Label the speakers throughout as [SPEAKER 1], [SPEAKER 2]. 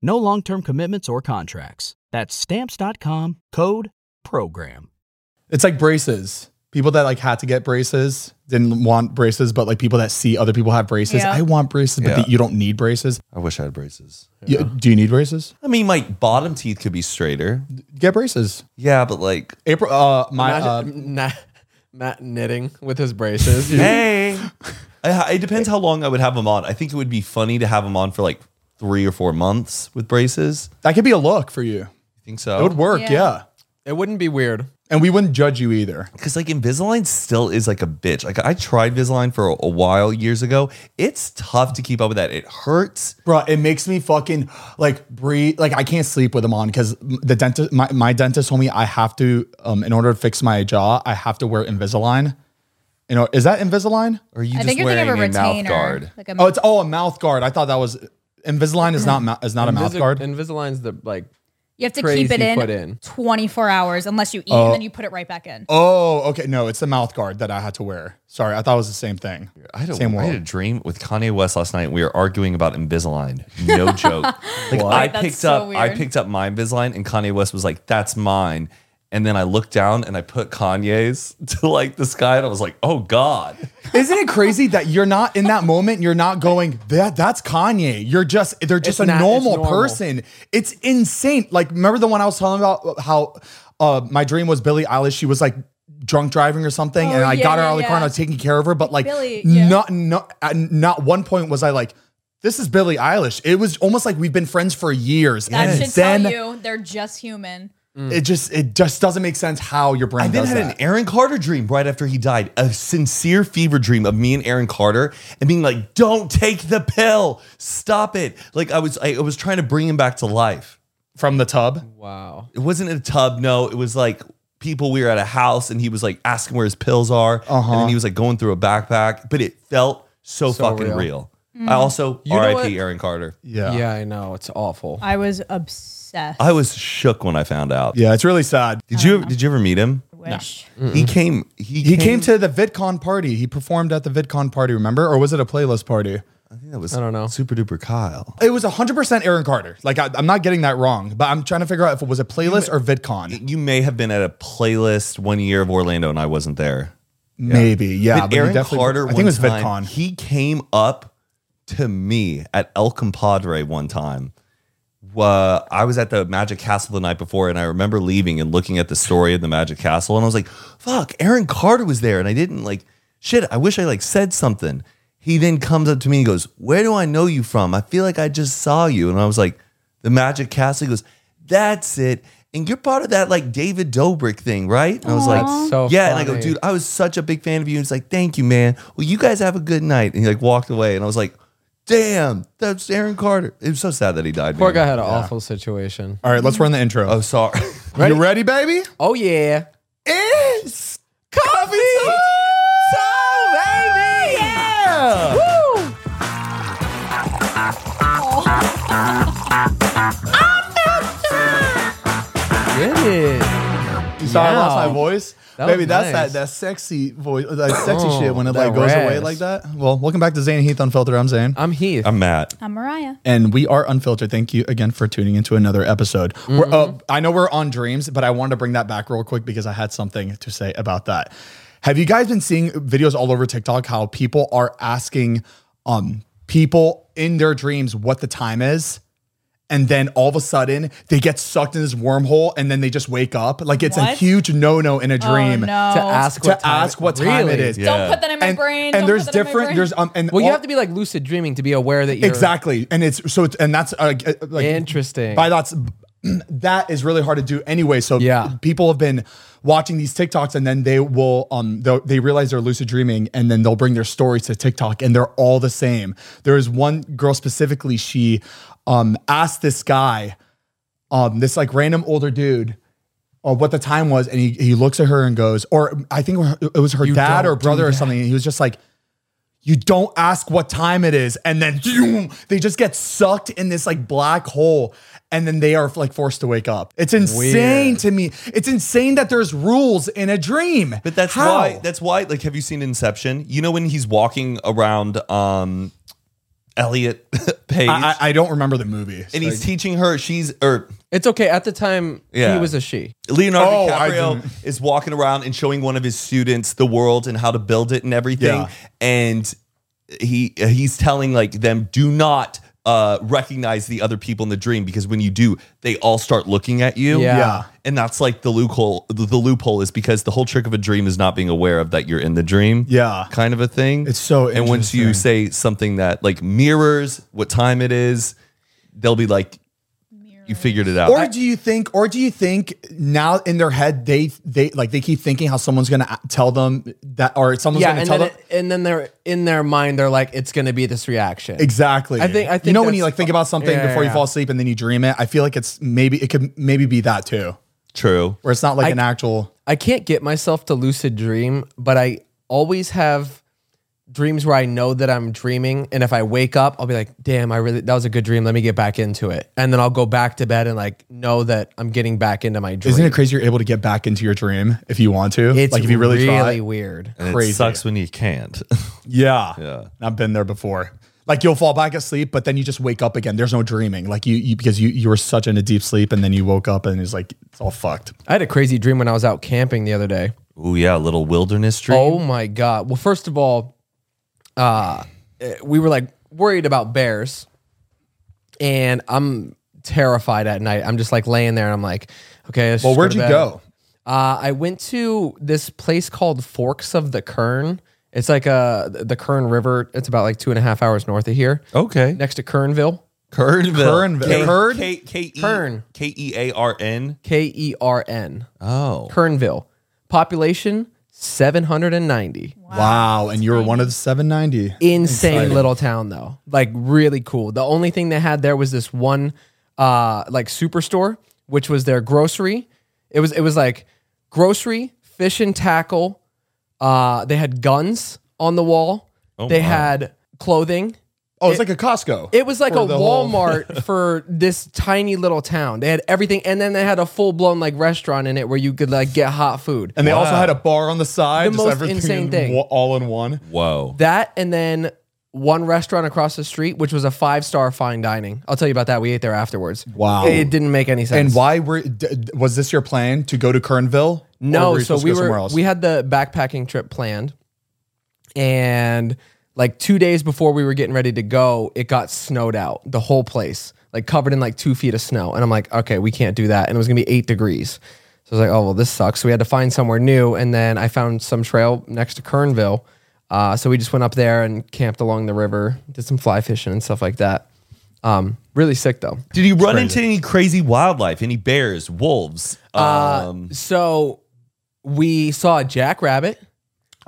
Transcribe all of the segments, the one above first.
[SPEAKER 1] No long term commitments or contracts. That's Stamps.com code PROGRAM.
[SPEAKER 2] It's like braces. People that like had to get braces didn't want braces, but like people that see other people have braces.
[SPEAKER 3] Yeah.
[SPEAKER 2] I want braces, but
[SPEAKER 4] Yeah.
[SPEAKER 2] you don't need braces.
[SPEAKER 4] I wish I had braces.
[SPEAKER 2] You- do you need braces?
[SPEAKER 4] I mean, my bottom teeth could be straighter.
[SPEAKER 2] Get braces.
[SPEAKER 4] Yeah, but like,
[SPEAKER 2] April, uh, my, uh,
[SPEAKER 3] Imagine- Na- Matt knitting with his braces. You-
[SPEAKER 4] hey, I, it depends how long I would have them on. I think it would be funny to have them on for like three or four months with braces.
[SPEAKER 2] that could be a look for you.
[SPEAKER 4] You think
[SPEAKER 2] It would
[SPEAKER 4] so?
[SPEAKER 2] work.
[SPEAKER 3] Yeah.
[SPEAKER 2] yeah.
[SPEAKER 3] It wouldn't be weird.
[SPEAKER 2] And we wouldn't judge you either.
[SPEAKER 4] Because like Invisalign still is like a bitch. Like I tried Invisalign for a, a while years ago. It's tough to keep up with that. It hurts.
[SPEAKER 2] Bro, it makes me fucking like breathe. Like I can't sleep with them on because the dentist, my, my dentist told me I have to, um, in order to fix my jaw, I have to wear Invisalign. You know, is that Invisalign?
[SPEAKER 4] Or are you
[SPEAKER 5] I
[SPEAKER 4] just
[SPEAKER 5] think you're
[SPEAKER 4] wearing
[SPEAKER 5] thinking of a
[SPEAKER 4] a, mouth
[SPEAKER 5] retainer.
[SPEAKER 4] guard?
[SPEAKER 5] Like a,
[SPEAKER 2] Oh, it's oh a mouth guard. I thought that was Invisalign is not mou- is not a mouth
[SPEAKER 3] Invisi-
[SPEAKER 2] guard.
[SPEAKER 3] Invisalign's the like.
[SPEAKER 5] you have to
[SPEAKER 3] crazy
[SPEAKER 5] keep it in,
[SPEAKER 3] put in.
[SPEAKER 5] 24 hours unless you eat and then you put it right back in.
[SPEAKER 2] oh, okay. No, it's the mouth guard that I had to wear. Sorry, I thought it was the same thing.
[SPEAKER 4] I had, a,
[SPEAKER 2] Same
[SPEAKER 4] I had a
[SPEAKER 2] world.
[SPEAKER 4] dream with Kanye West last night. We were arguing about Invisalign. No joke. Like I
[SPEAKER 5] That's
[SPEAKER 4] picked
[SPEAKER 5] so
[SPEAKER 4] up, I
[SPEAKER 5] weird.
[SPEAKER 4] picked up my Invisalign, and Kanye West was like, "That's mine." And then I looked down and I put Kanye's to like the sky, and I was like, "Oh God!"
[SPEAKER 2] Isn't it crazy that you're not in that moment? You're not going that. That's Kanye. You're just they're just
[SPEAKER 3] It's
[SPEAKER 2] a
[SPEAKER 3] not- it's
[SPEAKER 2] normal,
[SPEAKER 3] normal.
[SPEAKER 2] person. It's insane. Like remember the one I was telling about how uh, my dream was Billie Eilish. She was like drunk driving or something, and
[SPEAKER 5] Oh,
[SPEAKER 2] I
[SPEAKER 5] yeah,
[SPEAKER 2] got her
[SPEAKER 5] yeah,
[SPEAKER 2] out of the car and I
[SPEAKER 5] yeah.
[SPEAKER 2] was taking care of her. But like
[SPEAKER 5] Billie, yeah.
[SPEAKER 2] not not at not one point was I like. This is Billie Eilish. It was almost like we've been friends for years,
[SPEAKER 5] That
[SPEAKER 2] and
[SPEAKER 5] should
[SPEAKER 2] then
[SPEAKER 5] tell you they're just human.
[SPEAKER 2] it just it just doesn't make sense how your brain
[SPEAKER 4] I then
[SPEAKER 2] does
[SPEAKER 4] had
[SPEAKER 2] that.
[SPEAKER 4] an Aaron Carter dream right after he died, a sincere fever dream of me and Aaron Carter, and being like, "Don't take the pill, stop it!" Like I was, I, I was trying to bring him back to life.
[SPEAKER 2] From the tub,
[SPEAKER 3] Wow.
[SPEAKER 4] it wasn't in a tub. No, it was like people. We were at a house, and he was like asking where his pills are, and then he was like going through a backpack. But it felt so,
[SPEAKER 3] So
[SPEAKER 4] fucking
[SPEAKER 3] real.
[SPEAKER 4] real. I also
[SPEAKER 3] know
[SPEAKER 4] R.I.P.
[SPEAKER 3] what?
[SPEAKER 4] Aaron Carter.
[SPEAKER 2] yeah, yeah,
[SPEAKER 3] Yeah, I know. It's awful.
[SPEAKER 5] I was obsessed.
[SPEAKER 4] I was shook when I found out.
[SPEAKER 2] yeah. It's really sad.
[SPEAKER 4] Did you did you ever meet him?
[SPEAKER 5] wish.
[SPEAKER 4] He came. He,
[SPEAKER 2] He came to the VidCon party. He performed at the VidCon party, remember? Or was it a playlist party?
[SPEAKER 4] I think that was.
[SPEAKER 3] I don't know.
[SPEAKER 4] Super duper Kyle.
[SPEAKER 2] It was 100% Aaron Carter. Like, I, I'm not getting that wrong, but I'm trying to figure out if it was a playlist or VidCon.
[SPEAKER 4] You may have been at a playlist one year of Orlando, and I wasn't there.
[SPEAKER 2] Maybe, yeah.
[SPEAKER 4] But
[SPEAKER 2] but he
[SPEAKER 4] Aaron
[SPEAKER 2] definitely-
[SPEAKER 4] Carter.
[SPEAKER 2] I
[SPEAKER 4] One
[SPEAKER 2] think it was
[SPEAKER 4] time,
[SPEAKER 2] VidCon.
[SPEAKER 4] He came up to me at El Compadre one time. Uh, I was at the Magic Castle the night before, and I remember leaving and looking at the story of the Magic Castle, and I was like, "Fuck, Aaron Carter was there," and I didn't like shit. I wish I like said something. He then comes up to me and goes, "Where do I know you from? I feel like I just saw you," and I was like, "The Magic Castle." He goes, "That's it." And you're part of that like David Dobrik thing, right? And I was like,
[SPEAKER 3] so
[SPEAKER 4] yeah. And I
[SPEAKER 3] funny.
[SPEAKER 4] go, dude, I was such a big fan of you. And he's like, thank you, man. Well, you guys have a good night. And he like walked away. And I was like, damn, that's Aaron Carter. It was so sad that he died.
[SPEAKER 3] Poor guy
[SPEAKER 4] man.
[SPEAKER 3] had an awful situation.
[SPEAKER 2] All right, let's run the intro.
[SPEAKER 4] Oh, sorry.
[SPEAKER 2] You ready, baby?
[SPEAKER 3] Oh yeah.
[SPEAKER 2] It's coffee time, baby! Yeah!
[SPEAKER 3] Get it.
[SPEAKER 2] You saw I lost
[SPEAKER 3] Yeah.
[SPEAKER 2] my voice?
[SPEAKER 3] That was
[SPEAKER 2] Baby, that's
[SPEAKER 3] nice.
[SPEAKER 2] that that sexy voice, that sexy
[SPEAKER 3] Oh,
[SPEAKER 2] shit when it
[SPEAKER 3] that
[SPEAKER 2] like goes away
[SPEAKER 3] rasp.
[SPEAKER 2] like that. Well, welcome back to Zane and Heath Unfiltered. I'm Zane.
[SPEAKER 3] I'm Heath.
[SPEAKER 4] I'm Matt.
[SPEAKER 5] I'm Mariah.
[SPEAKER 2] and we are unfiltered. Thank you again for tuning into another episode. We're,
[SPEAKER 5] Mm-hmm.
[SPEAKER 2] uh, I know we're on dreams, but I wanted to bring that back real quick because I had something to say about that. Have you guys been seeing videos all over TikTok how people are asking um, people in their dreams what the time is? and then all of a sudden they get sucked in this wormhole and then they just wake up. Like it's a
[SPEAKER 5] What?
[SPEAKER 2] huge no no in a dream.
[SPEAKER 5] Oh, no.
[SPEAKER 3] to ask
[SPEAKER 2] To
[SPEAKER 3] what time,
[SPEAKER 2] ask what time
[SPEAKER 3] Really?
[SPEAKER 2] it is.
[SPEAKER 4] Yeah.
[SPEAKER 5] Don't put that in my
[SPEAKER 2] And,
[SPEAKER 5] brain.
[SPEAKER 2] and
[SPEAKER 5] Don't
[SPEAKER 2] there's
[SPEAKER 5] put that in my
[SPEAKER 2] different
[SPEAKER 5] brain.
[SPEAKER 2] there's um and
[SPEAKER 3] Well, you
[SPEAKER 2] all-
[SPEAKER 3] have to be like lucid dreaming to be aware that you're
[SPEAKER 2] exactly and it's so it's, and that's uh, uh, like
[SPEAKER 3] Interesting.
[SPEAKER 2] by that's that is really hard to do anyway so
[SPEAKER 3] Yeah.
[SPEAKER 2] people have been watching these tiktoks and then they will um they'll- they realize they're lucid dreaming and then they'll bring their stories to tiktok and they're all the same there is one girl specifically she um asked this guy um this like random older dude uh, what the time was and he, he looks at her and goes or i think it was her dad
[SPEAKER 3] don't
[SPEAKER 2] or brother or something and he was just like you don't ask what time it is and then zoom, they just get sucked in this like black hole and then they are like forced to wake up it's insane to me it's insane that there's rules in a dream
[SPEAKER 4] But that's
[SPEAKER 2] How?
[SPEAKER 4] why. That's why. Like, have you seen Inception? You know when he's walking around, um, Elliot Page,
[SPEAKER 2] I, I I don't remember the movie
[SPEAKER 4] and he's teaching her. She's or
[SPEAKER 3] It's okay. At the time,
[SPEAKER 4] Yeah.
[SPEAKER 3] he was a she.
[SPEAKER 4] Leonardo
[SPEAKER 2] Oh, I didn't-
[SPEAKER 4] DiCaprio is walking around and showing one of his students the world and how to build it and everything.
[SPEAKER 2] Yeah.
[SPEAKER 4] And he he's telling like them, do not uh, recognize the other people in the dream because when you do, they all start looking at you.
[SPEAKER 3] Yeah.
[SPEAKER 2] yeah
[SPEAKER 4] And that's like the loophole. The, the loophole is because the whole trick of a dream is not being aware of that you're in the dream.
[SPEAKER 2] Yeah.
[SPEAKER 4] Kind of a thing.
[SPEAKER 2] It's so
[SPEAKER 4] And once you say something that like mirrors what time it is, they'll be like, you figured it out.
[SPEAKER 2] or do you think or do you think now in their head they they like they keep thinking how someone's gonna a- tell them that or someone's
[SPEAKER 3] Yeah,
[SPEAKER 2] gonna
[SPEAKER 3] and
[SPEAKER 2] tell
[SPEAKER 3] then,
[SPEAKER 2] them
[SPEAKER 3] it, and then they're in their mind. They're like, it's gonna be this reaction.
[SPEAKER 2] Exactly.
[SPEAKER 3] I think- I
[SPEAKER 2] you
[SPEAKER 3] think
[SPEAKER 2] know when
[SPEAKER 3] that's-
[SPEAKER 2] you like think about something
[SPEAKER 3] Yeah,
[SPEAKER 2] before you
[SPEAKER 3] yeah.
[SPEAKER 2] fall asleep and then you dream it. I feel like it's maybe it could maybe be that too,
[SPEAKER 4] True.
[SPEAKER 2] where it's not like an actual.
[SPEAKER 3] I can't get myself to lucid dream, but I always have dreams where I know that I'm dreaming, and if I wake up, I'll be like, "Damn, I really that was a good dream. Let me get back into it," and then I'll go back to bed and like know that I'm getting back into my dream.
[SPEAKER 2] Isn't it crazy you're able to get back into your dream if you want to?
[SPEAKER 3] It's
[SPEAKER 2] like if you really, try.
[SPEAKER 3] weird.
[SPEAKER 4] And
[SPEAKER 2] Crazy.
[SPEAKER 4] It sucks when you can't.
[SPEAKER 2] Yeah.
[SPEAKER 4] Yeah.
[SPEAKER 2] I've been there before. Like you'll fall back asleep, but then you just wake up again. There's no dreaming. Like you, you because you you were such in a deep sleep and then you woke up and it's like it's all fucked.
[SPEAKER 3] I had a crazy dream when I was out camping the other day.
[SPEAKER 4] Oh yeah, a little wilderness dream.
[SPEAKER 3] Oh my god! Well, first of all, uh, eh, we were like worried about bears, and I'm terrified at night. I'm just like laying there, and I'm like, okay. Let's
[SPEAKER 2] Well,
[SPEAKER 3] just
[SPEAKER 2] where'd
[SPEAKER 3] to
[SPEAKER 2] you
[SPEAKER 3] bed.
[SPEAKER 2] go?
[SPEAKER 3] Uh, I went to this place called Forks of the Kern. It's like a the Kern River. It's about like two and a half hours north of here,
[SPEAKER 4] Okay.
[SPEAKER 3] next to Kernville.
[SPEAKER 2] Kernville. Kern?
[SPEAKER 3] Kern.
[SPEAKER 4] K E A R N.
[SPEAKER 3] K E R N,
[SPEAKER 4] Oh.
[SPEAKER 3] Kernville. Population seven hundred and ninety.
[SPEAKER 2] Wow. And you were one of the 790.
[SPEAKER 3] insane little town though like really cool the only thing they had there was this one uh like superstore which was their grocery it was it was like grocery fish and tackle uh they had guns on the wall they had clothing
[SPEAKER 2] Oh, it's like a Costco.
[SPEAKER 3] it was like
[SPEAKER 2] For
[SPEAKER 3] a
[SPEAKER 2] the whole-
[SPEAKER 3] Walmart for this tiny little town. They had everything, and then they had a full blown like restaurant in it where you could like get hot food.
[SPEAKER 2] And they also had a bar on the side.
[SPEAKER 3] The
[SPEAKER 2] just
[SPEAKER 3] most
[SPEAKER 2] everything
[SPEAKER 3] insane
[SPEAKER 2] in
[SPEAKER 3] thing.
[SPEAKER 2] wa- all in one.
[SPEAKER 4] Whoa.
[SPEAKER 3] That and then one restaurant across the street, which was a five star fine dining. I'll tell you about that. We ate there afterwards.
[SPEAKER 2] Wow.
[SPEAKER 3] It didn't make any sense.
[SPEAKER 2] And why were d- d- was this your plan to go to Kernville? Or
[SPEAKER 3] No,
[SPEAKER 2] were you
[SPEAKER 3] so
[SPEAKER 2] supposed to
[SPEAKER 3] we
[SPEAKER 2] go somewhere
[SPEAKER 3] were
[SPEAKER 2] else?
[SPEAKER 3] we had the backpacking trip planned, and like two days before we were getting ready to go, it got snowed out. The whole place like covered in like two feet of snow, and I'm like, okay, we can't do that. And it was gonna be eight degrees, so I was like, oh well, this sucks. So we had to find somewhere new, and then I found some trail next to Kernville, uh, so we just went up there and camped along the river, did some fly fishing and stuff like that. Um, really sick though.
[SPEAKER 4] Did you run into any crazy wildlife? Any bears, wolves? um,
[SPEAKER 3] So we saw a jackrabbit.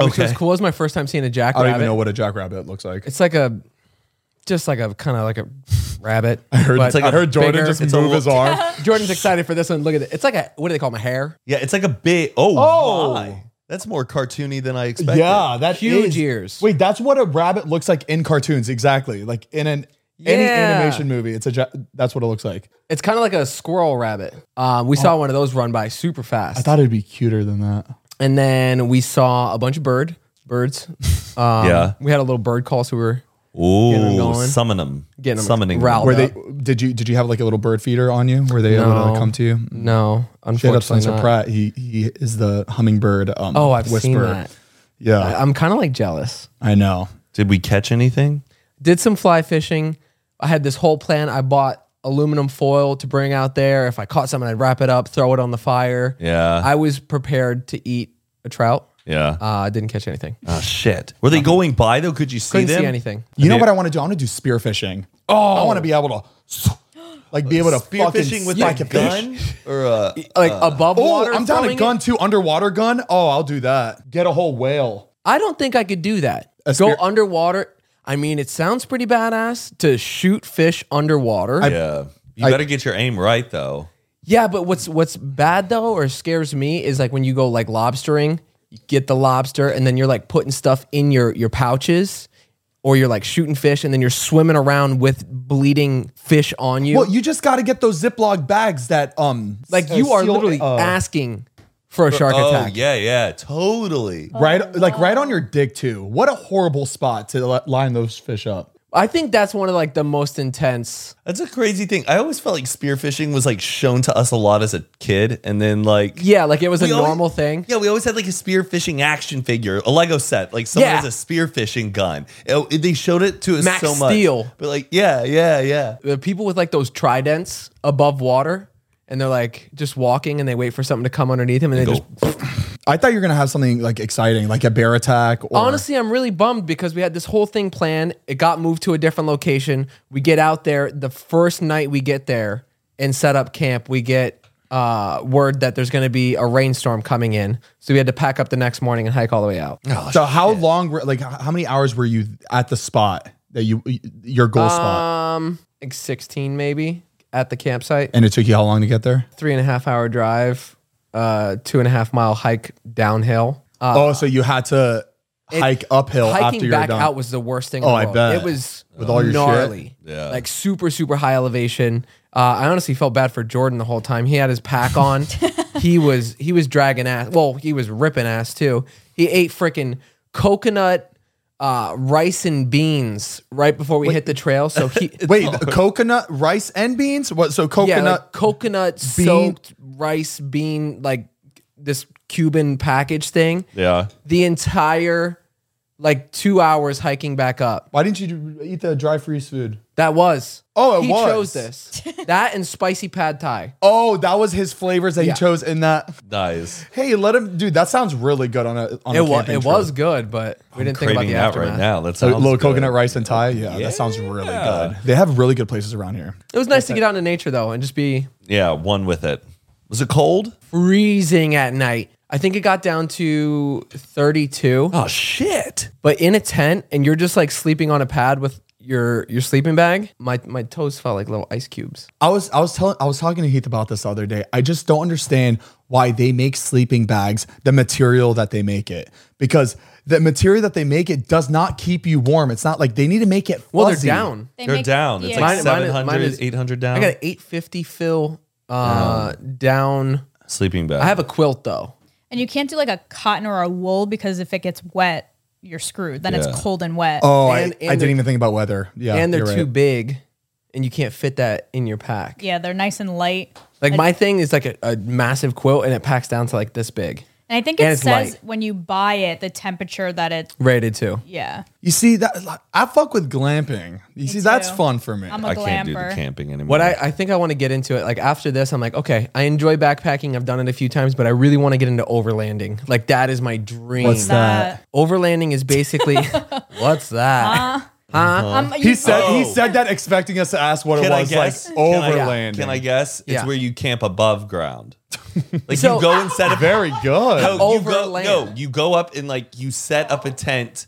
[SPEAKER 3] Which was
[SPEAKER 4] Okay.
[SPEAKER 3] cool. It was my first time seeing a
[SPEAKER 2] I
[SPEAKER 3] jackrabbit.
[SPEAKER 2] don't even know what a jackrabbit looks like.
[SPEAKER 3] It's like a, just like a kind of like a rabbit. I
[SPEAKER 2] I heard,
[SPEAKER 3] but
[SPEAKER 2] I heard Jordan
[SPEAKER 3] bigger-
[SPEAKER 2] just
[SPEAKER 3] it's
[SPEAKER 4] a
[SPEAKER 2] move his arm.
[SPEAKER 3] Jordan's excited for this one. Look at it. It's like a what do they call them? A hair?
[SPEAKER 4] yeah, it's like a big. Oh,
[SPEAKER 2] Oh.
[SPEAKER 4] my. that's more cartoony than I expected.
[SPEAKER 2] yeah, that
[SPEAKER 3] Huge
[SPEAKER 2] is-
[SPEAKER 3] ears.
[SPEAKER 2] Wait, that's what a rabbit looks like in cartoons. Exactly, like in an any
[SPEAKER 3] Yeah.
[SPEAKER 2] animation movie. It's a ja- that's what it looks like.
[SPEAKER 3] It's kind of like a squirrel rabbit. Um, we saw one of those run by super fast.
[SPEAKER 2] Oh. I thought it'd be cuter than that.
[SPEAKER 3] and then we saw a bunch of bird birds. Um,
[SPEAKER 4] Yeah.
[SPEAKER 3] We had a little bird call, so we were
[SPEAKER 4] Um,
[SPEAKER 3] them
[SPEAKER 4] Ooh,
[SPEAKER 3] going.
[SPEAKER 4] summon them.
[SPEAKER 3] Getting 'em
[SPEAKER 4] Summoning
[SPEAKER 3] riled
[SPEAKER 2] Were
[SPEAKER 3] up.
[SPEAKER 4] them.
[SPEAKER 2] they? Did you did you have like a little bird feeder on you? Were they able
[SPEAKER 3] No.
[SPEAKER 2] to come to you?
[SPEAKER 3] no,
[SPEAKER 2] Get up,
[SPEAKER 3] unfortunately
[SPEAKER 2] Spencer
[SPEAKER 3] not.
[SPEAKER 2] Pratt. He he is the hummingbird. Um,
[SPEAKER 3] Oh, I've seen
[SPEAKER 2] whisperer.
[SPEAKER 3] that.
[SPEAKER 2] Yeah,
[SPEAKER 3] I'm kind of like jealous.
[SPEAKER 2] I know.
[SPEAKER 4] Did we catch anything?
[SPEAKER 3] did some fly fishing. I had this whole plan. I bought aluminum foil to bring out there. If I caught something, I'd wrap it up, throw it on the fire.
[SPEAKER 4] Yeah.
[SPEAKER 3] I was prepared to eat a trout.
[SPEAKER 4] yeah.
[SPEAKER 3] Uh, I didn't catch anything.
[SPEAKER 4] oh shit. Were they going by though? Could you see
[SPEAKER 3] Couldn't
[SPEAKER 4] them?
[SPEAKER 3] see anything.
[SPEAKER 2] You know what I want to do? I want to do spear fishing. Oh, I want to be able to, like, be able to
[SPEAKER 4] Spear
[SPEAKER 2] fucking
[SPEAKER 4] fishing with
[SPEAKER 2] spike
[SPEAKER 4] like a
[SPEAKER 2] a fish.
[SPEAKER 4] gun or uh, a
[SPEAKER 3] Like above
[SPEAKER 2] Oh,
[SPEAKER 3] water.
[SPEAKER 2] I'm down a
[SPEAKER 3] throwing
[SPEAKER 2] gun
[SPEAKER 3] it?
[SPEAKER 2] too. Underwater gun. Oh, I'll do that. Get a whole whale.
[SPEAKER 3] I don't think I could do that.
[SPEAKER 2] A
[SPEAKER 3] Go
[SPEAKER 2] spear-
[SPEAKER 3] underwater. I mean, it sounds pretty badass to shoot fish underwater.
[SPEAKER 4] yeah. You better get your aim right though.
[SPEAKER 3] Yeah, but what's what's bad though, or scares me, is like when you go like lobstering, you get the lobster, and then you're like putting stuff in your your pouches, or you're like shooting fish, and then you're swimming around with bleeding fish on you.
[SPEAKER 2] Well, you just got to get those Ziploc bags that um
[SPEAKER 3] like
[SPEAKER 2] uh,
[SPEAKER 3] you are
[SPEAKER 2] seal-
[SPEAKER 3] literally
[SPEAKER 2] uh,
[SPEAKER 3] asking for a shark
[SPEAKER 4] Oh
[SPEAKER 3] attack.
[SPEAKER 4] yeah, yeah, totally.
[SPEAKER 3] Oh,
[SPEAKER 2] right like right on your dick too. What a horrible spot to li- line those fish up.
[SPEAKER 3] I think that's one of like the most intense.
[SPEAKER 4] That's a crazy thing. I always felt like spearfishing was like shown to us a lot as a kid, and then like
[SPEAKER 3] Yeah, like it was a
[SPEAKER 4] We always-
[SPEAKER 3] normal thing.
[SPEAKER 4] Yeah, we always had like a spearfishing action figure, a Lego set. Like someone
[SPEAKER 3] Yeah.
[SPEAKER 4] has a spearfishing gun. It- they showed it to us
[SPEAKER 3] Max
[SPEAKER 4] so much.
[SPEAKER 3] Steel.
[SPEAKER 4] But like, yeah, yeah, yeah.
[SPEAKER 3] The people with like those tridents above water, and they're like just walking, and they wait for something to come underneath them, and they just
[SPEAKER 2] I thought you were gonna have something like exciting, like a bear attack. Or,
[SPEAKER 3] Honestly, I'm really bummed because we had this whole thing planned. It got moved to a different location. We get out there the first night we get there and set up camp. We get uh, word that there's going to be a rainstorm coming in, so we had to pack up the next morning and hike all the way out.
[SPEAKER 2] so how long? Were, like h- how many hours were you at the spot that you your goal spot?
[SPEAKER 3] Um, like 16 maybe at the campsite.
[SPEAKER 2] And it took you how long to get there?
[SPEAKER 3] Three and a half hour drive, uh, two and a half mile hike downhill. Uh,
[SPEAKER 2] oh, so you had to hike uphill after
[SPEAKER 3] hiking
[SPEAKER 2] you're
[SPEAKER 3] back
[SPEAKER 2] done.
[SPEAKER 3] out was the worst thing. In
[SPEAKER 2] Oh,
[SPEAKER 3] the
[SPEAKER 2] I
[SPEAKER 3] world.
[SPEAKER 2] bet.
[SPEAKER 3] it was
[SPEAKER 2] With all your shit?
[SPEAKER 3] gnarly.
[SPEAKER 4] Yeah.
[SPEAKER 3] like super super high elevation. Uh, I honestly felt bad for Jordan the whole time. He had his pack on. he was he was dragging ass. Well, he was ripping ass too. He ate freaking coconut uh, rice and beans right before we hit the trail. So he
[SPEAKER 2] Wait, coconut rice and beans. What? So
[SPEAKER 3] yeah,
[SPEAKER 2] coconut.
[SPEAKER 3] like coconut soaked rice bean like this Cuban package thing.
[SPEAKER 4] Yeah.
[SPEAKER 3] The entire like two hours hiking back up.
[SPEAKER 2] why didn't you eat the dry freeze food?
[SPEAKER 3] That was.
[SPEAKER 2] Oh, it
[SPEAKER 3] he
[SPEAKER 2] was.
[SPEAKER 3] chose this. that and spicy pad thai.
[SPEAKER 2] Oh, that was his flavors that
[SPEAKER 3] Yeah.
[SPEAKER 2] he chose in that.
[SPEAKER 4] Nice.
[SPEAKER 2] Hey, let him, dude. That sounds really good on a on
[SPEAKER 3] It
[SPEAKER 2] a
[SPEAKER 3] was.
[SPEAKER 2] camping
[SPEAKER 3] It
[SPEAKER 2] trip.
[SPEAKER 3] was good, but we didn't think about
[SPEAKER 4] Craving
[SPEAKER 3] the
[SPEAKER 4] that
[SPEAKER 3] aftermath.
[SPEAKER 4] right now. That's
[SPEAKER 2] A little coconut rice and Thai. Yeah, that sounds really good. They have really good places around here.
[SPEAKER 3] It was nice to get out into nature though and just be
[SPEAKER 4] Yeah, one with it. Was it cold?
[SPEAKER 3] freezing at night. I think it got down to 32,
[SPEAKER 4] Oh shit.
[SPEAKER 3] but in a tent and you're just like sleeping on a pad with your your sleeping bag. My my toes felt like little ice cubes.
[SPEAKER 2] I was I was telling I was talking to Heath about this the other day. I just don't understand why they make sleeping bags the material that they make it because the material that they make it does not keep you warm. It's not like they need to make it. Fuzzy.
[SPEAKER 3] Well, they're down.
[SPEAKER 5] They
[SPEAKER 4] They're
[SPEAKER 5] make-
[SPEAKER 4] down. It's
[SPEAKER 5] yeah.
[SPEAKER 4] like
[SPEAKER 3] Mine- mine is-
[SPEAKER 4] 700,
[SPEAKER 3] mine is-
[SPEAKER 4] 800 down.
[SPEAKER 3] I got an 850 fill uh, down.
[SPEAKER 4] Sleeping bag.
[SPEAKER 3] I have a quilt though.
[SPEAKER 5] and you can't do like a cotton or a wool because if it gets wet, you're screwed. Then
[SPEAKER 4] Yeah.
[SPEAKER 5] it's cold and wet.
[SPEAKER 2] Oh,
[SPEAKER 3] And-
[SPEAKER 2] I,
[SPEAKER 3] and
[SPEAKER 2] I didn't
[SPEAKER 3] they're-
[SPEAKER 2] even think about weather. Yeah,
[SPEAKER 3] and they're
[SPEAKER 2] you're
[SPEAKER 3] too
[SPEAKER 2] right.
[SPEAKER 3] big and you can't fit that in your pack.
[SPEAKER 5] Yeah, they're nice and light.
[SPEAKER 3] Like my thing is like a, a massive quilt and it packs down to like this big.
[SPEAKER 5] And I think
[SPEAKER 3] And
[SPEAKER 5] it
[SPEAKER 3] it's
[SPEAKER 5] says
[SPEAKER 3] light.
[SPEAKER 5] when you buy it, the temperature that it.
[SPEAKER 3] Rated too.
[SPEAKER 5] Yeah,
[SPEAKER 2] You see that? like, I fuck with glamping. You see, that's
[SPEAKER 5] too.
[SPEAKER 2] fun for me.
[SPEAKER 5] I'm a
[SPEAKER 4] I
[SPEAKER 5] glamper.
[SPEAKER 4] can't do the camping anymore.
[SPEAKER 3] What I, I think I want to get into it. Like after this, I'm like, okay, I enjoy backpacking. I've done it a few times, but I really want to get into overlanding. Like that is my dream.
[SPEAKER 2] What's that?
[SPEAKER 3] Overlanding is basically what's that?
[SPEAKER 5] Um,
[SPEAKER 2] He
[SPEAKER 5] you-
[SPEAKER 2] said he
[SPEAKER 4] Oh.
[SPEAKER 2] said that expecting us to ask what
[SPEAKER 4] can
[SPEAKER 2] it
[SPEAKER 4] I
[SPEAKER 2] was like
[SPEAKER 4] guess?
[SPEAKER 2] overland.
[SPEAKER 4] Can I, can I guess? It's
[SPEAKER 3] Yeah.
[SPEAKER 4] where you camp above ground. like
[SPEAKER 3] So-
[SPEAKER 4] you go and set up
[SPEAKER 2] Very good.
[SPEAKER 4] No, you go,
[SPEAKER 3] Overland.
[SPEAKER 4] no, you go up and like you set up a tent.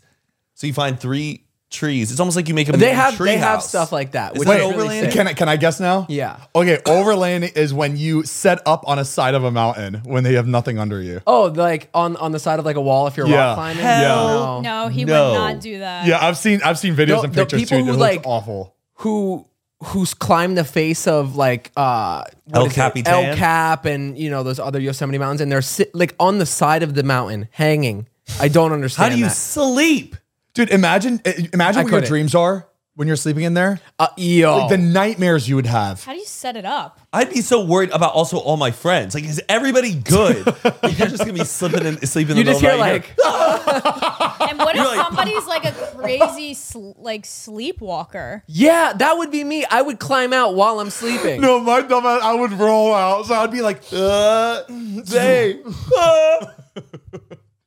[SPEAKER 4] So you find three trees. It's almost like you make a
[SPEAKER 3] They
[SPEAKER 4] mini
[SPEAKER 3] have
[SPEAKER 4] tree
[SPEAKER 3] they have
[SPEAKER 4] house.
[SPEAKER 3] stuff like that. Which
[SPEAKER 4] that
[SPEAKER 3] is
[SPEAKER 2] Wait,
[SPEAKER 3] really
[SPEAKER 4] overlanding?
[SPEAKER 3] sick.
[SPEAKER 2] Can I can I guess now?
[SPEAKER 3] Yeah.
[SPEAKER 2] Okay, overlanding is when you set up on a side of a mountain when they have nothing under you.
[SPEAKER 3] Oh, like on on the side of like a wall if you're
[SPEAKER 2] Yeah.
[SPEAKER 3] rock climbing.
[SPEAKER 4] Hell
[SPEAKER 3] No.
[SPEAKER 5] no, he
[SPEAKER 4] No.
[SPEAKER 5] would not do that.
[SPEAKER 2] Yeah, I've seen I've seen videos
[SPEAKER 3] The-
[SPEAKER 2] and
[SPEAKER 3] the
[SPEAKER 2] pictures
[SPEAKER 3] people
[SPEAKER 2] too. It
[SPEAKER 3] who,
[SPEAKER 2] looks
[SPEAKER 3] like-
[SPEAKER 2] awful.
[SPEAKER 3] who who's climbed the face of like uh what
[SPEAKER 4] El
[SPEAKER 3] is it?
[SPEAKER 4] Capitan.
[SPEAKER 3] El Cap and you know those other Yosemite mountains and they're sit, like on the side of the mountain hanging. I don't
[SPEAKER 4] How
[SPEAKER 3] understand.
[SPEAKER 4] do you
[SPEAKER 3] that.
[SPEAKER 4] sleep?
[SPEAKER 2] Dude, imagine i- imagine
[SPEAKER 3] I
[SPEAKER 2] what your
[SPEAKER 3] couldn't.
[SPEAKER 2] dreams are when you're sleeping in there?
[SPEAKER 3] Uh, yo,
[SPEAKER 2] Like the nightmares you would have.
[SPEAKER 5] How do you set it up?
[SPEAKER 4] I'd be so worried about also all my friends. Like, is everybody good? You're just gonna be slipping in, sleeping.
[SPEAKER 3] you
[SPEAKER 4] in the
[SPEAKER 3] just hear
[SPEAKER 4] middle of the night.
[SPEAKER 3] like
[SPEAKER 5] And what if
[SPEAKER 4] You're like-
[SPEAKER 5] somebody's like a crazy sl- like sleepwalker?
[SPEAKER 3] Yeah, that would be me. I would climb out while I'm sleeping.
[SPEAKER 2] No, my dumb ass, I would roll out. So I'd be like, uh, they. uh.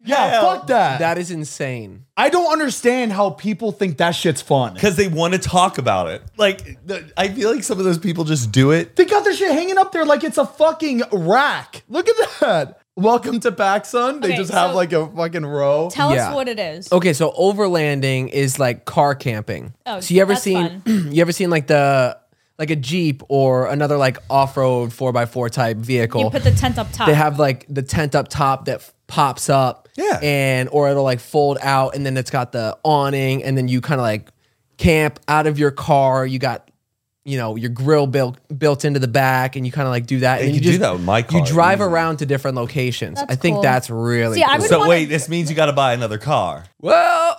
[SPEAKER 2] yeah, fuck that.
[SPEAKER 3] That is insane.
[SPEAKER 2] I don't understand how people think that shit's fun.
[SPEAKER 4] because they want to talk about it. Like, the- I feel like some of those people just do it.
[SPEAKER 2] They got their shit hanging up there like it's a fucking rack. Look at that. Welcome to Back Sun. They
[SPEAKER 5] Okay,
[SPEAKER 2] just have
[SPEAKER 5] so-
[SPEAKER 2] like a fucking row.
[SPEAKER 5] Tell
[SPEAKER 3] Yeah.
[SPEAKER 5] us what it is.
[SPEAKER 3] Okay, so overlanding is like car camping.
[SPEAKER 5] Oh,
[SPEAKER 3] so you ever
[SPEAKER 5] that's
[SPEAKER 3] seen you ever seen like the like a Jeep or another like off-road 4x4 type vehicle?
[SPEAKER 5] You put the tent up top.
[SPEAKER 3] they have like the tent up top that f- pops up.
[SPEAKER 4] Yeah.
[SPEAKER 3] And or it'll like fold out and then it's got the awning and then you kind of like camp out of your car. You got you know your grill built built into the back and you kind of like do that.
[SPEAKER 4] They
[SPEAKER 3] and
[SPEAKER 4] could
[SPEAKER 3] you
[SPEAKER 4] do that with my car,
[SPEAKER 3] You drive
[SPEAKER 4] easily.
[SPEAKER 3] around to different locations.
[SPEAKER 5] That's
[SPEAKER 3] I think
[SPEAKER 5] cool.
[SPEAKER 3] that's really
[SPEAKER 5] See, I
[SPEAKER 3] cool.
[SPEAKER 5] would
[SPEAKER 4] So
[SPEAKER 5] wanna-
[SPEAKER 4] wait, this means you got to buy another car.
[SPEAKER 3] well.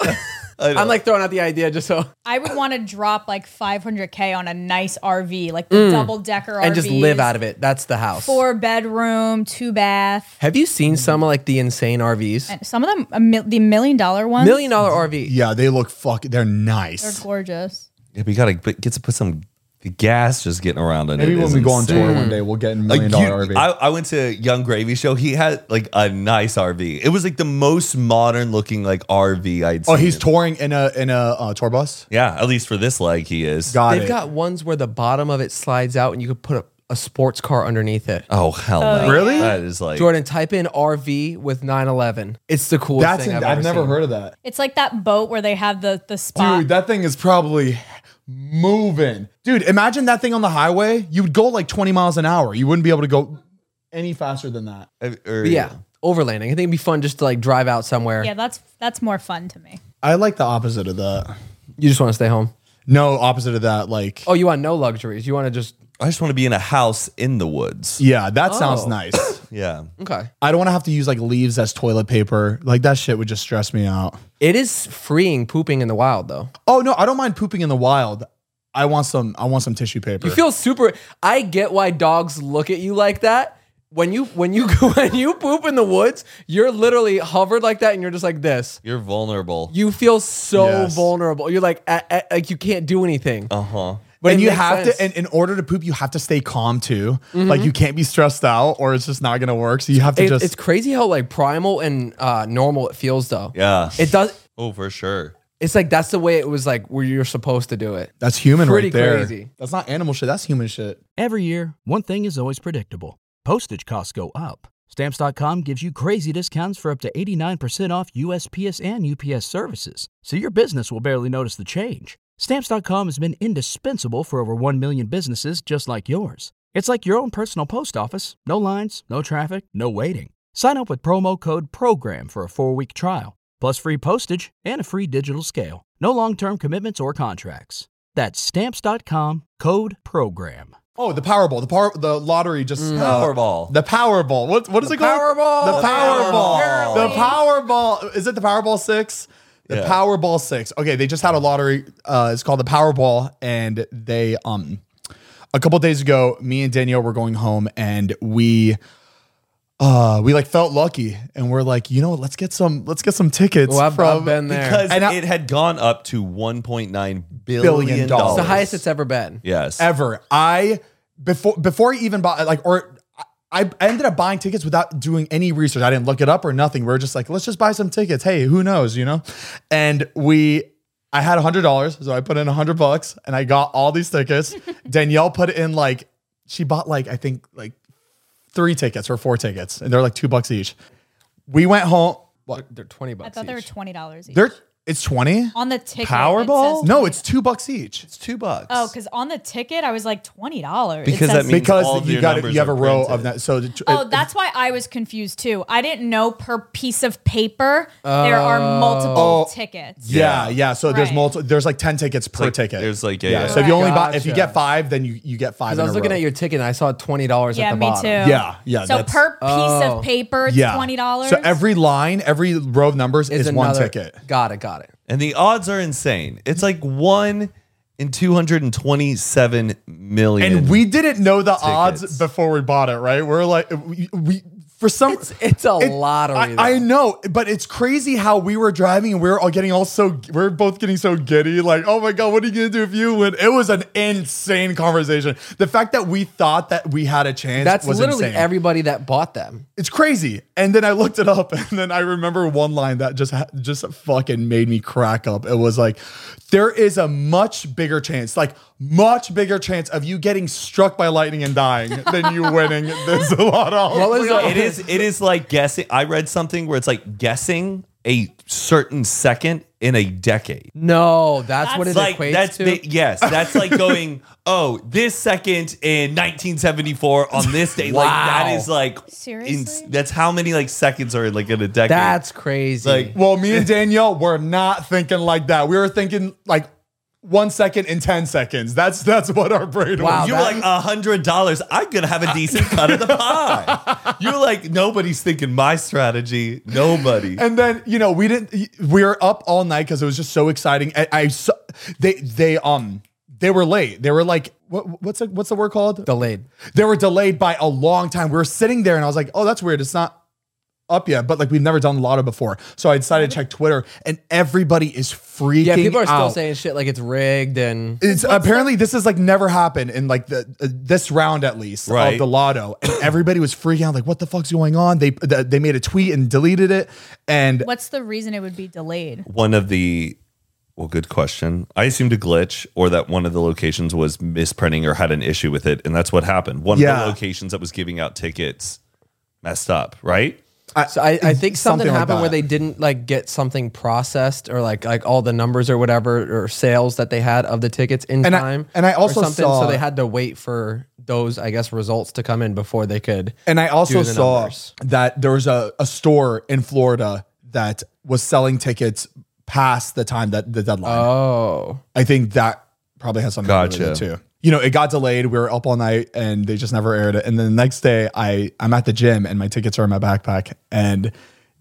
[SPEAKER 4] I know.
[SPEAKER 3] I'm like throwing out the idea just so
[SPEAKER 5] I would want to drop like 500k on a nice RV, like the double decker RV,
[SPEAKER 3] Mm. and just live out of it. That's the house.
[SPEAKER 5] Four bedroom, two bath.
[SPEAKER 3] Have you seen some of like the insane RVs?
[SPEAKER 5] And some of them, a mil- the million dollar ones,
[SPEAKER 3] Million dollar RV.
[SPEAKER 2] Yeah, they look fuck. They're
[SPEAKER 5] they're
[SPEAKER 2] nice.
[SPEAKER 5] gorgeous.
[SPEAKER 4] yeah, but you gotta but get to put some the gas just getting around on it.
[SPEAKER 2] Maybe when
[SPEAKER 4] is
[SPEAKER 2] we go on
[SPEAKER 4] insane.
[SPEAKER 2] tour one day, we'll get in
[SPEAKER 4] Like
[SPEAKER 2] million
[SPEAKER 4] you,
[SPEAKER 2] dollar RV.
[SPEAKER 4] I, I went to Young Gravy show. He had like a nice RV. It was like the most modern looking like RV I'd.
[SPEAKER 2] oh,
[SPEAKER 4] seen.
[SPEAKER 2] he's touring in a in a uh, tour bus.
[SPEAKER 4] yeah. At least for this leg, he is.
[SPEAKER 2] Got
[SPEAKER 3] They've
[SPEAKER 2] it.
[SPEAKER 3] got ones where the bottom of it slides out and you could put a, a sports car underneath it.
[SPEAKER 4] Oh hell, no.
[SPEAKER 2] Really?
[SPEAKER 4] That is like
[SPEAKER 3] Jordan, type in RV with 911. It's the coolest
[SPEAKER 2] That's
[SPEAKER 3] thing
[SPEAKER 2] in,
[SPEAKER 3] I've,
[SPEAKER 2] I've,
[SPEAKER 3] ever
[SPEAKER 2] never
[SPEAKER 3] seen.
[SPEAKER 2] heard of that.
[SPEAKER 5] It's like that boat where they have the the spot.
[SPEAKER 2] Dude, that thing is probably moving. Dude, imagine that thing on the highway. You would go like 20 miles an hour. You wouldn't be able to go any faster than that.
[SPEAKER 4] or-
[SPEAKER 3] But yeah, overlanding. I think it'd be fun just to like drive out somewhere.
[SPEAKER 5] yeah, that's that's more fun to me.
[SPEAKER 2] I like the opposite of that.
[SPEAKER 3] You just want to stay home.
[SPEAKER 2] No, opposite of that. Like,
[SPEAKER 3] Oh, you want no luxuries. You want to just
[SPEAKER 4] I just want to be in a house in the woods.
[SPEAKER 2] yeah, that sounds
[SPEAKER 3] Oh.
[SPEAKER 2] nice.
[SPEAKER 4] Yeah.
[SPEAKER 3] okay.
[SPEAKER 2] I don't want to have to use like leaves as toilet paper. Like, that shit would just stress me out.
[SPEAKER 3] It is freeing pooping in the wild though.
[SPEAKER 2] Oh, no, I don't mind pooping in the wild. I want some, I want some tissue paper.
[SPEAKER 3] You feel super. I get why dogs look at you like that. When you when you when you poop in the woods, you're literally hovered like that, and you're just like this.
[SPEAKER 4] You're vulnerable.
[SPEAKER 3] You feel so
[SPEAKER 2] Yes.
[SPEAKER 3] vulnerable. You're like at, at- like you can't do anything.
[SPEAKER 4] Uh huh.
[SPEAKER 2] but
[SPEAKER 3] it
[SPEAKER 2] you
[SPEAKER 3] makes
[SPEAKER 2] have
[SPEAKER 3] sense. Mm-hmm.
[SPEAKER 2] to, and in order to poop, you have to stay calm too. Like, you can't be stressed out or it's just not going to work. So you have to
[SPEAKER 3] It-
[SPEAKER 2] just,
[SPEAKER 3] it's crazy how like primal and uh, normal it feels though.
[SPEAKER 4] Yeah.
[SPEAKER 3] It does.
[SPEAKER 4] oh, for sure.
[SPEAKER 3] It's like that's the way it was like where you're supposed to do it.
[SPEAKER 2] That's human
[SPEAKER 3] Pretty
[SPEAKER 2] right there.
[SPEAKER 3] crazy.
[SPEAKER 2] That's not animal shit. That's human shit.
[SPEAKER 1] Every year, one thing is always predictable postage costs go up. Stamps.com gives you crazy discounts for up to 89% off USPS and UPS services, so your business will barely notice the change. Stamps.com has been indispensable for over 1 million businesses just like yours. It's like your own personal post office no lines, no traffic, no waiting. Sign up with promo code PROGRAM for a four week trial, plus free postage and a free digital scale. No long term commitments or contracts. That's stamps.com code PROGRAM.
[SPEAKER 2] Oh, the Powerball, the power, the lottery just
[SPEAKER 3] Mm.
[SPEAKER 2] uh,
[SPEAKER 4] Powerball.
[SPEAKER 2] the Powerball. What what is it called?
[SPEAKER 3] Powerball.
[SPEAKER 2] The
[SPEAKER 3] The
[SPEAKER 2] Powerball. The Powerball. Is it the Powerball six? The
[SPEAKER 4] Yeah.
[SPEAKER 2] Powerball six. Okay, they just had a lottery. Uh, it's called the Powerball, and they um, a couple days ago, me and Danielle were going home, and we. Uh, we like felt lucky, and we're like, you know, what, let's get some, let's get some tickets
[SPEAKER 3] Well, I've,
[SPEAKER 2] from
[SPEAKER 3] I've been there.
[SPEAKER 4] Because
[SPEAKER 2] And I-
[SPEAKER 4] it had gone up to $1.9
[SPEAKER 2] Billion
[SPEAKER 4] billion.
[SPEAKER 2] dollars.
[SPEAKER 3] it's the highest it's ever been.
[SPEAKER 4] Yes.
[SPEAKER 2] ever. I before before I even bought like or I, I ended up buying tickets without doing any research. I didn't look it up or nothing. We are just like, let's just buy some tickets. Hey, who knows, you know? And we I had a hundred dollars, so I put in a hundred bucks and I got all these tickets. Danielle put in like she bought like I think like three tickets or four tickets, and they're like two bucks each. We went home. What?
[SPEAKER 3] They're twenty bucks.
[SPEAKER 5] I thought they were
[SPEAKER 3] each.
[SPEAKER 5] twenty dollars each.
[SPEAKER 2] They're it's twenty.
[SPEAKER 5] on the ticket. it
[SPEAKER 4] Powerball?
[SPEAKER 5] says
[SPEAKER 2] No, it's two bucks each.
[SPEAKER 4] It's two bucks.
[SPEAKER 5] Oh, because on the ticket I was like twenty dollars.
[SPEAKER 4] Because that means- all
[SPEAKER 2] Because
[SPEAKER 4] of
[SPEAKER 2] you
[SPEAKER 4] your
[SPEAKER 2] got
[SPEAKER 4] numbers
[SPEAKER 2] you have
[SPEAKER 4] are
[SPEAKER 2] a row
[SPEAKER 4] printed.
[SPEAKER 2] of that. So the-
[SPEAKER 5] Oh, that's why I was confused too. I didn't know per piece of paper there
[SPEAKER 2] Oh.
[SPEAKER 5] are multiple tickets.
[SPEAKER 2] Yeah, yeah. So there's
[SPEAKER 5] Right.
[SPEAKER 2] multiple. There's like ten tickets per
[SPEAKER 4] like-
[SPEAKER 2] ticket.
[SPEAKER 4] there's like a-
[SPEAKER 2] yeah. So if you only buy if you
[SPEAKER 3] Gotcha.
[SPEAKER 2] get five, then you you get five.
[SPEAKER 3] Because I was looking at your ticket and I saw twenty dollars at
[SPEAKER 5] Yeah,
[SPEAKER 3] the
[SPEAKER 5] me
[SPEAKER 3] bottom.
[SPEAKER 5] too.
[SPEAKER 2] Yeah, yeah,
[SPEAKER 5] So
[SPEAKER 2] that's-
[SPEAKER 5] per piece
[SPEAKER 3] Oh.
[SPEAKER 5] of paper, it's twenty dollars.
[SPEAKER 2] So every line, every row of numbers is one
[SPEAKER 3] another-
[SPEAKER 2] ticket.
[SPEAKER 3] Got it. Got it.
[SPEAKER 4] and the odds are insane. It's like one in 227 million.
[SPEAKER 2] And we didn't know the odds
[SPEAKER 4] Tickets.
[SPEAKER 2] before we bought it, right? We're like, we, we for some,
[SPEAKER 3] It's- it's a lottery, though.
[SPEAKER 2] I, I know, but it's crazy how we were driving and we were all getting all so, we're both getting so giddy. Like, oh my god, what are you gonna do if you win? It was an insane conversation. The fact that we thought that we had a chance
[SPEAKER 3] That's
[SPEAKER 2] was
[SPEAKER 3] literally
[SPEAKER 2] insane.
[SPEAKER 3] everybody that bought them.
[SPEAKER 2] it's crazy. And then I looked it up, and then I remember one line that just ha- just fucking made me crack up. It was like, there is a much bigger chance, like much bigger chance of you getting struck by lightning and dying than you winning this lotto.
[SPEAKER 3] What was
[SPEAKER 4] it is it is like guessing. I read something where it's like guessing a certain second in a decade.
[SPEAKER 3] No, that's, what it
[SPEAKER 5] That's
[SPEAKER 4] Like
[SPEAKER 3] equates
[SPEAKER 4] that's
[SPEAKER 3] to.
[SPEAKER 4] ba- yes, that's like going oh this second in 1974 on this day. Like
[SPEAKER 3] Wow.
[SPEAKER 4] that is like
[SPEAKER 5] Seriously?
[SPEAKER 4] that's how many like seconds are like in a decade.
[SPEAKER 3] That's crazy.
[SPEAKER 4] like
[SPEAKER 2] Well, me and Danielle were not thinking like that. We were thinking like one second in ten seconds. That's that's what our brain
[SPEAKER 3] Wow.
[SPEAKER 2] was.
[SPEAKER 4] you were like a hundred dollars. I'm gonna have a decent cut of the pie. You're like nobody's thinking my strategy. Nobody.
[SPEAKER 2] And then you know we didn't. We were up all night because it was just so exciting. I, I saw- they they um they were late. They were like what what's the, what's the word called?
[SPEAKER 3] Delayed.
[SPEAKER 2] they were delayed by a long time. We were sitting there and I was like, oh that's weird. It's not up yet, but like we've never done lotto before. So I decided to check Twitter and everybody is freaking.
[SPEAKER 3] Yeah, people are still
[SPEAKER 2] out.
[SPEAKER 3] saying shit like it's rigged and
[SPEAKER 2] It's apparently this has like never happened in like the uh, this round at least
[SPEAKER 4] Right.
[SPEAKER 2] of the lotto, and everybody was freaking out like, "What the fuck's going on?" They th- they made a tweet and deleted it, and
[SPEAKER 5] What's the reason it would be delayed?
[SPEAKER 4] one of the well, good question. I assumed a glitch or that one of the locations was misprinting or had an issue with it, and that's what happened. One
[SPEAKER 2] Yeah.
[SPEAKER 4] of the locations that was giving out tickets messed up, right?
[SPEAKER 3] so I, I think something,
[SPEAKER 2] something like
[SPEAKER 3] happened where
[SPEAKER 2] that.
[SPEAKER 3] they didn't like get something processed or like like all the numbers or whatever or sales that they had of the tickets in
[SPEAKER 2] And I-
[SPEAKER 3] time.
[SPEAKER 2] and I
[SPEAKER 3] or
[SPEAKER 2] also saw-
[SPEAKER 3] so they had to wait for those I guess results to come in before they could.
[SPEAKER 2] And I also
[SPEAKER 3] do the
[SPEAKER 2] saw
[SPEAKER 3] numbers.
[SPEAKER 2] that there was a, a store in Florida that was selling tickets past the time that the deadline.
[SPEAKER 3] oh,
[SPEAKER 2] I think that probably has something to do with it
[SPEAKER 4] Gotcha.
[SPEAKER 2] too. You know, it got delayed. We were up all night and they just never aired it. And then the next day I I'm at the gym and my tickets are in my backpack and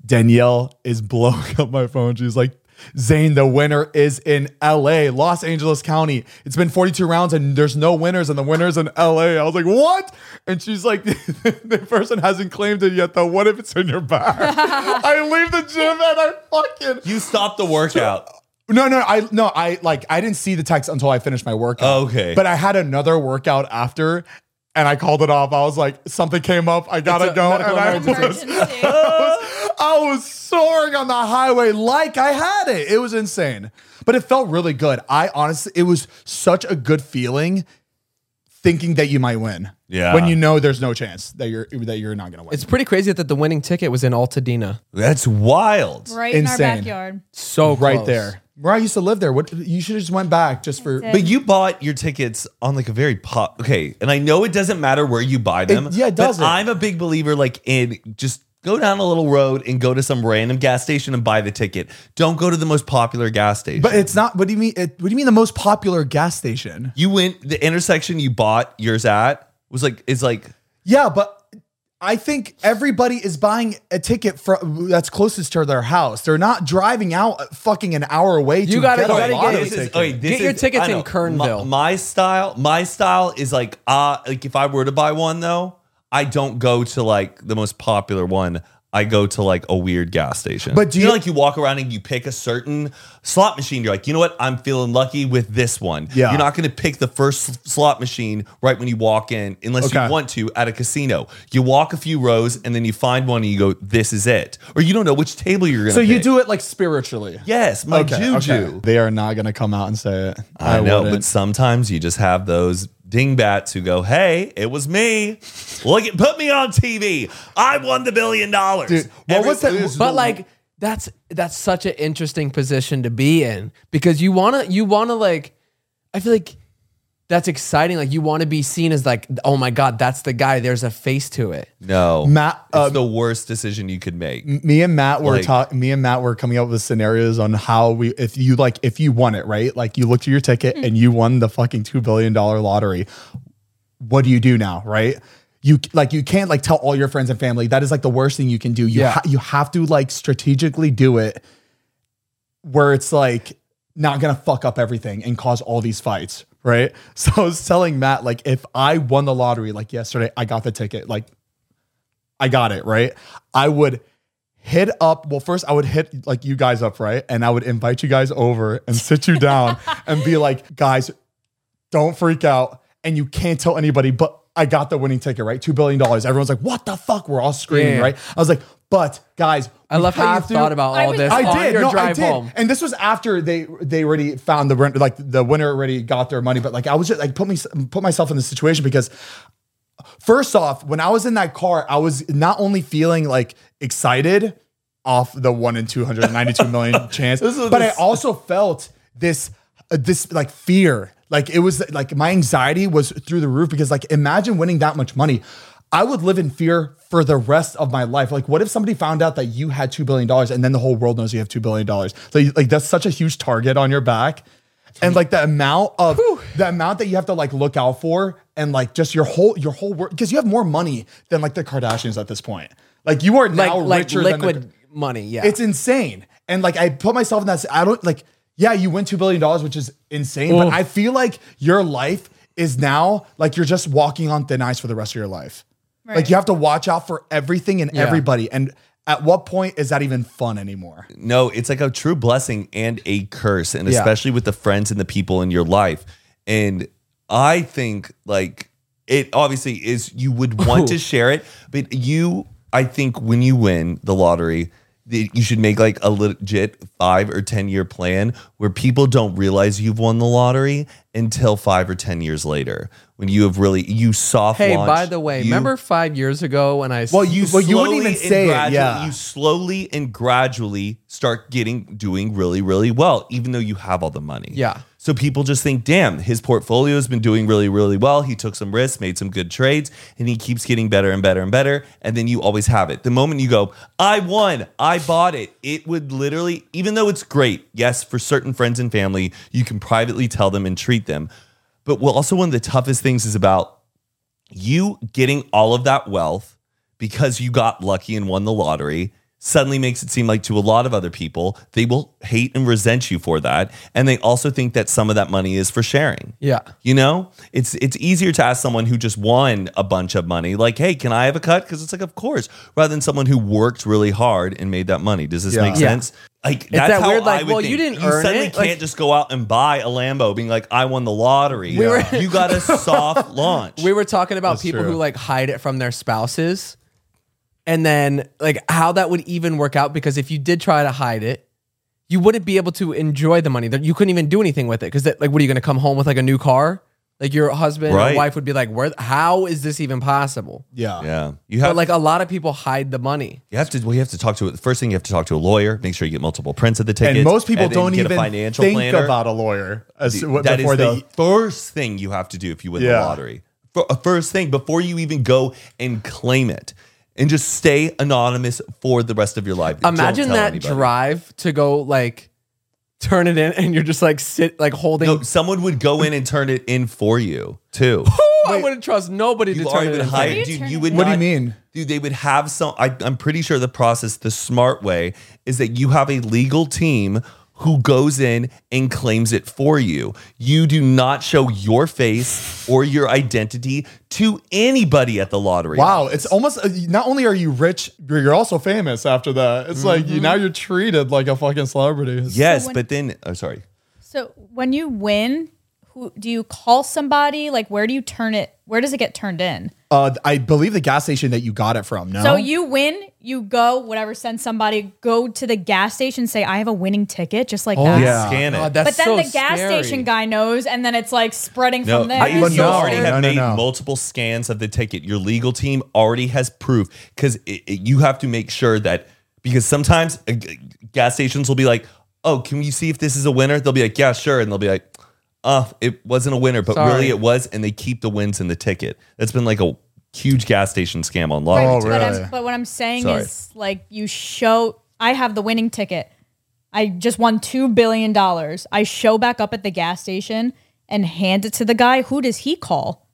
[SPEAKER 2] Danielle is blowing up my phone. She's like, Zane, the winner is in LA, Los Angeles County. It's been 42 rounds and there's no winners, and the winner's in LA. I was like, what? And she's like, the person hasn't claimed it yet, though. What if it's in your bag? I leave the gym and I fucking
[SPEAKER 4] You stopped the workout.
[SPEAKER 2] no, no, I no, I like I didn't see the text until I finished my
[SPEAKER 3] Oh,
[SPEAKER 2] workout.
[SPEAKER 4] Okay.
[SPEAKER 2] But I had another workout after and I called it off. I was like, something came up, I gotta
[SPEAKER 3] a
[SPEAKER 2] go. And
[SPEAKER 3] medical
[SPEAKER 2] I was,
[SPEAKER 5] Emergency.
[SPEAKER 2] I was soaring on the highway like I had it. It was insane. But it felt really good. I honestly it was such a good feeling thinking that you might win.
[SPEAKER 4] Yeah.
[SPEAKER 2] When you know there's no chance that you're that you're not gonna win.
[SPEAKER 3] it's pretty crazy that the winning ticket was in Altadena.
[SPEAKER 4] That's wild.
[SPEAKER 5] right in
[SPEAKER 2] Insane.
[SPEAKER 5] our backyard.
[SPEAKER 3] So
[SPEAKER 2] right
[SPEAKER 3] close.
[SPEAKER 2] there. Mariah used to live there. What you should have just went back just for
[SPEAKER 4] But you bought your tickets on like a very pop. Okay, and I know it doesn't matter where you buy them.
[SPEAKER 2] It- yeah, it
[SPEAKER 4] but
[SPEAKER 2] doesn't.
[SPEAKER 4] I'm a big believer, like in just go down a little road and go to some random gas station and buy the ticket. Don't go to the most popular gas station.
[SPEAKER 2] But it's not. What do you mean? It, what do you mean? The most popular gas station?
[SPEAKER 4] you went the intersection you bought yours at was like is like
[SPEAKER 2] Yeah, but I think everybody is buying a ticket from that's closest to their house. They're not driving out fucking an hour away. to
[SPEAKER 3] gotta-
[SPEAKER 2] get
[SPEAKER 3] you
[SPEAKER 2] a
[SPEAKER 3] gotta
[SPEAKER 2] lotto
[SPEAKER 3] get-
[SPEAKER 4] this is,
[SPEAKER 2] ticket.
[SPEAKER 4] okay, this
[SPEAKER 3] Get your
[SPEAKER 4] is-
[SPEAKER 3] tickets
[SPEAKER 4] I
[SPEAKER 3] in
[SPEAKER 4] know.
[SPEAKER 3] Kernville.
[SPEAKER 4] My, my style, my style is like uh like if I were to buy one though, I don't go to like the most popular one. I go to like a weird gas station.
[SPEAKER 2] But do
[SPEAKER 4] you know,
[SPEAKER 2] you-
[SPEAKER 4] like you walk around and you pick a certain slot machine? You're like, you know what? I'm feeling lucky with this one.
[SPEAKER 2] Yeah.
[SPEAKER 4] You're not going to pick the first s- slot machine right when you walk in, unless
[SPEAKER 2] Okay.
[SPEAKER 4] you want to at a casino. You walk a few rows and then you find one and you go, this is it. Or you don't know which table you're going to
[SPEAKER 2] so you do it like spiritually.
[SPEAKER 4] Yes, my juju.
[SPEAKER 2] They are not gonna come out and say it.
[SPEAKER 4] I, know,
[SPEAKER 2] wouldn't.
[SPEAKER 4] but sometimes you just have those dingbats who go, "Hey, it was me. Look, at, put me on TV. I won the billion dollars."
[SPEAKER 2] Dude, what
[SPEAKER 4] Every-
[SPEAKER 2] was that-
[SPEAKER 3] But like that's that's such an interesting position to be in because you wanna you wanna like I feel like that's exciting. Like you wanna be seen as like, oh my god, that's the guy. There's a face to it.
[SPEAKER 4] No,
[SPEAKER 2] Matt,
[SPEAKER 4] it's
[SPEAKER 2] um,
[SPEAKER 4] the worst decision you could make.
[SPEAKER 2] me and Matt were
[SPEAKER 4] Like-
[SPEAKER 2] talking. Me and Matt were coming up with scenarios on how we, if you like, if you won it, right? Like you looked at your ticket and you won the fucking two billion dollar lottery. What do you do now, right? You like you can't like tell all your friends and family. That is like the worst thing you can do. You
[SPEAKER 3] Yeah.
[SPEAKER 2] ha- you have to like strategically do it where it's like not gonna fuck up everything and cause all these fights, right? So I was telling Matt, like, if I won the lottery, like yesterday, I got the ticket, like, I got it, right? I would hit up, well, first I would hit like you guys up, right? And I would invite you guys over and sit you down and be like, guys, don't freak out. And you can't tell anybody, but I got the winning ticket, right? $2 billion. Everyone's like, what the fuck? We're all screaming,
[SPEAKER 3] Yeah.
[SPEAKER 2] right? I was like, but guys,
[SPEAKER 3] I
[SPEAKER 2] we
[SPEAKER 3] love
[SPEAKER 2] cut
[SPEAKER 3] how
[SPEAKER 2] you
[SPEAKER 3] you
[SPEAKER 2] through-
[SPEAKER 3] thought about
[SPEAKER 5] I
[SPEAKER 3] all
[SPEAKER 5] was-
[SPEAKER 3] this
[SPEAKER 5] I
[SPEAKER 3] on your drive
[SPEAKER 2] I did.
[SPEAKER 3] home.
[SPEAKER 2] And this was after they they already found the rent, like the winner already got their money. But like I was just like put me put myself in this situation because first off, when I was in that car, I was not only feeling like excited off the one in two hundred ninety two million chance, but I also felt this uh, this like fear. Like it was like my anxiety was through the roof because like imagine winning that much money. I would live in fear for the rest of my life. Like, what if somebody found out that you had two billion dollars, and then the whole world knows you have two billion dollars? So, you- like, that's such a huge target on your back, and like the amount of the amount that you have to like look out for, and like just your whole your whole work because you have more money than like the Kardashians at this point. Like, you are now
[SPEAKER 3] like like
[SPEAKER 2] richer than the,
[SPEAKER 3] liquid money. Yeah,
[SPEAKER 2] it's insane. And like I put myself in that. I don't like. Yeah, you win two billion dollars, which is insane. But I feel like your life is now like you're just walking on thin ice for the rest of your life. Like
[SPEAKER 5] Right.
[SPEAKER 2] you have to watch out for everything and
[SPEAKER 3] Yeah.
[SPEAKER 2] everybody. And at what point is that even fun anymore?
[SPEAKER 4] No, it's like a true blessing and a curse, and
[SPEAKER 3] Yeah.
[SPEAKER 4] especially with the friends and the people in your life. And I think like it obviously is you would want to share it, but you I think when you win the lottery, that you should make like a legit 5 or 10 year plan where people don't realize you've won the lottery until 5 or 10 years later when you have really you soft
[SPEAKER 3] Hey, by
[SPEAKER 4] launched,
[SPEAKER 3] the way,
[SPEAKER 4] you-
[SPEAKER 3] remember five years ago when I
[SPEAKER 2] Well, you-
[SPEAKER 4] slowly
[SPEAKER 2] wouldn't even
[SPEAKER 4] and
[SPEAKER 2] say it,
[SPEAKER 4] gradually-
[SPEAKER 2] yeah.
[SPEAKER 4] You slowly and gradually start getting doing really, really well, even though you have all the money.
[SPEAKER 3] Yeah.
[SPEAKER 4] So people just think, damn, his portfolio has been doing really, really well. He took some risks, made some good trades, and he keeps getting better and better and better. And then you always have it. The moment you go, I won, I bought it, it would literally, even though it's great, yes, for certain friends and family, you can privately tell them and treat them. But well, also one of the toughest things is about you getting all of that wealth because you got lucky and won the lottery suddenly makes it seem like to a lot of other people they will hate and resent you for that and they also think that some of that money is for sharing
[SPEAKER 3] yeah,
[SPEAKER 4] you know it's it's easier to ask someone who just won a bunch of money like hey can i have a cut because it's like of course rather than someone who worked really hard and made that money does this
[SPEAKER 2] Yeah.
[SPEAKER 4] make
[SPEAKER 3] Yeah.
[SPEAKER 4] sense like that's
[SPEAKER 3] that
[SPEAKER 4] how
[SPEAKER 3] weird, like,
[SPEAKER 4] I would
[SPEAKER 3] well,
[SPEAKER 4] think.
[SPEAKER 3] you didn't earn
[SPEAKER 4] suddenly
[SPEAKER 3] it,
[SPEAKER 4] can't
[SPEAKER 3] like-
[SPEAKER 4] just go out and buy a lambo being like i won the lottery you got a soft launch
[SPEAKER 3] we were talking about
[SPEAKER 2] That's
[SPEAKER 3] people
[SPEAKER 2] true.
[SPEAKER 3] who like hide it from their spouses, and then like how that would even work out because if you did try to hide it. You wouldn't be able to enjoy the money. That You couldn't even do anything with it because, like, what are you going to come home with like a new car? Like your husband
[SPEAKER 4] Right.
[SPEAKER 3] or wife would be like, "Where? How is this even possible?"
[SPEAKER 2] Yeah.
[SPEAKER 4] Yeah, you have
[SPEAKER 3] But like a lot of people hide the money.
[SPEAKER 4] you have to. Well, you have to talk to the first thing. You have to talk to a lawyer. Make sure you get multiple prints of the tickets.
[SPEAKER 2] And most people
[SPEAKER 4] and then
[SPEAKER 2] don't
[SPEAKER 4] get a
[SPEAKER 2] even
[SPEAKER 4] financial
[SPEAKER 2] think
[SPEAKER 4] planner.
[SPEAKER 2] about a lawyer as,
[SPEAKER 4] The-
[SPEAKER 2] what-
[SPEAKER 4] that
[SPEAKER 2] before
[SPEAKER 4] is
[SPEAKER 2] they.
[SPEAKER 4] the first thing you have to do if you win
[SPEAKER 2] Yeah.
[SPEAKER 4] the lottery. Fir- First thing before you even go and claim it, and just stay anonymous for the rest of your life. Don't
[SPEAKER 3] Imagine
[SPEAKER 4] tell
[SPEAKER 3] that
[SPEAKER 4] anybody.
[SPEAKER 3] drive to go like turn it in and you're just like sit like holding.
[SPEAKER 4] No, someone would go in and turn it in for you too.
[SPEAKER 3] Oh, I wouldn't trust nobody
[SPEAKER 4] You've
[SPEAKER 3] to
[SPEAKER 4] already
[SPEAKER 3] turn it
[SPEAKER 4] been
[SPEAKER 3] in.
[SPEAKER 5] How do
[SPEAKER 4] hired,
[SPEAKER 5] you
[SPEAKER 4] dude.
[SPEAKER 5] turn
[SPEAKER 4] You
[SPEAKER 5] it
[SPEAKER 4] would.
[SPEAKER 5] in?
[SPEAKER 2] What do you
[SPEAKER 4] not-
[SPEAKER 2] mean?
[SPEAKER 4] dude? They would have some. I, I'm pretty sure the process, the smart way, is that you have a legal team who goes in and claims it for you. You do not show your face or your identity to anybody at the lottery.
[SPEAKER 2] Wow, it's almost uh, not only are you rich, you're also famous after that. It's like
[SPEAKER 4] Mm-hmm.
[SPEAKER 2] you now you're treated like a fucking celebrity.
[SPEAKER 4] Yes,
[SPEAKER 5] So when-
[SPEAKER 4] but then, oh, sorry.
[SPEAKER 5] So when you win, who do you call somebody? Like where do you turn it? Where does it get turned in?
[SPEAKER 2] Uh, I believe the gas station that you got it from. No,
[SPEAKER 5] So you win, you go, whatever, send somebody, go to the gas station, say, I have a winning ticket, just like
[SPEAKER 2] Oh,
[SPEAKER 5] that.
[SPEAKER 2] yeah.
[SPEAKER 4] Scan it.
[SPEAKER 3] God, that's
[SPEAKER 5] But then
[SPEAKER 3] so
[SPEAKER 5] the gas
[SPEAKER 3] scary.
[SPEAKER 5] station guy knows, and then it's like spreading
[SPEAKER 4] No,
[SPEAKER 5] from there.
[SPEAKER 4] they
[SPEAKER 2] But
[SPEAKER 4] you
[SPEAKER 2] no,
[SPEAKER 4] already have
[SPEAKER 2] no, no,
[SPEAKER 4] made
[SPEAKER 2] no.
[SPEAKER 4] multiple scans of the ticket. Your legal team already has proof because you have to make sure that because sometimes uh, g- gas stations will be like, "Oh, can you see if this is a winner?" They'll be like, "Yeah, sure," and they'll be like, "Uh, it wasn't a winner, but
[SPEAKER 3] Sorry.
[SPEAKER 4] really it was," and they keep the wins in the ticket. That's been like a huge gas station scam on lottery.
[SPEAKER 2] Oh,
[SPEAKER 5] but,
[SPEAKER 2] really?
[SPEAKER 5] I'm, but what I'm saying
[SPEAKER 4] Sorry.
[SPEAKER 5] is, like, you show, I have the winning ticket. I just won $2 billion. I show back up at the gas station and hand it to the guy. Who does he call?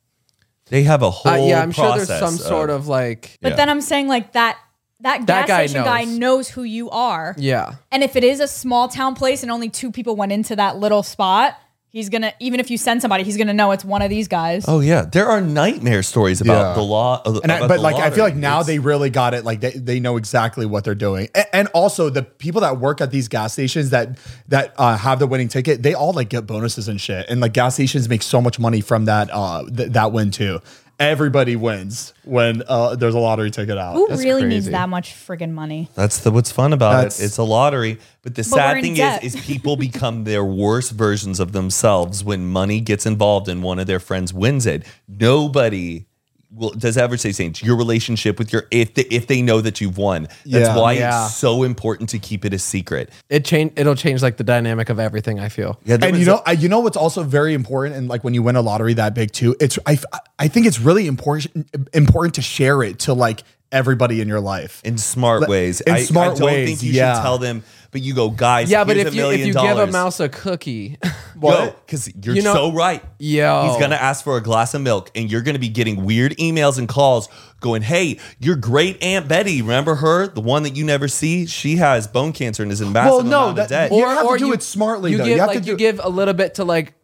[SPEAKER 4] They have a whole
[SPEAKER 3] Uh, yeah, I'm sure there's
[SPEAKER 4] process
[SPEAKER 3] some sort of like
[SPEAKER 5] But
[SPEAKER 4] Yeah.
[SPEAKER 5] then I'm saying like that that gas
[SPEAKER 3] That guy
[SPEAKER 5] station
[SPEAKER 3] knows.
[SPEAKER 5] guy knows who you are.
[SPEAKER 3] Yeah.
[SPEAKER 5] And if it is a small town place and only two people went into that little spot, he's gonna even if you send somebody, he's gonna know it's one of these guys.
[SPEAKER 4] Oh yeah, there are nightmare stories about
[SPEAKER 2] Yeah.
[SPEAKER 4] the law. uh,
[SPEAKER 2] And I,
[SPEAKER 4] about
[SPEAKER 2] but
[SPEAKER 4] the
[SPEAKER 2] like I feel
[SPEAKER 4] lottery.
[SPEAKER 2] like now
[SPEAKER 4] It's-
[SPEAKER 2] they really got it. Like they, they know exactly what they're doing. And, and also the people that work at these gas stations that that uh, have the winning ticket, they all like get bonuses and shit. And like gas stations make so much money from that uh, th- that win too. Everybody wins when uh, there's a lottery ticket out.
[SPEAKER 5] Who really needs
[SPEAKER 3] crazy.
[SPEAKER 5] that much friggin' money?
[SPEAKER 4] That's the what's fun about
[SPEAKER 2] That's-
[SPEAKER 4] it. It's a lottery, but the
[SPEAKER 5] But we're
[SPEAKER 4] sad
[SPEAKER 5] in
[SPEAKER 4] thing
[SPEAKER 5] debt.
[SPEAKER 4] is, is people become their worst versions of themselves when money gets involved and one of their friends wins it. Nobody will does ever say change your relationship with your if they, if they know that you've won. That's
[SPEAKER 2] Yeah.
[SPEAKER 4] why
[SPEAKER 2] Yeah.
[SPEAKER 4] it's so important to keep it a secret.
[SPEAKER 3] It change. It'll change like the dynamic of everything. I feel.
[SPEAKER 4] Yeah, there
[SPEAKER 2] and
[SPEAKER 4] was
[SPEAKER 2] you
[SPEAKER 4] a-
[SPEAKER 2] know, I you know what's also very important, and like when you win a lottery that big too, it's I, I think it's really important important to share it to like everybody in your life.
[SPEAKER 4] in smart
[SPEAKER 2] Like,
[SPEAKER 4] ways.
[SPEAKER 2] in
[SPEAKER 4] I,
[SPEAKER 2] smart
[SPEAKER 4] I don't
[SPEAKER 2] ways,
[SPEAKER 4] think you
[SPEAKER 2] yeah.
[SPEAKER 4] should tell them, but you go, guys.
[SPEAKER 3] Yeah, but
[SPEAKER 4] here's
[SPEAKER 3] if
[SPEAKER 4] a
[SPEAKER 3] you if
[SPEAKER 4] million
[SPEAKER 3] you give a
[SPEAKER 4] dollars.
[SPEAKER 3] mouse a cookie,
[SPEAKER 4] Yo, because you're
[SPEAKER 3] You know-
[SPEAKER 4] so right.
[SPEAKER 3] Yo.
[SPEAKER 4] He's gonna ask for a glass of milk, and you're gonna be getting weird emails and calls going, "Hey, your great aunt Betty, remember her? The one that you never see? She has bone cancer and is in massive
[SPEAKER 2] Well, no,
[SPEAKER 4] amount of
[SPEAKER 2] that-
[SPEAKER 4] debt."
[SPEAKER 2] You have to do it smartly,
[SPEAKER 3] You
[SPEAKER 2] though.
[SPEAKER 3] give
[SPEAKER 2] You have to
[SPEAKER 3] like you
[SPEAKER 2] do-
[SPEAKER 3] give a little bit to like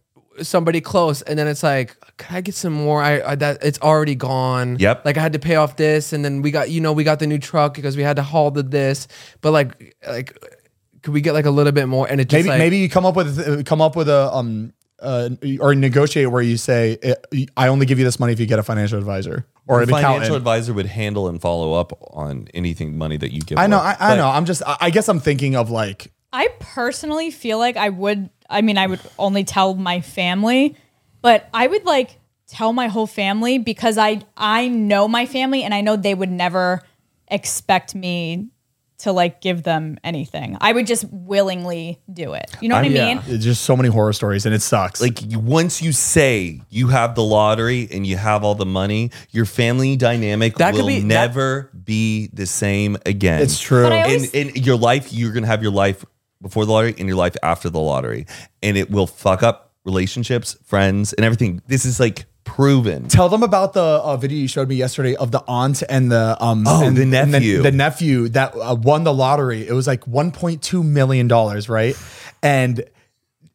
[SPEAKER 3] somebody close, and then it's like, can I get some more? I, I that it's already gone.
[SPEAKER 4] Yep.
[SPEAKER 3] Like I had to pay off this, and then we got you know we got the new truck because we had to haul the this, but like like. Could we get like a little bit more? And it just
[SPEAKER 2] maybe
[SPEAKER 3] like,
[SPEAKER 2] maybe you come up with come up with a um uh, or negotiate where you say I only give you this money if you get a financial advisor or
[SPEAKER 4] Your
[SPEAKER 2] an
[SPEAKER 4] financial
[SPEAKER 2] accountant.
[SPEAKER 4] advisor would handle and follow up on anything money that you give.
[SPEAKER 2] I know,
[SPEAKER 4] away.
[SPEAKER 2] I, I know. I'm just I, I guess I'm thinking of like
[SPEAKER 5] I personally feel like I would. I mean, I would only tell my family, but I would like tell my whole family because I I know my family and I know they would never expect me to like give them anything. I would just willingly do it. You know what I,
[SPEAKER 3] Yeah.
[SPEAKER 5] mean?
[SPEAKER 2] there's uh, just so many horror stories and it sucks.
[SPEAKER 4] like you, once you say you have the lottery and you have all the money, your family dynamic
[SPEAKER 3] That could
[SPEAKER 4] will
[SPEAKER 3] be- that-
[SPEAKER 4] never be the same again.
[SPEAKER 2] it's true.
[SPEAKER 5] But I
[SPEAKER 4] in,
[SPEAKER 5] always-
[SPEAKER 4] in your life, you're gonna have your life before the lottery and your life after the lottery, and it will fuck up relationships, friends, and everything. This is like proven.
[SPEAKER 2] Tell them about the uh, video you showed me yesterday of the aunt and the um
[SPEAKER 4] Oh,
[SPEAKER 2] and
[SPEAKER 4] the
[SPEAKER 2] and
[SPEAKER 4] nephew.
[SPEAKER 2] the, nephew that uh, won the lottery. It was like 1.2 million dollars, right? And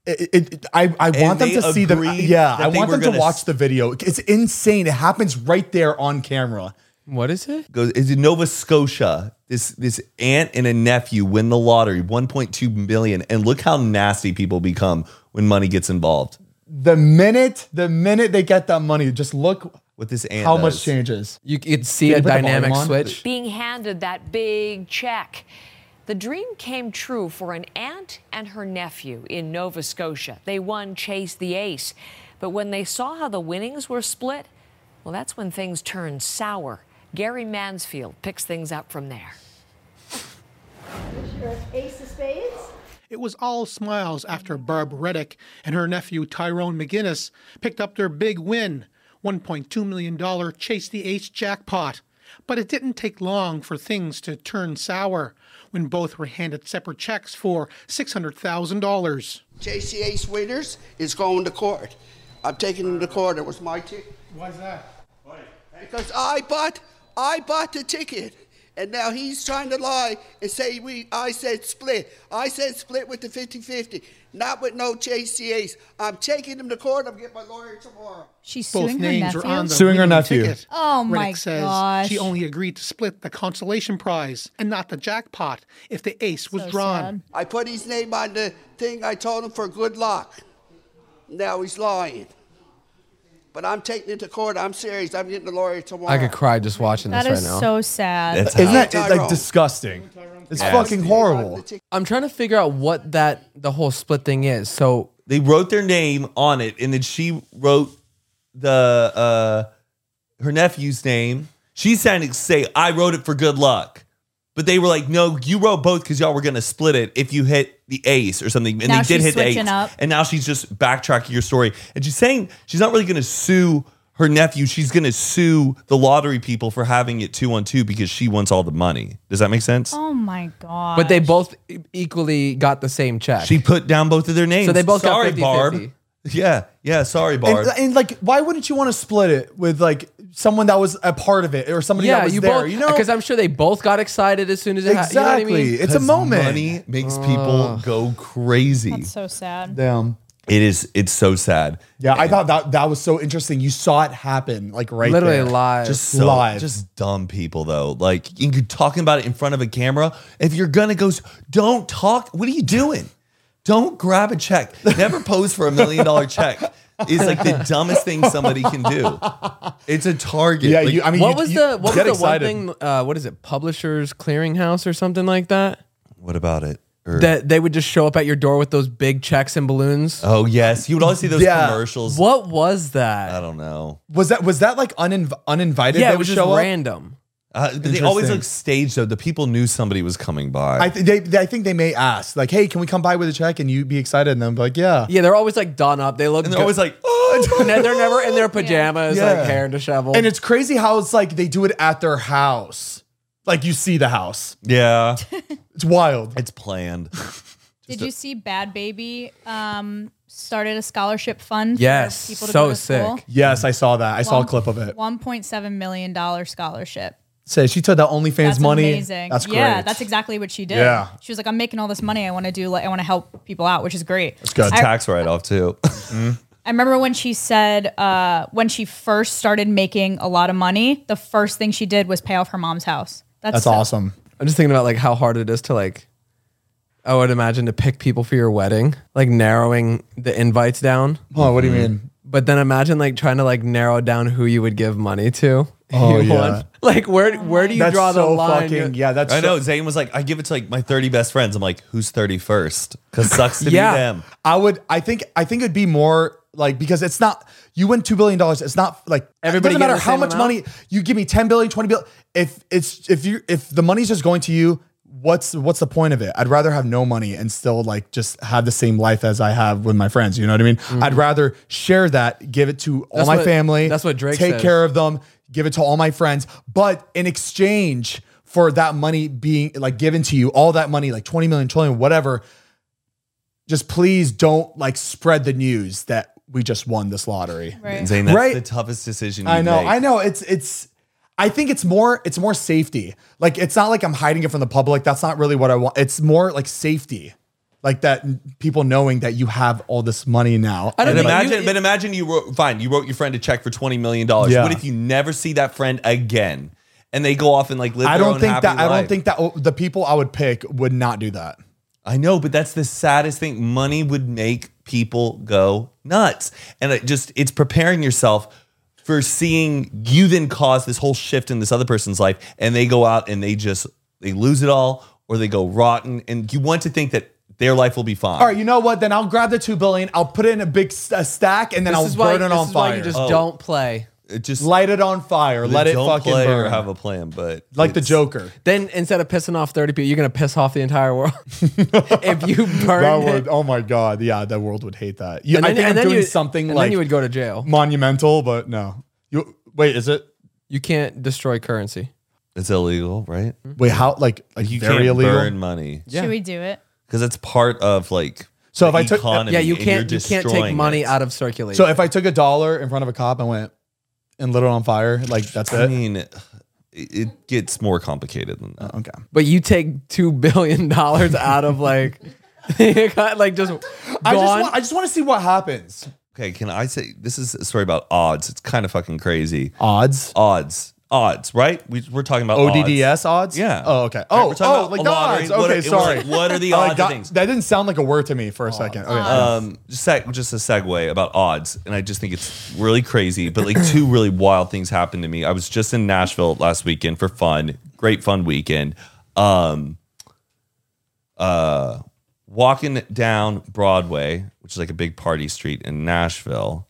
[SPEAKER 2] it, it, I I want them
[SPEAKER 4] they
[SPEAKER 2] to see the
[SPEAKER 4] agreed
[SPEAKER 2] yeah.
[SPEAKER 4] that
[SPEAKER 2] I
[SPEAKER 4] they
[SPEAKER 2] want
[SPEAKER 4] were
[SPEAKER 2] them to
[SPEAKER 4] gonna
[SPEAKER 2] watch
[SPEAKER 4] s-
[SPEAKER 2] the video. It's insane. It happens right there on camera.
[SPEAKER 3] what is it?
[SPEAKER 4] Goes is in Nova Scotia. This this aunt and a nephew win the lottery, 1.2 million, and look how nasty people become when money gets involved.
[SPEAKER 2] The minute the minute they get that money, just look
[SPEAKER 4] With this aunt,
[SPEAKER 2] how much
[SPEAKER 4] does.
[SPEAKER 2] changes.
[SPEAKER 3] You could
[SPEAKER 2] Can
[SPEAKER 3] see
[SPEAKER 2] you put
[SPEAKER 3] a
[SPEAKER 2] the volume
[SPEAKER 3] dynamic
[SPEAKER 2] on?
[SPEAKER 3] switch.
[SPEAKER 6] being handed that big check. The dream came true for an aunt and her nephew in Nova Scotia. They won Chase the Ace. But when they saw how the winnings were split, well, that's when things turned sour. Gary Mansfield picks things up from there.
[SPEAKER 7] Ace of Spades?
[SPEAKER 8] It was all smiles after Barb Reddick and her nephew Tyrone McGinnis picked up their big win $1.2 million Chase the Ace jackpot. But it didn't take long for things to turn sour when both were handed separate checks for $600,000.
[SPEAKER 9] JCA Waiters is going to court. I'm taking him to court. It was my ticket.
[SPEAKER 8] Why's that?
[SPEAKER 9] Because I bought, I bought the ticket. And now he's trying to lie and say we, I said split. I said split with the 50-50, not with no JCA's. I'm taking him to court. I'm getting my lawyer tomorrow.
[SPEAKER 5] She's
[SPEAKER 8] Both
[SPEAKER 5] suing her
[SPEAKER 8] names
[SPEAKER 5] nephew.
[SPEAKER 8] were on the
[SPEAKER 2] Suing her
[SPEAKER 8] winning
[SPEAKER 2] nephew.
[SPEAKER 8] Ticket.
[SPEAKER 5] Oh my
[SPEAKER 8] Reddick says
[SPEAKER 5] gosh.
[SPEAKER 8] she only agreed to split the consolation prize and not the jackpot if the ace was
[SPEAKER 5] So
[SPEAKER 8] drawn.
[SPEAKER 5] sad.
[SPEAKER 9] I put his name on the thing I told him for good luck. Now he's lying. But I'm taking it to court. I'm serious. I'm getting a lawyer tomorrow.
[SPEAKER 3] I could cry just watching
[SPEAKER 5] That
[SPEAKER 3] this right
[SPEAKER 5] is
[SPEAKER 3] now.
[SPEAKER 5] so sad.
[SPEAKER 4] That's
[SPEAKER 2] Isn't
[SPEAKER 4] how-
[SPEAKER 2] that it's like
[SPEAKER 9] Tyrone.
[SPEAKER 2] disgusting? It's
[SPEAKER 4] Yeah.
[SPEAKER 2] fucking horrible.
[SPEAKER 3] I'm trying to figure out what that the whole split thing is. So
[SPEAKER 4] they wrote their name on it and then she wrote the uh her nephew's name she sounded to say i wrote it for good luck but they were like no you wrote both because y'all were gonna split it if you hit the ace or something and
[SPEAKER 5] Now
[SPEAKER 4] they did
[SPEAKER 5] she's
[SPEAKER 4] hit the ace
[SPEAKER 5] switching up.
[SPEAKER 4] and now she's just backtracking your story and she's saying she's not really gonna sue her nephew she's gonna sue the lottery people for having it two on two because she wants all the money does that make sense
[SPEAKER 5] oh my god.
[SPEAKER 3] But they both e- equally got the same check.
[SPEAKER 4] she put down both of their names
[SPEAKER 3] So they both got
[SPEAKER 4] sorry
[SPEAKER 3] 50-50.
[SPEAKER 4] barb yeah yeah sorry barb
[SPEAKER 2] And, and, like, why wouldn't you want to split it with like someone that was a part of it or somebody
[SPEAKER 3] yeah,
[SPEAKER 2] that was
[SPEAKER 3] you
[SPEAKER 2] there.
[SPEAKER 3] both,
[SPEAKER 2] you know,
[SPEAKER 3] because I'm sure they both got excited as soon as it
[SPEAKER 2] exactly.
[SPEAKER 3] happened. You know what I mean?
[SPEAKER 2] It's a
[SPEAKER 4] 'Cause
[SPEAKER 2] moment.
[SPEAKER 4] Money makes people go crazy.
[SPEAKER 5] That's so sad.
[SPEAKER 2] Damn.
[SPEAKER 4] it is. It's so sad.
[SPEAKER 2] Yeah, I thought that that was so interesting. You saw it happen, like right
[SPEAKER 3] Literally
[SPEAKER 2] there.
[SPEAKER 3] live.
[SPEAKER 2] just
[SPEAKER 4] so
[SPEAKER 2] live.
[SPEAKER 4] just dumb people though. Like you're talking about it in front of a camera. If you're gonna go, s- don't talk. What are you doing? Don't grab a check. Never pose for a million dollar check. Is like the dumbest thing somebody can do. It's a target.
[SPEAKER 2] yeah,
[SPEAKER 4] Like,
[SPEAKER 2] you, I mean,
[SPEAKER 3] what
[SPEAKER 2] you-
[SPEAKER 3] was
[SPEAKER 2] you
[SPEAKER 3] the what was
[SPEAKER 2] get
[SPEAKER 3] the
[SPEAKER 2] excited.
[SPEAKER 3] one thing? Uh, what is it? Publishers Clearinghouse or something like that?
[SPEAKER 4] what about it? Or-
[SPEAKER 3] That they would just show up at your door with those big checks and balloons.
[SPEAKER 4] oh yes, you would always see those
[SPEAKER 2] Yeah.
[SPEAKER 4] commercials.
[SPEAKER 3] what was
[SPEAKER 4] I
[SPEAKER 3] that?
[SPEAKER 4] don't know.
[SPEAKER 2] Was that was that like uninv- uninvited?
[SPEAKER 3] Yeah,
[SPEAKER 2] that
[SPEAKER 3] it was
[SPEAKER 2] would
[SPEAKER 3] just
[SPEAKER 2] show up?
[SPEAKER 3] random.
[SPEAKER 4] Uh, but they always
[SPEAKER 2] Interesting.
[SPEAKER 4] look staged though. The people knew somebody was coming by.
[SPEAKER 2] I, th- they, they- I think they may ask, like, hey, can we come by with a check? And you'd be excited. And I'm like, yeah.
[SPEAKER 3] Yeah, they're always like done up. They look.
[SPEAKER 4] and they're
[SPEAKER 3] good.
[SPEAKER 4] always like, oh,
[SPEAKER 3] and then they're never in their pajamas,
[SPEAKER 2] Yeah.
[SPEAKER 3] like hair disheveled.
[SPEAKER 2] And it's crazy how it's like they do it at their house. Like you see the house.
[SPEAKER 4] yeah,
[SPEAKER 2] It's wild.
[SPEAKER 4] it's planned.
[SPEAKER 5] Did you see Bad Baby um, started a scholarship fund?
[SPEAKER 3] Yes,
[SPEAKER 5] for people to
[SPEAKER 3] so
[SPEAKER 5] go to school?
[SPEAKER 3] sick.
[SPEAKER 2] Yes, I saw that. I saw a clip of it.
[SPEAKER 5] One point seven million dollar scholarship.
[SPEAKER 2] Say she took that OnlyFans
[SPEAKER 5] That's
[SPEAKER 2] money.
[SPEAKER 5] amazing.
[SPEAKER 2] That's great.
[SPEAKER 5] Yeah, that's exactly what she did.
[SPEAKER 2] Yeah.
[SPEAKER 5] she was like, "I'm making all this money. I want to do. Like, I want to help people out, which is great." That's
[SPEAKER 2] good.
[SPEAKER 5] I,
[SPEAKER 4] Tax write off too.
[SPEAKER 5] I remember when she said uh, when she first started making a lot of money, the first thing she did was pay off her mom's house. That's,
[SPEAKER 2] That's
[SPEAKER 5] so-
[SPEAKER 2] awesome.
[SPEAKER 3] I'm just thinking about like how hard it is to like. I would imagine to pick people for your wedding, like narrowing the invites down.
[SPEAKER 2] Oh, what do you mean?
[SPEAKER 3] But then imagine like trying to like narrow down who you would give money to.
[SPEAKER 2] Oh, yeah.
[SPEAKER 3] You want- Like where where do you
[SPEAKER 2] That's
[SPEAKER 3] draw the
[SPEAKER 2] so
[SPEAKER 3] line?
[SPEAKER 2] fucking. Yeah, that's.
[SPEAKER 4] I know.
[SPEAKER 2] So,
[SPEAKER 4] Zayn was like, I give it to like my 30 best friends. I'm like, who's 31st? Because sucks to
[SPEAKER 3] Yeah.
[SPEAKER 4] be them.
[SPEAKER 2] I would. I think. I think it'd be more like because it's not. You win two billion dollars. It's not like
[SPEAKER 3] Everybody
[SPEAKER 2] It doesn't
[SPEAKER 3] get
[SPEAKER 2] matter
[SPEAKER 3] the
[SPEAKER 2] how
[SPEAKER 3] same
[SPEAKER 2] much
[SPEAKER 3] amount?
[SPEAKER 2] money you give me. 10 billion, 20 billion. If it's if you if the money's just going to you, what's what's the point of it? I'd rather have no money and still like just have the same life as I have with my friends. You know what I mean? I'd rather share that, give it to all
[SPEAKER 3] Mm-hmm. That's
[SPEAKER 2] my
[SPEAKER 3] what-
[SPEAKER 2] family.
[SPEAKER 3] that's what Drake
[SPEAKER 2] Take
[SPEAKER 3] says.
[SPEAKER 2] care of them. Give it to all my friends, but in exchange for that money being like given to you, all that money, like 20 million, 20 million, whatever, just please don't like spread the news that we just won this lottery.
[SPEAKER 5] Right.
[SPEAKER 4] And Zayn, that's
[SPEAKER 2] Right.
[SPEAKER 4] the toughest decision you
[SPEAKER 2] I know,
[SPEAKER 4] make.
[SPEAKER 2] I know. It's it's. I think it's more it's more safety. Like it's not like I'm hiding it from the public. That's not really what I want. It's more like safety, like that n- people knowing that you have all this money now.
[SPEAKER 3] I don't
[SPEAKER 4] And
[SPEAKER 3] think
[SPEAKER 4] imagine,
[SPEAKER 3] you-
[SPEAKER 4] but imagine you wrote, fine, you wrote your friend a check for $20 million.
[SPEAKER 2] Yeah.
[SPEAKER 4] What if you never see that friend again and they go off and like live
[SPEAKER 2] I
[SPEAKER 4] their
[SPEAKER 2] don't
[SPEAKER 4] own
[SPEAKER 2] think
[SPEAKER 4] happy
[SPEAKER 2] that I don't
[SPEAKER 4] life?
[SPEAKER 2] think that oh, the people I would pick would not do that.
[SPEAKER 4] I know, but that's the saddest thing. Money would make people go nuts. And it just, it's preparing yourself for seeing you then cause this whole shift in this other person's life. And they go out and they just, they lose it all or they go rotten. And you want to think that their life will be fine.
[SPEAKER 2] All right, you know what? Then I'll grab the two billion. I'll put it in a big s- a stack, and then
[SPEAKER 3] This
[SPEAKER 2] I'll
[SPEAKER 3] is
[SPEAKER 2] burn
[SPEAKER 3] why,
[SPEAKER 2] it
[SPEAKER 3] this
[SPEAKER 2] on
[SPEAKER 3] is
[SPEAKER 2] fire. Oh.
[SPEAKER 3] why you
[SPEAKER 4] Oh.
[SPEAKER 3] just don't play.
[SPEAKER 4] It just
[SPEAKER 2] Light it on fire. Let it
[SPEAKER 4] don't
[SPEAKER 2] fucking
[SPEAKER 4] play
[SPEAKER 2] burn.
[SPEAKER 4] or have a plan, but
[SPEAKER 2] like the
[SPEAKER 4] it's-
[SPEAKER 2] Joker.
[SPEAKER 3] Then instead of pissing off 30 people, you're gonna piss off the entire world. if you burn
[SPEAKER 2] That would,
[SPEAKER 3] it.
[SPEAKER 2] oh my god, yeah, the world would hate that. You,
[SPEAKER 3] And
[SPEAKER 2] I
[SPEAKER 3] then-
[SPEAKER 2] think
[SPEAKER 3] and
[SPEAKER 2] I'm
[SPEAKER 3] then
[SPEAKER 2] doing
[SPEAKER 3] you-
[SPEAKER 2] something
[SPEAKER 3] and
[SPEAKER 2] like
[SPEAKER 3] then you would go to jail.
[SPEAKER 2] monumental, but no. You wait, is it
[SPEAKER 3] You can't destroy currency.
[SPEAKER 4] It's illegal, right?
[SPEAKER 3] Mhm.
[SPEAKER 2] wait how like like
[SPEAKER 4] You
[SPEAKER 2] very
[SPEAKER 4] can't
[SPEAKER 2] illegal?
[SPEAKER 4] burn money
[SPEAKER 5] Should we do it?
[SPEAKER 4] because it's part of like.
[SPEAKER 2] So if
[SPEAKER 4] the
[SPEAKER 2] I took-
[SPEAKER 4] economy,
[SPEAKER 3] Yeah, you
[SPEAKER 4] and you're
[SPEAKER 3] can't you can't take
[SPEAKER 4] destroying
[SPEAKER 3] money
[SPEAKER 4] it.
[SPEAKER 3] out of circulation.
[SPEAKER 2] So if I took a dollar in front of a cop and went and lit it on fire, like that's
[SPEAKER 4] I
[SPEAKER 3] Mm.
[SPEAKER 2] it.
[SPEAKER 4] mean, it, it gets more complicated than that.
[SPEAKER 2] Okay.
[SPEAKER 3] but you take two billion dollars out of like like just
[SPEAKER 2] I just,
[SPEAKER 3] gone.
[SPEAKER 2] want, I just want to see what happens.
[SPEAKER 4] Okay, can I say this is a story about odds? It's kind of fucking crazy.
[SPEAKER 2] Odds.
[SPEAKER 4] Odds, odds, right? We, we're talking about odds.
[SPEAKER 2] ODDS odds?
[SPEAKER 4] Yeah.
[SPEAKER 2] Oh, okay.
[SPEAKER 4] Right,
[SPEAKER 2] Oh,
[SPEAKER 4] we're talking
[SPEAKER 2] oh
[SPEAKER 4] about
[SPEAKER 2] like
[SPEAKER 4] a
[SPEAKER 2] the
[SPEAKER 4] lottery.
[SPEAKER 2] odds.
[SPEAKER 4] What are-
[SPEAKER 2] Okay,
[SPEAKER 4] it was
[SPEAKER 2] sorry.
[SPEAKER 4] like, what are the
[SPEAKER 2] I, like,
[SPEAKER 4] odds of
[SPEAKER 2] got-
[SPEAKER 4] things?
[SPEAKER 2] That didn't sound like a word to me for a second. Okay.
[SPEAKER 4] um, seg- just a segue about odds, and I just think it's really crazy. But like two really wild things happened to me. I was just in Nashville last weekend for fun, great fun weekend. Um, uh, walking down Broadway, which is like a big party street in Nashville,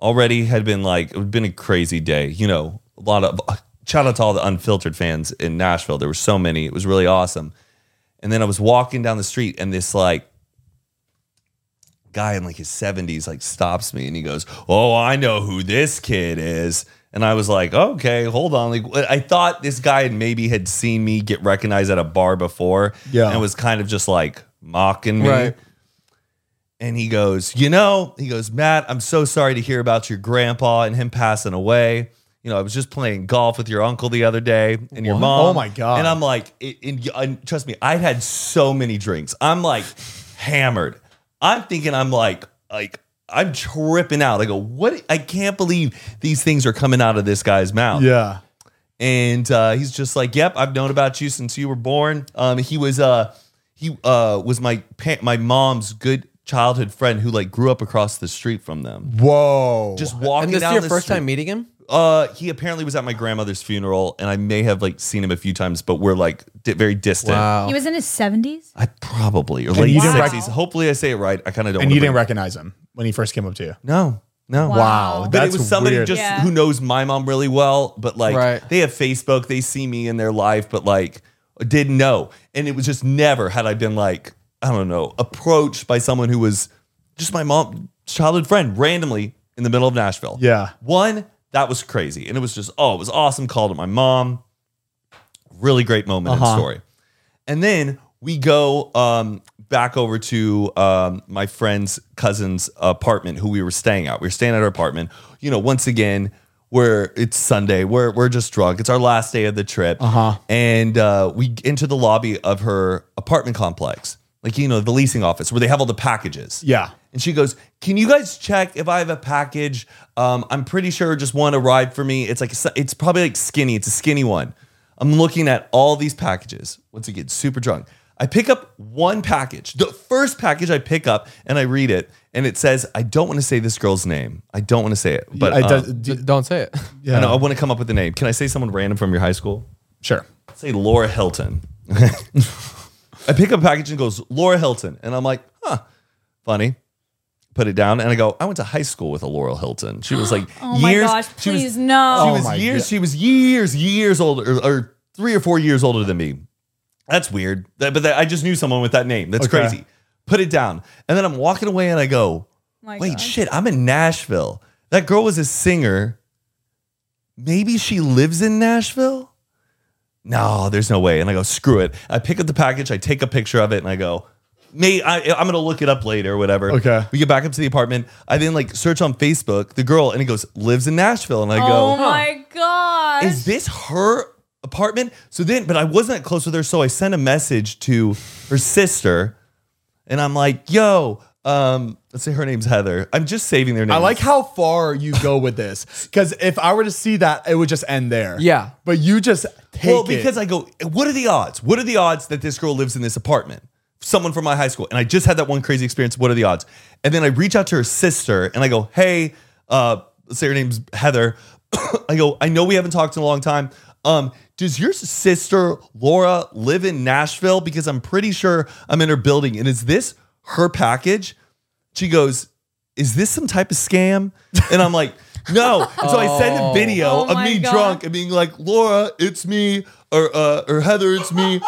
[SPEAKER 4] already had been like it had been a crazy day. You know, a lot of shout out to all the unfiltered fans in Nashville. There were so many. It was really awesome. And then I was walking down the street, and this like guy in like his 70s like stops me and he goes, "Oh, I know who this kid is." And I was like, "Okay, hold on." Like I thought this guy had maybe had seen me get recognized at a bar before
[SPEAKER 2] Yeah.
[SPEAKER 4] and was kind of just like mocking me.
[SPEAKER 3] Right.
[SPEAKER 4] And he goes, "You know," he goes, "Matt, I'm so sorry to hear about your grandpa and him passing away." you know, I was just playing golf with your uncle the other day and your mom.
[SPEAKER 2] Oh my God.
[SPEAKER 4] And I'm like, it, and, y- and trust me, I had so many drinks. I'm like hammered. I'm thinking I'm like like I'm tripping out. I go, what? I can't believe these things are coming out of this guy's mouth.
[SPEAKER 2] Yeah.
[SPEAKER 4] And uh, he's just like, yep, I've known about you since you were born. Um, he was uh he uh was my pa- my mom's good childhood friend who like grew up across the street from them.
[SPEAKER 2] Whoa.
[SPEAKER 4] Just walking
[SPEAKER 3] and this is
[SPEAKER 4] down
[SPEAKER 3] your
[SPEAKER 4] the
[SPEAKER 3] first
[SPEAKER 4] street.
[SPEAKER 3] time meeting him?
[SPEAKER 4] Uh, he apparently was at my grandmother's funeral, and I may have like seen him a few times, but we're like di- very distant.
[SPEAKER 5] He was in his 70s?
[SPEAKER 4] I probably or
[SPEAKER 2] And
[SPEAKER 4] late
[SPEAKER 2] you didn't
[SPEAKER 4] sixties. Hopefully, I say it right. I kind of don't.
[SPEAKER 2] and
[SPEAKER 4] wanna
[SPEAKER 2] you didn't
[SPEAKER 4] bring-
[SPEAKER 2] recognize him when he first came up to you.
[SPEAKER 4] No, no.
[SPEAKER 5] Wow.
[SPEAKER 4] But
[SPEAKER 2] That's
[SPEAKER 4] it was somebody
[SPEAKER 2] weird.
[SPEAKER 4] just
[SPEAKER 5] Yeah.
[SPEAKER 4] who knows my mom really well. But like,
[SPEAKER 3] Right.
[SPEAKER 4] they have Facebook. They see me in their life, but like, didn't know. And it was just never had I been like, I don't know, approached by someone who was just my mom, childhood friend, randomly in the middle of Nashville.
[SPEAKER 2] Yeah.
[SPEAKER 4] One, that was crazy. And it was just, oh, it was awesome. Called it my mom. Really great moment
[SPEAKER 2] Uh-huh.
[SPEAKER 4] and story. And then we go um, back over to um, my friend's cousin's apartment who we were staying at. We were staying at our apartment. You know, once again, we're it's Sunday. We're we're just drunk. It's our last day of the trip. Uh-huh. And uh, we enter the lobby of her apartment complex. Like, you know, the leasing office where they have all the packages.
[SPEAKER 2] Yeah.
[SPEAKER 4] And she goes, "Can you guys check if I have a package? Um, I'm pretty sure just one arrived for me. It's like it's probably like skinny. It's a skinny one. I'm looking at all these packages. Once again, super drunk. I pick up one package. The first package I pick up and I read it, and it says, "I don't want to say this girl's name. I don't want to say it, but
[SPEAKER 2] I
[SPEAKER 4] um,
[SPEAKER 2] does- do-
[SPEAKER 3] D- don't say it.
[SPEAKER 4] I,
[SPEAKER 2] yeah.
[SPEAKER 4] know, I want to come up with a name. Can I say someone random from your high school?
[SPEAKER 2] Sure.
[SPEAKER 4] say Laura Hilton. I pick up a package and it goes Laura Hilton, and I'm like, huh, funny. Put it down, and I go. I went to high school with a Laura Hilton. She was like
[SPEAKER 5] Oh my
[SPEAKER 4] years.
[SPEAKER 5] gosh,
[SPEAKER 4] she was-
[SPEAKER 5] please no.
[SPEAKER 4] She
[SPEAKER 2] Oh
[SPEAKER 4] was
[SPEAKER 2] my
[SPEAKER 4] years.
[SPEAKER 2] God.
[SPEAKER 4] She was years, years older, or, or three or four years older than me. That's weird. That- but that, I just knew someone with that name. That's
[SPEAKER 2] Okay.
[SPEAKER 4] crazy. Put it down, and then I'm walking away, and I
[SPEAKER 5] Oh
[SPEAKER 4] go,
[SPEAKER 5] My
[SPEAKER 4] Wait,
[SPEAKER 5] God.
[SPEAKER 4] shit, I'm in Nashville. That girl was a singer. Maybe she lives in Nashville? No, there's no way. And I go, screw it. I pick up the package, I take a picture of it, and I go, May I, I'm gonna look it up later or whatever.
[SPEAKER 2] Okay.
[SPEAKER 4] We get back up to the apartment. I then like search on Facebook the girl, and it goes lives in Nashville, and I go,
[SPEAKER 5] Oh my gosh.
[SPEAKER 4] is this her apartment? So then, but I wasn't close with her, so I sent a message to her sister, and I'm like, "Yo, um, let's say her name's Heather. I'm just saving their name.
[SPEAKER 2] I like how far you go with this because if I were to see that, it would just end there.
[SPEAKER 3] Yeah.
[SPEAKER 2] But you just take
[SPEAKER 4] well because
[SPEAKER 2] it.
[SPEAKER 4] I go, what are the odds? What are the odds that this girl lives in this apartment? Someone from my high school, and I just had that one crazy experience. What are the odds? And then I reach out to her sister, and I go, "Hey, uh, let's say her name's Heather. I go, I know we haven't talked in a long time. Um, does your sister Laura live in Nashville? Because I'm pretty sure I'm in her building. And is this her package? She goes, Is this some type of scam? And I'm like, No. And so I send a video
[SPEAKER 5] Oh
[SPEAKER 4] of
[SPEAKER 5] my
[SPEAKER 4] me
[SPEAKER 5] God.
[SPEAKER 4] drunk and being like, Laura, it's me, or uh, or Heather, it's me.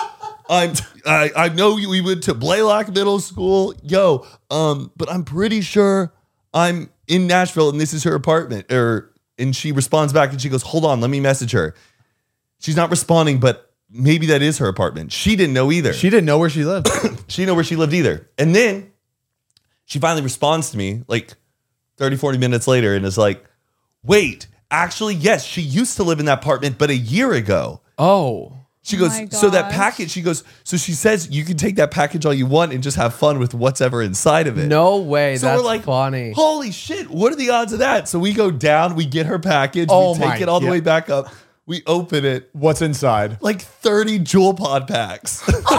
[SPEAKER 4] I'm I, I know you, we went to Blaylock Middle School, yo. Um, but I'm pretty sure I'm in Nashville and this is her apartment. Or and she responds back and she goes, Hold on, let me message her. She's not responding, but maybe that is her apartment. She didn't know either.
[SPEAKER 2] she didn't know where she lived.
[SPEAKER 4] She didn't know where she lived either. And then she finally responds to me like 30, 40 minutes later and is like, wait, actually, yes, she used to live in that apartment, but a year ago.
[SPEAKER 3] Oh.
[SPEAKER 4] She goes,
[SPEAKER 5] my
[SPEAKER 4] so that
[SPEAKER 5] gosh.
[SPEAKER 4] package, she goes, so she says you can take that package all you want and just have fun with what's ever inside of it.
[SPEAKER 3] No way.
[SPEAKER 4] So
[SPEAKER 3] That's
[SPEAKER 4] we're like,
[SPEAKER 3] funny.
[SPEAKER 4] holy shit, what are the odds of that? So we go down, we get her package,
[SPEAKER 2] Oh
[SPEAKER 4] we
[SPEAKER 2] my
[SPEAKER 4] take it all the
[SPEAKER 2] God.
[SPEAKER 4] way back up, we open it,
[SPEAKER 2] What's inside?
[SPEAKER 4] like 30 jewel pod packs.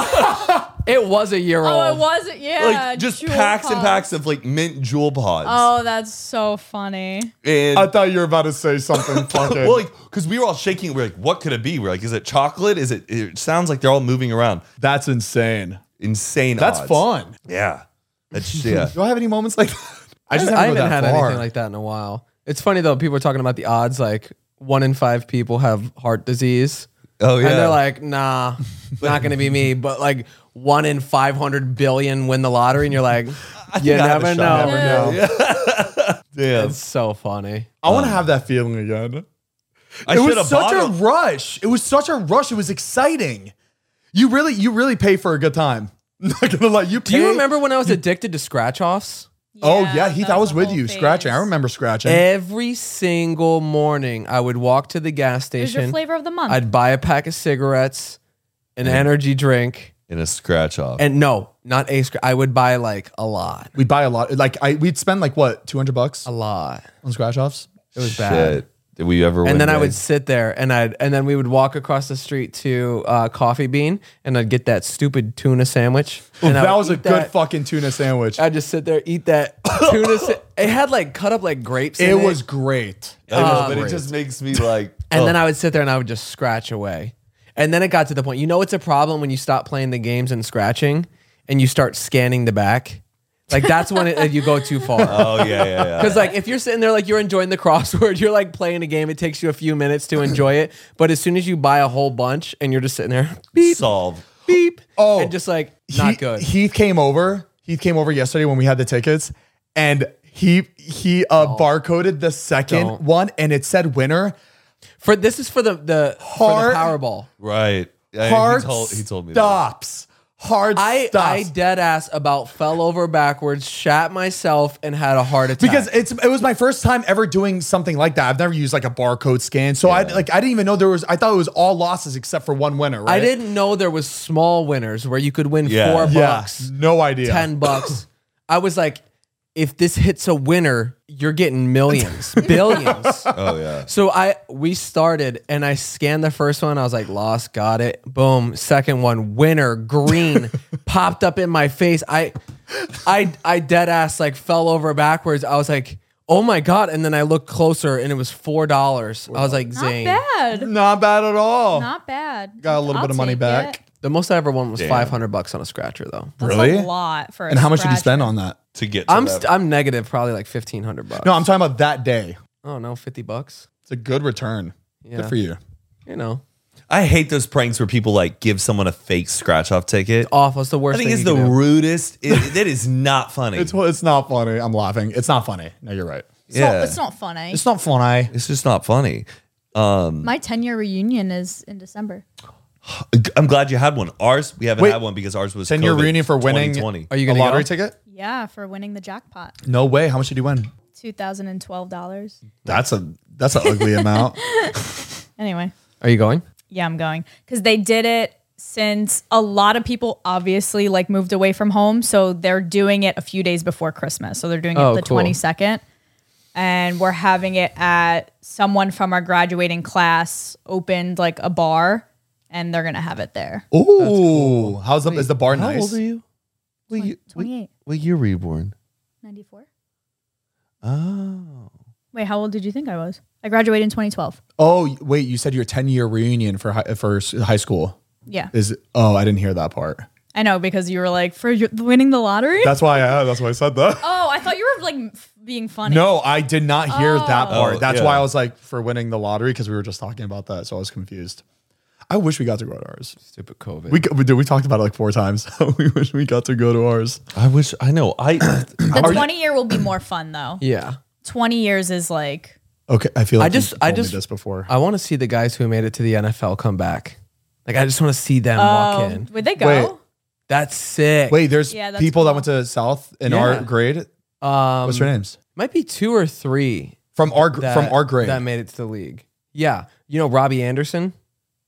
[SPEAKER 3] It was a year
[SPEAKER 5] Oh, it
[SPEAKER 3] old.
[SPEAKER 5] wasn't. Yeah.
[SPEAKER 4] like just
[SPEAKER 5] jewel
[SPEAKER 4] packs and
[SPEAKER 5] pods.
[SPEAKER 4] packs of like mint jewel pods.
[SPEAKER 5] Oh, that's so funny.
[SPEAKER 4] and
[SPEAKER 3] Uh,
[SPEAKER 2] I thought you were about to say something fucking.
[SPEAKER 4] well, like because we were all shaking, we're like, what could it be? We're like, is it chocolate? Is it? It sounds like they're all moving around.
[SPEAKER 2] That's insane.
[SPEAKER 4] Insane.
[SPEAKER 2] That's
[SPEAKER 4] odds.
[SPEAKER 2] fun.
[SPEAKER 4] Yeah. That's yeah.
[SPEAKER 2] Do I have any moments like that? I just
[SPEAKER 3] I
[SPEAKER 2] haven't,
[SPEAKER 3] haven't had anything
[SPEAKER 2] like
[SPEAKER 3] like that in a while. It's funny though. People are talking about the odds. Like one in five people have heart disease.
[SPEAKER 4] Oh yeah.
[SPEAKER 3] And they're like, nah, not gonna be me. But like one in five hundred billion win the lottery, and you're like, you
[SPEAKER 4] I have a
[SPEAKER 3] never
[SPEAKER 4] shot.
[SPEAKER 2] Never
[SPEAKER 3] know.
[SPEAKER 2] know.
[SPEAKER 4] Damn.
[SPEAKER 3] It's so funny.
[SPEAKER 2] I want to have that feeling again.
[SPEAKER 4] I
[SPEAKER 2] it
[SPEAKER 4] should
[SPEAKER 2] was
[SPEAKER 4] have
[SPEAKER 2] such
[SPEAKER 4] bought.
[SPEAKER 2] a rush. It was such a rush. It was exciting. You really, you really pay for a good time. Not gonna lie, you.
[SPEAKER 3] Do you
[SPEAKER 2] pay-
[SPEAKER 3] remember when I was addicted to scratch offs?
[SPEAKER 2] oh yeah,
[SPEAKER 5] Yeah,
[SPEAKER 2] Heath,
[SPEAKER 5] that
[SPEAKER 2] I
[SPEAKER 5] was
[SPEAKER 2] was
[SPEAKER 5] the
[SPEAKER 2] with
[SPEAKER 5] whole
[SPEAKER 2] you scratching. I
[SPEAKER 5] phase.
[SPEAKER 2] remember scratching.
[SPEAKER 3] Every single morning, I would walk to the gas
[SPEAKER 5] It was your
[SPEAKER 3] station.
[SPEAKER 5] flavor of the month.
[SPEAKER 3] I'd buy a pack of cigarettes, an energy drink,
[SPEAKER 4] in a scratch off.
[SPEAKER 3] and no, not a. scr- I would buy like a lot,
[SPEAKER 2] we'd buy a lot. Like I, we'd spend like what two hundred bucks
[SPEAKER 3] a lot.
[SPEAKER 2] on scratch offs.
[SPEAKER 3] It was bad.
[SPEAKER 4] Did we ever? win
[SPEAKER 3] and then I would
[SPEAKER 4] big?
[SPEAKER 3] sit there and I'd and then we would walk across the street to uh, Coffee Bean and I'd get that stupid tuna sandwich. and I
[SPEAKER 2] that
[SPEAKER 3] would
[SPEAKER 2] was a
[SPEAKER 3] eat
[SPEAKER 2] good
[SPEAKER 3] that-
[SPEAKER 2] fucking tuna sandwich.
[SPEAKER 3] I'd just sit there eat that tuna. sa- it had like cut up like grapes.
[SPEAKER 2] it
[SPEAKER 3] in
[SPEAKER 2] was great.
[SPEAKER 4] I know, but it just makes me like.
[SPEAKER 3] and
[SPEAKER 4] oh,
[SPEAKER 3] then I would sit there and I would just scratch away. And then it got to the point. You know, it's a problem when you stop playing the games and scratching, and you start scanning the back. Like that's when it, you go too far.
[SPEAKER 4] oh yeah, yeah, yeah.
[SPEAKER 3] Because like if you're sitting there like you're enjoying the crossword, you're like playing a game. It takes you a few minutes to enjoy it, but as soon as you buy a whole bunch and you're just sitting there, beep,
[SPEAKER 4] solve.
[SPEAKER 3] beep,
[SPEAKER 2] Oh.
[SPEAKER 3] and just like not
[SPEAKER 2] He-
[SPEAKER 3] good.
[SPEAKER 2] Heath came over. Heath came over yesterday when we had the tickets, and he he uh, barcoded the 2nd
[SPEAKER 3] Don't.
[SPEAKER 2] one, and it said winner.
[SPEAKER 3] For this is for the the,
[SPEAKER 2] Hard-
[SPEAKER 3] for the Powerball.
[SPEAKER 4] Right. Yeah,
[SPEAKER 2] Hard
[SPEAKER 4] he told, he told me that.
[SPEAKER 2] stops. Hard
[SPEAKER 3] I I
[SPEAKER 2] stops.
[SPEAKER 3] dead ass about fell over backwards, shat myself, and had a heart attack
[SPEAKER 2] because it's it was my first time ever doing something like that. I've never used like a barcode scan, so I like I didn't even know there was. I thought it was all losses except for one winner. Right?
[SPEAKER 3] I didn't know there was small winners where you could win
[SPEAKER 4] Yeah.
[SPEAKER 3] four
[SPEAKER 2] Yeah,
[SPEAKER 3] bucks,
[SPEAKER 2] no idea.
[SPEAKER 3] ten bucks. I was like, if this hits a winner, you're getting millions, billions.
[SPEAKER 4] Oh yeah.
[SPEAKER 3] So I we started and I scanned the first one. I was like, lost, got it. Boom. Second one, winner, green, popped up in my face. I I I dead ass like fell over backwards. I was like, oh my god. And then I looked closer and it was four dollars. I was like,
[SPEAKER 5] Not
[SPEAKER 3] zing.
[SPEAKER 5] bad.
[SPEAKER 2] Not bad at all.
[SPEAKER 5] Not bad.
[SPEAKER 2] Got a little
[SPEAKER 5] I'll
[SPEAKER 2] bit of money
[SPEAKER 5] take
[SPEAKER 2] back.
[SPEAKER 5] it.
[SPEAKER 3] The most I ever won was five hundred bucks on a scratcher though.
[SPEAKER 5] That's
[SPEAKER 2] Really?
[SPEAKER 5] a lot for. a
[SPEAKER 2] And how much did you
[SPEAKER 5] scratch.
[SPEAKER 2] spend on that?
[SPEAKER 4] To get. To
[SPEAKER 3] I'm
[SPEAKER 4] that.
[SPEAKER 3] st- I'm negative probably like fifteen hundred bucks.
[SPEAKER 2] No, I'm talking about that day.
[SPEAKER 3] oh no, fifty bucks.
[SPEAKER 2] It's a good return. Good
[SPEAKER 3] Yeah.
[SPEAKER 2] for you.
[SPEAKER 3] You know,
[SPEAKER 4] I hate those pranks where people like give someone a fake scratch off ticket.
[SPEAKER 3] awful. It's the worst.
[SPEAKER 4] I think
[SPEAKER 3] thing
[SPEAKER 4] it's
[SPEAKER 3] you
[SPEAKER 4] the
[SPEAKER 3] can do.
[SPEAKER 4] rudest. It, that is not funny.
[SPEAKER 2] It's it's not funny. I'm laughing. It's not funny. No, you're right.
[SPEAKER 5] It's not-
[SPEAKER 4] Yeah.
[SPEAKER 5] it's not funny.
[SPEAKER 2] It's not funny.
[SPEAKER 4] It's just not funny. Um,
[SPEAKER 5] My ten year reunion is in December.
[SPEAKER 4] I'm glad you had one. Ours, we haven't
[SPEAKER 2] Wait.
[SPEAKER 4] had one because ours was
[SPEAKER 2] Ten year
[SPEAKER 4] COVID
[SPEAKER 2] reunion for winning
[SPEAKER 4] 2020.
[SPEAKER 3] Are you
[SPEAKER 2] a
[SPEAKER 3] gonna
[SPEAKER 2] lottery
[SPEAKER 3] go?
[SPEAKER 2] ticket?
[SPEAKER 5] Yeah, for winning the jackpot,
[SPEAKER 2] No way. How much did you win?
[SPEAKER 5] two thousand and twelve dollars.
[SPEAKER 2] That's a that's an ugly amount.
[SPEAKER 5] Anyway,
[SPEAKER 3] Are you going?
[SPEAKER 5] yeah, I'm going because they did it since a lot of people obviously like moved away from home, so they're doing it a few days before Christmas. So they're doing
[SPEAKER 3] Oh,
[SPEAKER 5] it the
[SPEAKER 3] cool.
[SPEAKER 5] twenty second, and we're having it at someone from our graduating class opened like a bar, and they're gonna have it there.
[SPEAKER 2] Ooh, how's the is the bar nice?
[SPEAKER 4] you? What, you, what,
[SPEAKER 5] 28,
[SPEAKER 4] what year were you born?
[SPEAKER 5] 94.
[SPEAKER 4] Oh.
[SPEAKER 5] Wait, how old did you think I was? I graduated in 2012.
[SPEAKER 2] Oh wait, you said your ten year reunion for high, for s- high school
[SPEAKER 5] Yeah,
[SPEAKER 2] is. Oh, I didn't hear that part.
[SPEAKER 5] I know because you were like for your, winning the lottery.
[SPEAKER 2] That's why I that's why I said that.
[SPEAKER 5] Oh, I thought you were like f- being funny.
[SPEAKER 2] No, I did not hear that part.
[SPEAKER 4] Oh,
[SPEAKER 2] That's
[SPEAKER 4] yeah.
[SPEAKER 2] why I was like for winning the lottery because we were just talking about that, so I was confused. I wish we got to go to ours.
[SPEAKER 3] Stupid COVID.
[SPEAKER 2] We, we dude, we talked about it like four times. we wish we got to go to ours.
[SPEAKER 4] I wish, I know. I,
[SPEAKER 5] the 20 year will be more fun though.
[SPEAKER 3] yeah.
[SPEAKER 5] 20 years is like
[SPEAKER 2] Okay, I feel. Like
[SPEAKER 3] I just-
[SPEAKER 2] you
[SPEAKER 3] I
[SPEAKER 2] told me
[SPEAKER 3] just-
[SPEAKER 2] this before.
[SPEAKER 3] I want to see the guys who made it to the NFL come back. Like I just want to see them
[SPEAKER 5] Oh.
[SPEAKER 3] walk in.
[SPEAKER 5] would they go?
[SPEAKER 2] Wait.
[SPEAKER 3] That's sick.
[SPEAKER 2] Wait, there's
[SPEAKER 5] Yeah, that's
[SPEAKER 2] people that
[SPEAKER 5] cool.
[SPEAKER 2] went to South in
[SPEAKER 3] Yeah.
[SPEAKER 2] our grade.
[SPEAKER 3] um,
[SPEAKER 2] What's their names?
[SPEAKER 3] Might be two or three
[SPEAKER 2] From our gr
[SPEAKER 3] that-
[SPEAKER 2] from our grade.
[SPEAKER 3] that made it to the league. Yeah, you know Robbie Anderson.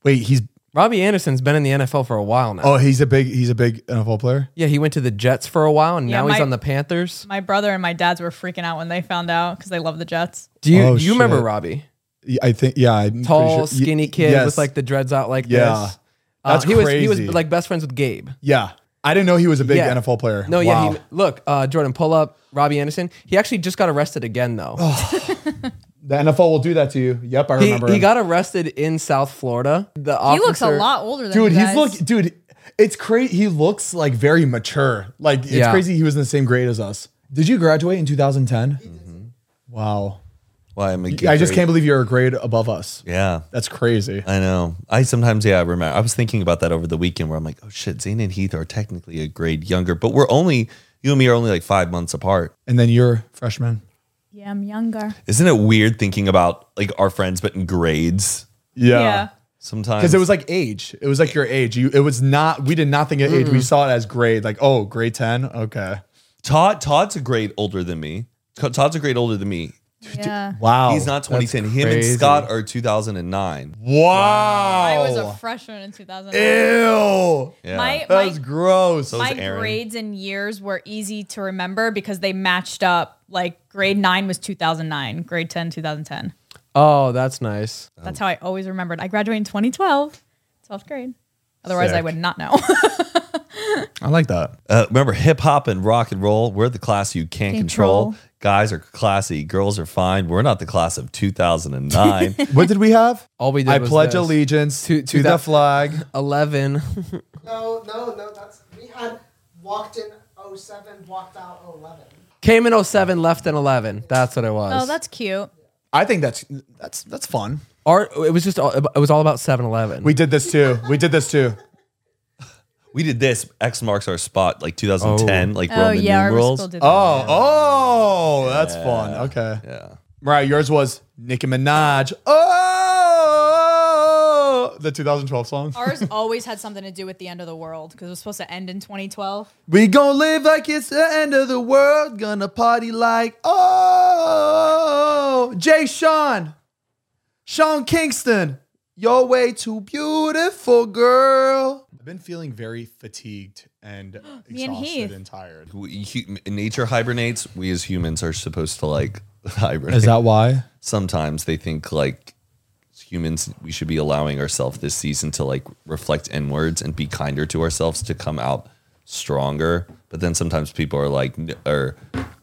[SPEAKER 2] Wait, he's
[SPEAKER 3] Robbie Anderson's been in the NFL for a while now.
[SPEAKER 2] oh he's a big he's a big NFL player.
[SPEAKER 3] Yeah, he went to the Jets for a while, and
[SPEAKER 5] Yeah,
[SPEAKER 3] now he's
[SPEAKER 5] my-
[SPEAKER 3] on the Panthers.
[SPEAKER 5] My brother and my dads were freaking out when they found out because they love the Jets.
[SPEAKER 3] Do you
[SPEAKER 2] Oh,
[SPEAKER 3] you remember
[SPEAKER 2] shit.
[SPEAKER 3] Robbie?
[SPEAKER 2] Yeah, I think yeah. I'm pretty
[SPEAKER 3] Tall,
[SPEAKER 2] sure- ye-
[SPEAKER 3] skinny kid
[SPEAKER 2] yes.
[SPEAKER 3] with like the dreads out like
[SPEAKER 2] Yeah.
[SPEAKER 3] this. Uh,
[SPEAKER 2] That's
[SPEAKER 3] he was he
[SPEAKER 2] crazy.
[SPEAKER 3] was like best friends with Gabe.
[SPEAKER 2] yeah. I didn't know he was a big
[SPEAKER 3] Yeah.
[SPEAKER 2] NFL player.
[SPEAKER 3] No, yeah.
[SPEAKER 2] Wow.
[SPEAKER 3] He, look, uh, Jordan, pull up Robbie Anderson. He actually just got arrested again though.
[SPEAKER 2] the NFL will do that to you. Yep, I
[SPEAKER 3] he,
[SPEAKER 2] remember.
[SPEAKER 3] he
[SPEAKER 2] him.
[SPEAKER 3] got arrested in South Florida. The
[SPEAKER 5] he looks a
[SPEAKER 3] officer-
[SPEAKER 5] lot older than
[SPEAKER 2] dude.
[SPEAKER 5] you
[SPEAKER 2] He's
[SPEAKER 5] guys.
[SPEAKER 2] look, dude. It's crazy. He looks like very mature. Like it's
[SPEAKER 3] Yeah.
[SPEAKER 2] crazy. He was in the same grade as us. Did you graduate in 2010? Mm-hmm. Wow.
[SPEAKER 4] why am I
[SPEAKER 2] I just can't believe you're a grade above us.
[SPEAKER 4] Yeah.
[SPEAKER 2] That's crazy.
[SPEAKER 4] I know. I sometimes, yeah, I remember. I was thinking about that over the weekend where I'm like, oh shit, Zane and Heath are technically a grade younger, but we're only, you and me are only like five months apart.
[SPEAKER 2] And then you're freshman.
[SPEAKER 5] Yeah, I'm younger.
[SPEAKER 4] Isn't it weird thinking about like our friends, but in grades
[SPEAKER 5] Yeah.
[SPEAKER 4] sometimes?
[SPEAKER 2] Because it was like age. It
[SPEAKER 3] Mm.
[SPEAKER 2] was like your age. You. It was not. We did not think of age. We saw it as grade. Like, oh, grade ten. Okay.
[SPEAKER 4] Todd Todd's a grade older than me. Co- Todd's a grade older than me.
[SPEAKER 5] Yeah.
[SPEAKER 2] Wow.
[SPEAKER 4] He's not 2010. Him
[SPEAKER 3] crazy.
[SPEAKER 4] and Scott are 2009.
[SPEAKER 2] Wow.
[SPEAKER 5] I was a freshman in 2000.
[SPEAKER 2] Ew.
[SPEAKER 4] Yeah.
[SPEAKER 5] My,
[SPEAKER 2] That
[SPEAKER 5] my,
[SPEAKER 2] was gross.
[SPEAKER 4] So-
[SPEAKER 5] my
[SPEAKER 4] was Aaron.
[SPEAKER 5] grades and years were easy to remember because they matched up. Like grade nine was 2009, grade 10, 2010.
[SPEAKER 3] Oh, that's nice.
[SPEAKER 2] Oh.
[SPEAKER 5] That's how I always remembered. I graduated in 2012, 12th grade. Otherwise, I
[SPEAKER 2] Sick.
[SPEAKER 5] would not know.
[SPEAKER 2] I like that.
[SPEAKER 4] Uh, remember, hip hop and rock and roll, we're the class you can't control.
[SPEAKER 5] Control.
[SPEAKER 4] Guys are classy, girls are fine. We're not the class of 2009.
[SPEAKER 2] What did we have?
[SPEAKER 3] All we did
[SPEAKER 2] I
[SPEAKER 3] was
[SPEAKER 2] pledge
[SPEAKER 3] this.
[SPEAKER 2] allegiance
[SPEAKER 3] To-
[SPEAKER 2] to,
[SPEAKER 3] to
[SPEAKER 2] the
[SPEAKER 3] that-
[SPEAKER 2] flag.
[SPEAKER 3] 11.
[SPEAKER 7] No, no, no. That's we had walked in 07, walked out oh 11.
[SPEAKER 3] Came in 07, left in 11. That's what it was.
[SPEAKER 5] oh, that's cute.
[SPEAKER 2] I think that's that's that's fun.
[SPEAKER 3] Our, it was just all, it was all about 7-Eleven.
[SPEAKER 2] We did this too. We did this too.
[SPEAKER 4] we did this, X marks our spot, like 2010, like
[SPEAKER 5] Oh,
[SPEAKER 4] Roman
[SPEAKER 5] yeah. Our
[SPEAKER 4] numerals.
[SPEAKER 5] school did that.
[SPEAKER 2] Oh, oh, that's fun. Okay.
[SPEAKER 4] yeah.
[SPEAKER 2] Mariah, yours was Nicki Minaj. Oh, the 2012 song.
[SPEAKER 5] Ours always had something to do with the end of the world because it was supposed to end in 2012.
[SPEAKER 2] We gon' live like it's the end of the world. Gonna party like oh, Jay Sean, Sean Kingston. You're way too beautiful, girl. I've been feeling very fatigued and
[SPEAKER 5] Me and Heath.
[SPEAKER 2] exhausted and tired.
[SPEAKER 4] We, hu- nature hibernates. We as humans are supposed to like hibernate.
[SPEAKER 2] why?
[SPEAKER 4] sometimes they think like as humans we should be allowing ourselves this season to like reflect inwards and be kinder to ourselves to come out stronger but then sometimes people are like n- or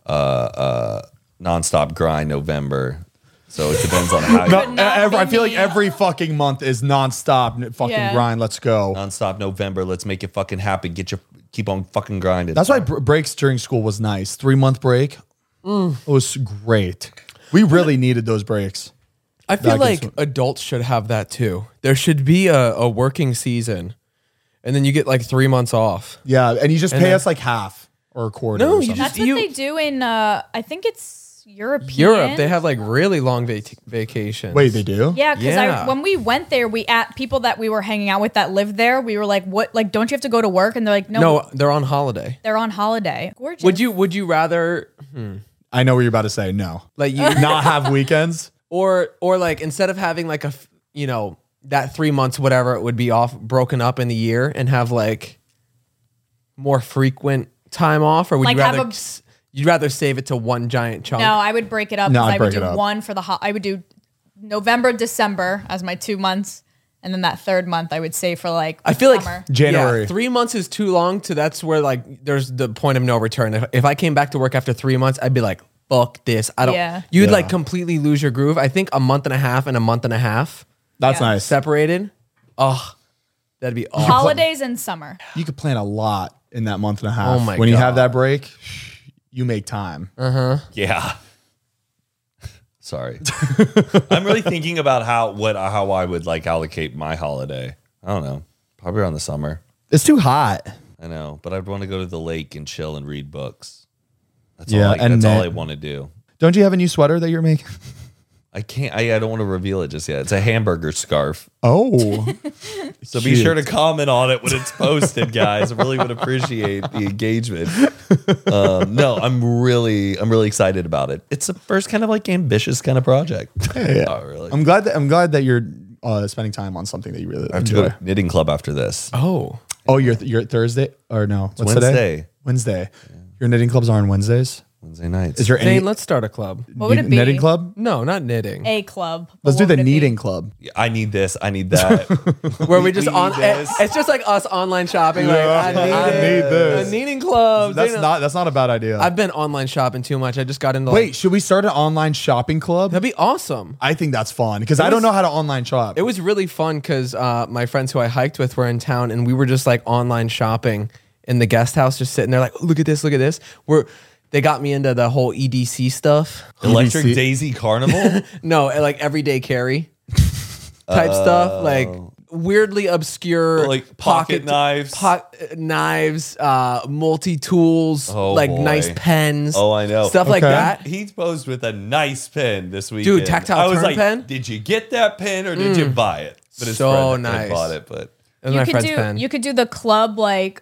[SPEAKER 4] uh uh nonstop grind november so it depends on how
[SPEAKER 2] No,
[SPEAKER 4] you
[SPEAKER 5] Could not
[SPEAKER 2] ev- I
[SPEAKER 5] be
[SPEAKER 2] feel like
[SPEAKER 5] me.
[SPEAKER 2] every fucking month is nonstop. n- Fucking
[SPEAKER 5] Yeah.
[SPEAKER 2] grind. Let's go.
[SPEAKER 4] nonstop november let's make it fucking happen get your keep on fucking grinding
[SPEAKER 2] That's why br- breaks during school was nice. Three month break.
[SPEAKER 5] Mm.
[SPEAKER 2] It was great. We really needed those breaks.
[SPEAKER 3] I feel
[SPEAKER 2] That
[SPEAKER 3] like
[SPEAKER 2] gives
[SPEAKER 3] adults should have that too. There should be a, a working season, and then you get like three months off.
[SPEAKER 2] Yeah, and you just
[SPEAKER 3] And
[SPEAKER 2] pay
[SPEAKER 3] then-
[SPEAKER 2] us like half or a quarter.
[SPEAKER 3] No,
[SPEAKER 2] or
[SPEAKER 3] you
[SPEAKER 2] something.
[SPEAKER 5] That's what
[SPEAKER 3] You-
[SPEAKER 5] they do in, uh, I think it's European.
[SPEAKER 3] Europe, they have like really long vac- vacations.
[SPEAKER 2] wait they do.
[SPEAKER 5] Yeah, because
[SPEAKER 3] Yeah.
[SPEAKER 5] I when we went there, we at people that we were hanging out with that lived there. We were like, "What? Like, don't you have to go to work?" And they're like, "No,
[SPEAKER 3] no, they're on holiday.
[SPEAKER 5] they're on holiday." Gorgeous.
[SPEAKER 3] Would you would you rather
[SPEAKER 2] I know what you're about to say. No,
[SPEAKER 3] like you
[SPEAKER 2] not have weekends.
[SPEAKER 3] or or like instead of having like a f- you know that three months whatever it would be off broken up in the year and have like more frequent time off, or would
[SPEAKER 5] Like,
[SPEAKER 3] you
[SPEAKER 5] have
[SPEAKER 3] rather
[SPEAKER 5] a-
[SPEAKER 3] s- you'd rather save it to one giant chunk?
[SPEAKER 5] No, I would break it up.
[SPEAKER 2] No, I'd
[SPEAKER 5] 'cause I would
[SPEAKER 2] break it
[SPEAKER 5] do
[SPEAKER 2] up.
[SPEAKER 5] one for the ho- I would do November, December as my two months, and then that third month I would say for like
[SPEAKER 3] I feel like
[SPEAKER 5] summer.
[SPEAKER 2] January.
[SPEAKER 3] three months is too long. To that's where like there's the point of no return. If, if I came back to work after three months, I'd be like, fuck this. I don't.
[SPEAKER 5] Yeah.
[SPEAKER 3] You'd like completely lose your groove. I think a month and a half and a month and a half
[SPEAKER 2] That's nice.
[SPEAKER 3] separated. Oh, that'd be awesome.
[SPEAKER 5] holidays and summer.
[SPEAKER 2] You could plan a lot in that month and a half.
[SPEAKER 3] Oh my
[SPEAKER 2] when you have
[SPEAKER 3] God.
[SPEAKER 2] that break, you make time.
[SPEAKER 4] Yeah. Sorry. I'm really thinking about how what how I would like allocate my holiday. I don't know. Probably around the summer.
[SPEAKER 2] It's too hot.
[SPEAKER 4] I know, but I'd want to go to the lake and chill and read books. That's
[SPEAKER 2] Yeah,
[SPEAKER 4] all I,
[SPEAKER 2] and
[SPEAKER 4] that's all
[SPEAKER 2] that-
[SPEAKER 4] I want to do.
[SPEAKER 2] Don't you have a new sweater that you're making?
[SPEAKER 4] I can't I, I don't want to reveal it just yet. It's a hamburger scarf.
[SPEAKER 2] Oh,
[SPEAKER 4] So be sure to comment on it when it's posted, guys. I really would appreciate the engagement. Um, no, I'm really I'm really excited about it. It's the first kind of like ambitious kind of project. Oh, really?
[SPEAKER 2] I'm glad that I'm glad that you're uh, spending time on something that you really
[SPEAKER 4] I have to
[SPEAKER 2] enjoy.
[SPEAKER 4] go to knitting club after this.
[SPEAKER 3] Oh,
[SPEAKER 2] Oh, you're you're Thursday or no? It's
[SPEAKER 4] Wednesday.
[SPEAKER 2] Wednesday. Your knitting clubs are on Wednesdays.
[SPEAKER 4] Wednesday nights.
[SPEAKER 2] Is there any
[SPEAKER 3] Zane, let's start a club.
[SPEAKER 5] What would it be?
[SPEAKER 2] knitting club?
[SPEAKER 3] No, not knitting.
[SPEAKER 5] A club. But
[SPEAKER 2] Let's do
[SPEAKER 5] what
[SPEAKER 2] the
[SPEAKER 5] would it be?
[SPEAKER 2] knitting club.
[SPEAKER 4] I need this. I need that.
[SPEAKER 3] Where we just
[SPEAKER 4] we
[SPEAKER 3] on.
[SPEAKER 4] need
[SPEAKER 3] it-
[SPEAKER 4] this.
[SPEAKER 3] it's just like us online shopping. like, I need,
[SPEAKER 2] I
[SPEAKER 3] it.
[SPEAKER 2] need this.
[SPEAKER 3] A knitting club.
[SPEAKER 2] That's
[SPEAKER 3] Zane,
[SPEAKER 2] not that's not a bad idea.
[SPEAKER 3] I've been online shopping too much. I just got into.
[SPEAKER 2] Wait,
[SPEAKER 3] like,
[SPEAKER 2] should we start an online shopping club?
[SPEAKER 3] that'd be awesome.
[SPEAKER 2] I think that's fun because I don't know how to online shop.
[SPEAKER 3] It was really fun because uh, my friends who I hiked with were in town, and we were just like online shopping in the guest house, just sitting there like, look at this, look at this. We're they got me into the whole EDC stuff.
[SPEAKER 4] Electric
[SPEAKER 2] EDC.
[SPEAKER 4] Daisy Carnival.
[SPEAKER 3] No, eh, like everyday carry type stuff, like weirdly obscure,
[SPEAKER 4] Oh. Like pocket knives.
[SPEAKER 3] po- knives, uh, multi tools,
[SPEAKER 4] Oh,
[SPEAKER 3] like
[SPEAKER 4] boy.
[SPEAKER 3] nice pens.
[SPEAKER 4] Oh, I know.
[SPEAKER 3] stuff like
[SPEAKER 2] Okay.
[SPEAKER 3] that.
[SPEAKER 4] he posed with a nice pen this weekend.
[SPEAKER 3] tactile
[SPEAKER 4] I was
[SPEAKER 3] turn
[SPEAKER 4] like,
[SPEAKER 3] pen?
[SPEAKER 4] Did you get that pen or did you
[SPEAKER 5] Mm.
[SPEAKER 4] buy it?
[SPEAKER 3] So
[SPEAKER 4] friend
[SPEAKER 3] nice.
[SPEAKER 4] Bought it, but
[SPEAKER 3] It was
[SPEAKER 5] You
[SPEAKER 3] my
[SPEAKER 5] could
[SPEAKER 3] friend's
[SPEAKER 5] do
[SPEAKER 3] pen.
[SPEAKER 5] you could do the club like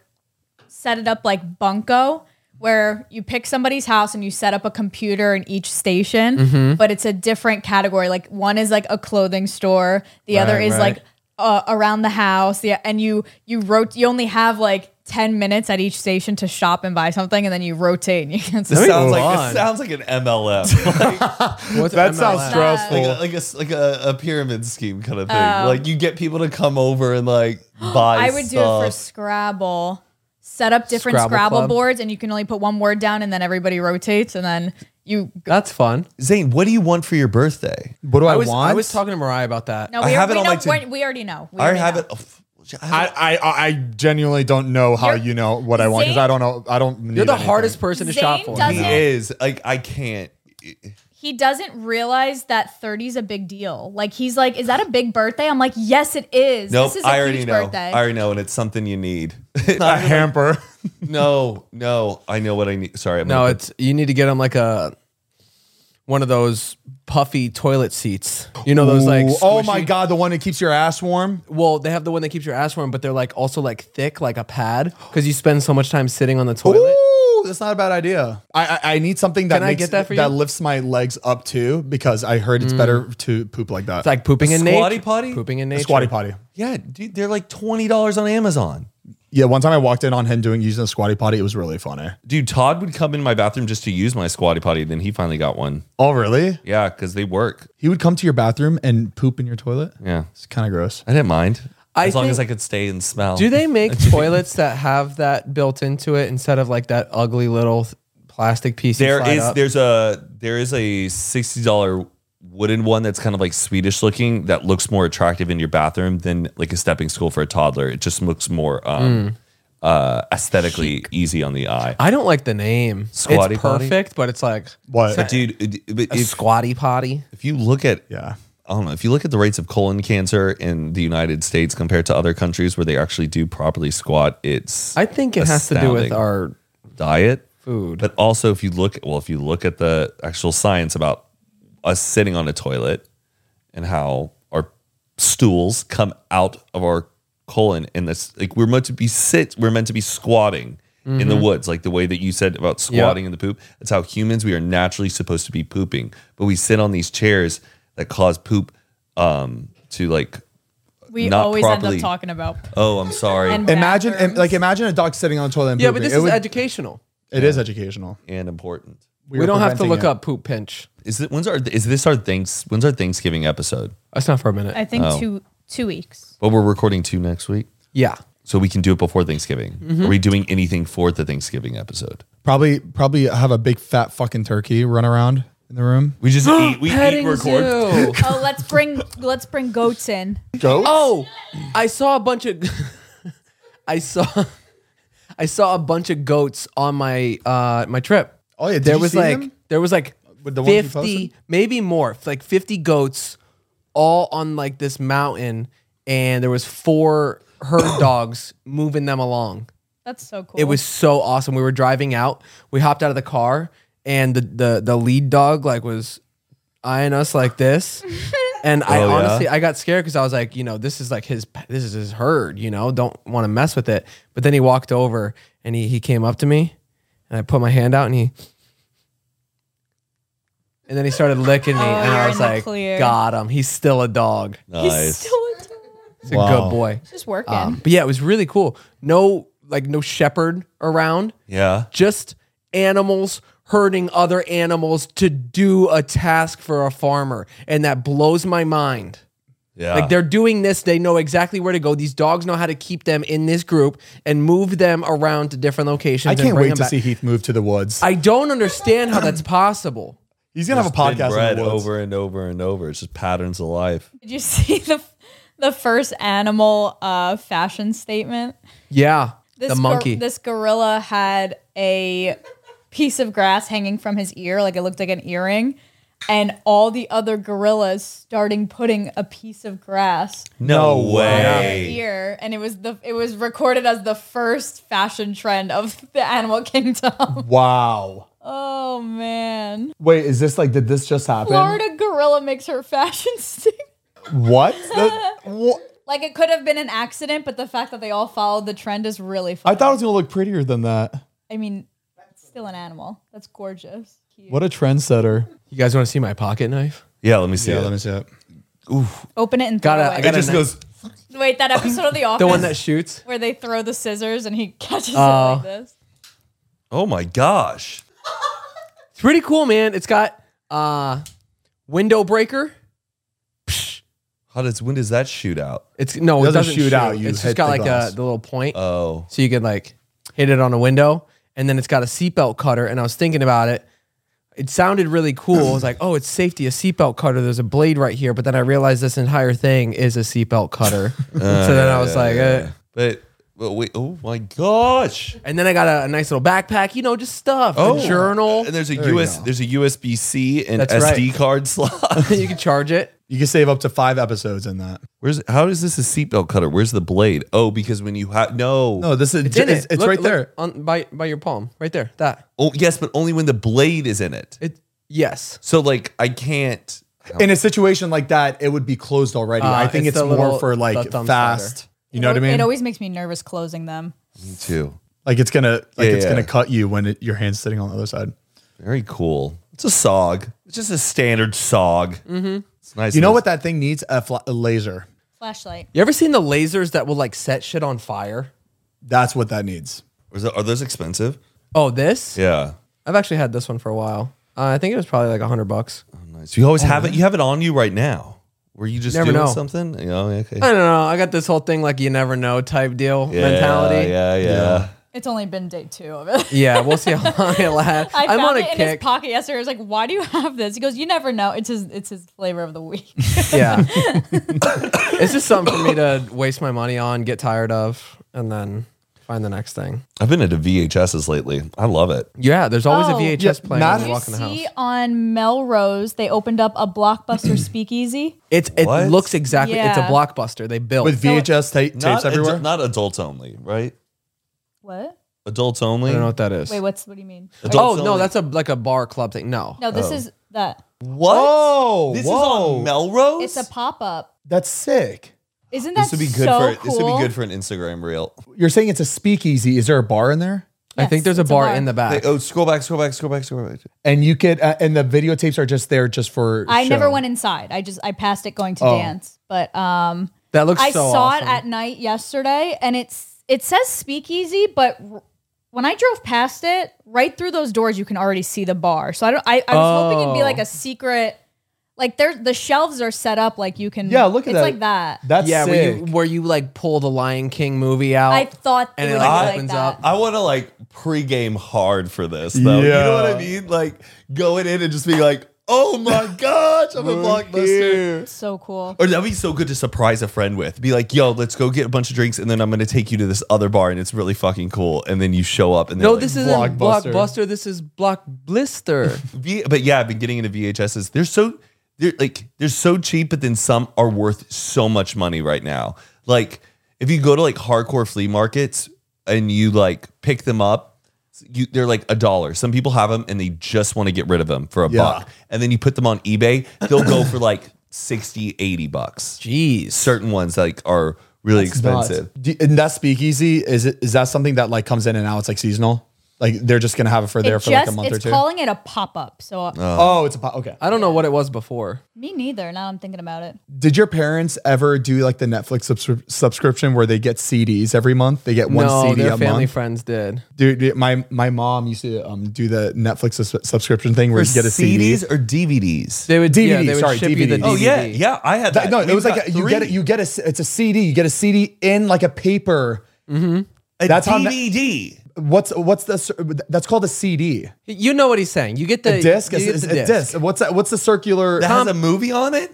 [SPEAKER 5] set it up like bunko where you pick somebody's house and you set up a computer in each station,
[SPEAKER 3] Mm-hmm.
[SPEAKER 5] but it's a different category. Like one is like a clothing store, the other
[SPEAKER 3] Right,
[SPEAKER 5] is
[SPEAKER 3] right.
[SPEAKER 5] like uh, around the house. Yeah, and you you wrote you only have like ten minutes at each station to shop and buy something, and then you rotate. And you can
[SPEAKER 4] This sounds
[SPEAKER 3] move
[SPEAKER 4] like
[SPEAKER 3] on.
[SPEAKER 4] this sounds like an MLM, like,
[SPEAKER 3] What's
[SPEAKER 2] That
[SPEAKER 3] MLM?
[SPEAKER 2] sounds stressful.
[SPEAKER 4] like a, like, a, like a, a pyramid scheme kind of thing. like you get people to come over and like buy.
[SPEAKER 5] Um, I would do it for
[SPEAKER 4] stuff.
[SPEAKER 5] Scrabble. Set up different
[SPEAKER 3] Scrabble
[SPEAKER 5] Scrabble,
[SPEAKER 3] club.
[SPEAKER 5] boards, and you can only put one word down, and then everybody rotates, and then you.
[SPEAKER 3] That's fun.
[SPEAKER 4] Zane, what do you want for your birthday?
[SPEAKER 2] what do I,
[SPEAKER 3] I was
[SPEAKER 2] want?
[SPEAKER 3] I was talking to Mariah about that.
[SPEAKER 5] No,
[SPEAKER 4] I
[SPEAKER 5] we,
[SPEAKER 4] have it
[SPEAKER 5] we
[SPEAKER 4] on
[SPEAKER 5] know,
[SPEAKER 4] my to-
[SPEAKER 5] we already know. We
[SPEAKER 4] I
[SPEAKER 5] already
[SPEAKER 4] have
[SPEAKER 5] know.
[SPEAKER 4] it. oh, f- I have it-
[SPEAKER 2] I, I I genuinely don't know how
[SPEAKER 5] You're-
[SPEAKER 2] you know what I want because I don't know. I don't.
[SPEAKER 3] You're the hardest person to
[SPEAKER 5] Zane
[SPEAKER 3] shop for.
[SPEAKER 5] doesn't-
[SPEAKER 4] he is like I can't.
[SPEAKER 5] he doesn't realize that 30 is a big deal. Like he's like, is that a big birthday? I'm like, yes, it is.
[SPEAKER 4] Nope,
[SPEAKER 5] this is a
[SPEAKER 4] I already
[SPEAKER 5] huge
[SPEAKER 4] know.
[SPEAKER 5] birthday.
[SPEAKER 4] I already know, and it's something you need.
[SPEAKER 2] A hamper.
[SPEAKER 4] no, no, I know what I need. Sorry, I'm
[SPEAKER 3] No,
[SPEAKER 4] gonna-
[SPEAKER 3] it's you need to get him like a one of those puffy toilet seats. You know those like
[SPEAKER 2] Ooh, oh my
[SPEAKER 3] squishy-
[SPEAKER 2] god, the one that keeps your ass warm.
[SPEAKER 3] Well, they have the one that keeps your ass warm, but they're like also like thick, like a pad, because you spend so much time sitting on the toilet.
[SPEAKER 2] Ooh, that's not a bad idea. I I, I need something that
[SPEAKER 3] Can I
[SPEAKER 2] makes
[SPEAKER 3] get that for you? Mm.
[SPEAKER 2] that lifts my legs up too because I heard it's better to poop like that.
[SPEAKER 3] It's like pooping in nature.
[SPEAKER 4] squatty potty?
[SPEAKER 3] Pooping in
[SPEAKER 2] a
[SPEAKER 3] nature.
[SPEAKER 2] squatty potty.
[SPEAKER 4] yeah, dude, they're like twenty dollars on Amazon.
[SPEAKER 2] Yeah, one time I walked in on him doing using a squatty potty. It was really funny.
[SPEAKER 4] Dude, Todd would come in my bathroom just to use my squatty potty. Then he finally got one.
[SPEAKER 2] Oh really?
[SPEAKER 4] Yeah, because they work.
[SPEAKER 2] He would come to your bathroom and poop in your toilet.
[SPEAKER 4] Yeah,
[SPEAKER 2] It's kind of gross.
[SPEAKER 4] I didn't mind
[SPEAKER 3] I
[SPEAKER 4] as long
[SPEAKER 3] think-
[SPEAKER 4] as I could stay and smell.
[SPEAKER 3] Do they make toilets that have that built into it instead of like that ugly little th- plastic piece? you
[SPEAKER 4] There
[SPEAKER 3] slide
[SPEAKER 4] is
[SPEAKER 3] up?
[SPEAKER 4] there's a there is a sixty dollar wooden one that's kind of like Swedish looking that looks more attractive in your bathroom than like a stepping stool for a toddler. It just looks more um,
[SPEAKER 3] Mm.
[SPEAKER 4] uh, aesthetically easy on the eye.
[SPEAKER 3] I don't like the name.
[SPEAKER 4] Squatty
[SPEAKER 3] it's
[SPEAKER 4] potty?
[SPEAKER 3] perfect, but it's like
[SPEAKER 2] What?
[SPEAKER 4] But dude, it- but
[SPEAKER 3] a
[SPEAKER 4] if,
[SPEAKER 3] squatty potty.
[SPEAKER 4] if you look at
[SPEAKER 2] yeah.
[SPEAKER 4] I don't know. If you look at the rates of colon cancer in the United States compared to other countries where they actually do properly squat, it's
[SPEAKER 3] I think it has to do with
[SPEAKER 4] astounding.
[SPEAKER 3] our
[SPEAKER 4] diet
[SPEAKER 3] Food.
[SPEAKER 4] But also, if you look, well, if you look at the actual science about us sitting on a toilet and how our stools come out of our colon, and this like we're meant to be sit, we're meant to be squatting in the woods, like the way that you said about squatting in the poop. That's how humans we are naturally supposed to be pooping, but we sit on these chairs that cause poop um, to like.
[SPEAKER 5] we
[SPEAKER 4] not
[SPEAKER 5] always
[SPEAKER 4] properly.
[SPEAKER 5] end up talking about.
[SPEAKER 4] Oh, I'm sorry.
[SPEAKER 5] And
[SPEAKER 4] And,
[SPEAKER 2] Imagine
[SPEAKER 5] bathrooms.
[SPEAKER 2] like imagine a dog sitting on a toilet. And
[SPEAKER 3] yeah, but
[SPEAKER 2] pooping.
[SPEAKER 3] this
[SPEAKER 2] It
[SPEAKER 3] is
[SPEAKER 2] would-
[SPEAKER 3] educational.
[SPEAKER 2] It is educational.
[SPEAKER 4] important.
[SPEAKER 3] We
[SPEAKER 2] were
[SPEAKER 3] don't have to
[SPEAKER 2] preventing
[SPEAKER 3] look
[SPEAKER 2] it.
[SPEAKER 3] up poop pinch.
[SPEAKER 4] Is it when's our is this our thanks when's our Thanksgiving episode?
[SPEAKER 3] That's not for a minute.
[SPEAKER 5] I think
[SPEAKER 4] Oh.
[SPEAKER 5] two two weeks.
[SPEAKER 4] But we're recording two next week.
[SPEAKER 3] yeah.
[SPEAKER 4] so we can do it before Thanksgiving. Are we doing anything for the Thanksgiving episode?
[SPEAKER 2] Probably probably have a big fat fucking turkey run around in the room.
[SPEAKER 4] We just eat, we eat,
[SPEAKER 3] Petting
[SPEAKER 4] record.
[SPEAKER 3] zoo.
[SPEAKER 5] Oh, let's bring let's bring goats in.
[SPEAKER 2] Goats?
[SPEAKER 3] Oh, I saw a bunch of I saw I saw a bunch of goats on my uh my trip.
[SPEAKER 2] Oh, yeah, did
[SPEAKER 3] there
[SPEAKER 2] you
[SPEAKER 3] was
[SPEAKER 2] see
[SPEAKER 3] like
[SPEAKER 2] them?
[SPEAKER 3] there was like
[SPEAKER 2] With the ones you
[SPEAKER 3] 50
[SPEAKER 2] posted?
[SPEAKER 3] maybe more, like 50 goats all on like this mountain and there was four herd dogs moving them along.
[SPEAKER 5] That's so cool.
[SPEAKER 3] It was so awesome. We were driving out. We hopped out of the car, and the the, the lead dog like was eyeing us like this. And I
[SPEAKER 4] Oh, yeah?
[SPEAKER 3] honestly, I got scared because I was like, you know, this is like his, this is his herd. You know, don't want to mess with it. But then he walked over and he he came up to me, and I put my hand out and he, and then he started licking me,
[SPEAKER 5] Oh,
[SPEAKER 3] and
[SPEAKER 5] you're
[SPEAKER 3] I
[SPEAKER 5] in
[SPEAKER 3] was
[SPEAKER 5] the
[SPEAKER 3] like,
[SPEAKER 5] clear.
[SPEAKER 3] got him. He's still a dog.
[SPEAKER 5] He's
[SPEAKER 4] Nice.
[SPEAKER 5] still a dog.
[SPEAKER 3] He's a
[SPEAKER 2] Wow.
[SPEAKER 3] good boy.
[SPEAKER 5] just working.
[SPEAKER 3] Um, but yeah, it was really cool. No like no shepherd around
[SPEAKER 4] yeah.
[SPEAKER 3] just animals herding other animals to do a task for a farmer and that blows my mind
[SPEAKER 4] Yeah.
[SPEAKER 3] like they're doing this they know exactly where to go these dogs know how to keep them in this group and move them around to different locations
[SPEAKER 2] I
[SPEAKER 3] and
[SPEAKER 2] can't
[SPEAKER 3] bring
[SPEAKER 2] wait
[SPEAKER 3] them
[SPEAKER 2] to
[SPEAKER 3] back.
[SPEAKER 2] see Heath move to the woods.
[SPEAKER 3] i don't understand how that's possible
[SPEAKER 2] He's gonna have a
[SPEAKER 4] Been
[SPEAKER 2] podcast in
[SPEAKER 4] bred
[SPEAKER 2] the woods.
[SPEAKER 4] over and over and over. It's just patterns of life.
[SPEAKER 5] Did you see the the first animal uh, fashion statement?
[SPEAKER 3] yeah the
[SPEAKER 5] gor-
[SPEAKER 3] monkey
[SPEAKER 5] this gorilla had a piece of grass hanging from his ear, like it looked like an earring. And all the other gorillas starting putting a piece of grass
[SPEAKER 4] No,
[SPEAKER 5] on their
[SPEAKER 4] way.
[SPEAKER 5] ear, and it was the it was recorded as the first fashion trend of the animal kingdom.
[SPEAKER 2] Wow.
[SPEAKER 5] oh man,
[SPEAKER 2] Wait, is this like did this just happen?
[SPEAKER 5] Florida gorilla makes her fashion statement.
[SPEAKER 2] What? The- wha-
[SPEAKER 5] Like it could have been an accident, but the fact that they all followed the trend is really funny.
[SPEAKER 2] I thought it was gonna look prettier than that.
[SPEAKER 5] I mean, still an animal. That's gorgeous. Cute.
[SPEAKER 2] What a trendsetter.
[SPEAKER 3] You guys want to see my pocket knife?
[SPEAKER 4] Yeah, let me see.
[SPEAKER 2] Yeah,
[SPEAKER 4] it.
[SPEAKER 2] let me see it.
[SPEAKER 5] Open it and throw
[SPEAKER 3] Got
[SPEAKER 5] it
[SPEAKER 3] a-
[SPEAKER 5] away.
[SPEAKER 3] I
[SPEAKER 4] It
[SPEAKER 3] got a
[SPEAKER 4] just
[SPEAKER 3] knife.
[SPEAKER 4] goes.
[SPEAKER 5] Wait, that episode of The Office
[SPEAKER 3] Um, The one that shoots.
[SPEAKER 5] where they throw the scissors and he catches
[SPEAKER 3] Oh.
[SPEAKER 5] it like this.
[SPEAKER 4] Oh my gosh.
[SPEAKER 3] It's pretty cool, man. It's got uh window breaker.
[SPEAKER 4] How does when does that shoot out?
[SPEAKER 3] It's no, it doesn't, shoot, out.
[SPEAKER 2] you
[SPEAKER 3] it's
[SPEAKER 2] hit
[SPEAKER 3] just got
[SPEAKER 2] the
[SPEAKER 3] like a,
[SPEAKER 2] glass.
[SPEAKER 3] the little point,
[SPEAKER 4] Oh,
[SPEAKER 3] so you could like hit it on a window, and then it's got a seatbelt cutter. And I was thinking about it. It sounded really cool. I was like, oh, it's safety, a seatbelt cutter. There's a blade right here, but then I realized this entire thing is a seatbelt cutter. so then I was like, eh.
[SPEAKER 4] but but wait. Oh my gosh.
[SPEAKER 3] and then I got a, a nice little backpack, you know, just stuff,
[SPEAKER 4] Oh,
[SPEAKER 3] a journal.
[SPEAKER 4] And there's a US. There's a USB C and
[SPEAKER 3] That's
[SPEAKER 4] SD
[SPEAKER 3] right.
[SPEAKER 4] card slot.
[SPEAKER 3] you can charge it.
[SPEAKER 2] You can save up to five episodes in that.
[SPEAKER 4] Where's how is this a seatbelt cutter? Where's the blade? Oh, because when you have no.
[SPEAKER 2] No, this is
[SPEAKER 3] It's,
[SPEAKER 2] it's,
[SPEAKER 3] in
[SPEAKER 2] it's,
[SPEAKER 3] it. Look-
[SPEAKER 2] right
[SPEAKER 3] look
[SPEAKER 2] there.
[SPEAKER 3] on by by your palm, right there. That
[SPEAKER 4] Oh yes, but only when the blade is in it.
[SPEAKER 3] it. Yes.
[SPEAKER 4] So like I can't.
[SPEAKER 2] In a situation like that, it would be closed already.
[SPEAKER 3] Uh,
[SPEAKER 2] I think
[SPEAKER 3] it's
[SPEAKER 2] it's,
[SPEAKER 3] the
[SPEAKER 2] more
[SPEAKER 3] little-
[SPEAKER 2] for
[SPEAKER 3] the
[SPEAKER 2] like
[SPEAKER 3] thumb
[SPEAKER 2] fast.
[SPEAKER 3] slider.
[SPEAKER 2] You know
[SPEAKER 5] it,
[SPEAKER 2] what I
[SPEAKER 5] al-
[SPEAKER 2] mean?
[SPEAKER 5] It always makes me nervous closing them.
[SPEAKER 4] Me too.
[SPEAKER 2] like it's gonna like
[SPEAKER 4] Yeah,
[SPEAKER 2] it's
[SPEAKER 4] yeah.
[SPEAKER 2] gonna cut you when it, your hand's sitting on the other side.
[SPEAKER 4] Very cool. It's a SOG. It's just a standard SOG. Mm-hmm. It's nice.
[SPEAKER 2] You know
[SPEAKER 4] It's-
[SPEAKER 2] what that thing needs? A, fla- a laser.
[SPEAKER 5] Flashlight.
[SPEAKER 3] You ever seen the lasers that will like set shit on fire?
[SPEAKER 2] That's what that needs.
[SPEAKER 4] Is that- are those expensive?
[SPEAKER 3] Oh, this?
[SPEAKER 4] Yeah.
[SPEAKER 3] I've actually had this one for a while. Uh, I think it was probably like a hundred bucks.
[SPEAKER 4] Nice. You always have it. You have it on you right now. Were you just
[SPEAKER 3] Never
[SPEAKER 4] doing
[SPEAKER 3] know.
[SPEAKER 4] something? You know, okay.
[SPEAKER 3] I don't know. I got this whole thing like you never know type deal
[SPEAKER 4] Yeah,
[SPEAKER 3] mentality. Yeah.
[SPEAKER 4] Yeah, yeah.
[SPEAKER 5] It's only been day two of it.
[SPEAKER 3] we'll see how long it lasts.
[SPEAKER 5] I
[SPEAKER 3] I'm
[SPEAKER 5] found
[SPEAKER 3] on a
[SPEAKER 5] it in his
[SPEAKER 3] kick.
[SPEAKER 5] pocket yesterday. I was like, "Why do you have this?" He goes, "You never know. It's his. It's his flavor of the week."
[SPEAKER 3] yeah, it's just something for me to waste my money on, get tired of, and then find the next thing.
[SPEAKER 4] I've been into VHSs lately. I love it.
[SPEAKER 3] Yeah, there's always
[SPEAKER 5] Oh.
[SPEAKER 3] a VHS
[SPEAKER 2] Yeah,
[SPEAKER 3] player when
[SPEAKER 2] Matt-
[SPEAKER 3] you
[SPEAKER 5] you
[SPEAKER 3] walk in the house.
[SPEAKER 5] see on Melrose, they opened up a blockbuster speakeasy.
[SPEAKER 3] It's it
[SPEAKER 4] What?
[SPEAKER 3] looks exactly. It's a
[SPEAKER 5] Yeah.
[SPEAKER 3] blockbuster they built.
[SPEAKER 2] With VHS ta- tapes
[SPEAKER 4] Not adu-
[SPEAKER 2] everywhere.
[SPEAKER 4] not adults only, right?
[SPEAKER 5] What?
[SPEAKER 4] Adults only.
[SPEAKER 3] I don't know what that is.
[SPEAKER 5] Wait, what's what do you mean?
[SPEAKER 4] Adults
[SPEAKER 3] oh no,
[SPEAKER 4] only.
[SPEAKER 3] that's a like a bar club thing. No,
[SPEAKER 5] No, this is that.
[SPEAKER 4] what?
[SPEAKER 2] Oh,
[SPEAKER 4] this is
[SPEAKER 2] whoa.
[SPEAKER 4] on Melrose.
[SPEAKER 5] It's a pop up.
[SPEAKER 2] That's sick.
[SPEAKER 5] Isn't that
[SPEAKER 4] this would be good
[SPEAKER 5] so
[SPEAKER 4] for
[SPEAKER 5] cool?
[SPEAKER 4] this would be good for an Instagram reel.
[SPEAKER 2] You're saying it's a speakeasy. Is there a bar in there?
[SPEAKER 3] I think
[SPEAKER 5] Yes,
[SPEAKER 3] there's a
[SPEAKER 5] it's
[SPEAKER 3] bar, in the
[SPEAKER 4] Hey,
[SPEAKER 3] back.
[SPEAKER 4] oh, scroll back, scroll back, scroll back, scroll back.
[SPEAKER 2] And you could uh, and the videotapes are just there just for.
[SPEAKER 5] I never
[SPEAKER 2] show.
[SPEAKER 5] went inside. I just I passed it going
[SPEAKER 3] Oh.
[SPEAKER 5] to dance, but um,
[SPEAKER 3] that looks.
[SPEAKER 5] I
[SPEAKER 3] so
[SPEAKER 5] saw
[SPEAKER 3] awesome.
[SPEAKER 5] it at night yesterday, and it's it says speakeasy, but r- when I drove past it, right through those doors, you can already see the bar. So I don't. I, I was hoping it'd be
[SPEAKER 3] Oh.
[SPEAKER 5] like a secret. Like there, the shelves are set up like you can.
[SPEAKER 2] Yeah, look at
[SPEAKER 5] it's
[SPEAKER 2] that.
[SPEAKER 5] like that.
[SPEAKER 2] That's
[SPEAKER 3] yeah,
[SPEAKER 2] yeah.
[SPEAKER 3] where you where you like pull the Lion King movie out.
[SPEAKER 5] I thought
[SPEAKER 3] And
[SPEAKER 5] it
[SPEAKER 3] it,
[SPEAKER 5] would
[SPEAKER 3] like,
[SPEAKER 5] be like
[SPEAKER 3] opens
[SPEAKER 5] that.
[SPEAKER 3] up.
[SPEAKER 4] I want to like pregame hard for this though. You know what I
[SPEAKER 2] Yeah.
[SPEAKER 4] mean? Like going in and just being like, "Oh my gosh, I'm a blockbuster."
[SPEAKER 5] So cool.
[SPEAKER 4] Or that'd be so good to surprise a friend with. Be like, "Yo, let's go get a bunch of drinks, and then I'm gonna take you to this other bar, and it's really fucking cool." And then you show up, and they're
[SPEAKER 3] no,
[SPEAKER 4] like,
[SPEAKER 3] this isn't
[SPEAKER 2] Blockbuster.
[SPEAKER 3] blockbuster. This is block blister.
[SPEAKER 4] V- but yeah, I've been getting into VHSs. They're so they're like they're so cheap, but then some are worth so much money right now. Like if you go to like hardcore flea markets and you like pick them up, you they're like a dollar. Some people have them and they just want to get rid of them for a
[SPEAKER 2] Yeah.
[SPEAKER 4] buck. And then you put them on eBay, they'll go for like 60, 80 bucks.
[SPEAKER 3] Jeez.
[SPEAKER 4] Certain ones like are really expensive.
[SPEAKER 2] Do- And that speakeasy is it? Is that something that like comes in and out? It's like seasonal. Like they're just gonna have it for
[SPEAKER 5] It
[SPEAKER 2] there
[SPEAKER 5] just
[SPEAKER 2] for like a month or
[SPEAKER 5] it's
[SPEAKER 2] two.
[SPEAKER 5] calling it a pop up. So uh,
[SPEAKER 2] oh, it's a pot. Okay.
[SPEAKER 3] I don't know what it was before.
[SPEAKER 5] me neither. Now I'm thinking about it.
[SPEAKER 2] Did your parents ever do like the Netflix subscri- subscription where they get CDs every month? They get one
[SPEAKER 3] no,
[SPEAKER 2] CD
[SPEAKER 3] their
[SPEAKER 2] a
[SPEAKER 3] family
[SPEAKER 2] month.
[SPEAKER 3] friends did.
[SPEAKER 2] Dude, dude, my my mom used to um, do the Netflix sus- subscription thing where you get a CD.
[SPEAKER 4] CDs or DVDs?
[SPEAKER 3] They would yeah,
[SPEAKER 2] DVD,
[SPEAKER 3] they would
[SPEAKER 2] sorry,
[SPEAKER 3] ship you the
[SPEAKER 2] DVD.
[SPEAKER 4] oh yeah,
[SPEAKER 3] DVD.
[SPEAKER 4] yeah. I had
[SPEAKER 2] That-
[SPEAKER 4] that.
[SPEAKER 2] no, it
[SPEAKER 4] We've
[SPEAKER 2] was like
[SPEAKER 4] got
[SPEAKER 2] a, you get it.
[SPEAKER 4] three.
[SPEAKER 2] You get a. It's a CD. You get a CD in like a paper.
[SPEAKER 4] a
[SPEAKER 2] that's how ne-
[SPEAKER 4] DVD.
[SPEAKER 2] What's what's the cir- that's called a CD.
[SPEAKER 3] You know what he's saying. You get the
[SPEAKER 2] A disc.
[SPEAKER 3] you
[SPEAKER 2] Is,
[SPEAKER 3] get
[SPEAKER 2] is
[SPEAKER 3] the
[SPEAKER 2] a disc. What's that, what's the circular?
[SPEAKER 4] that has a movie on it?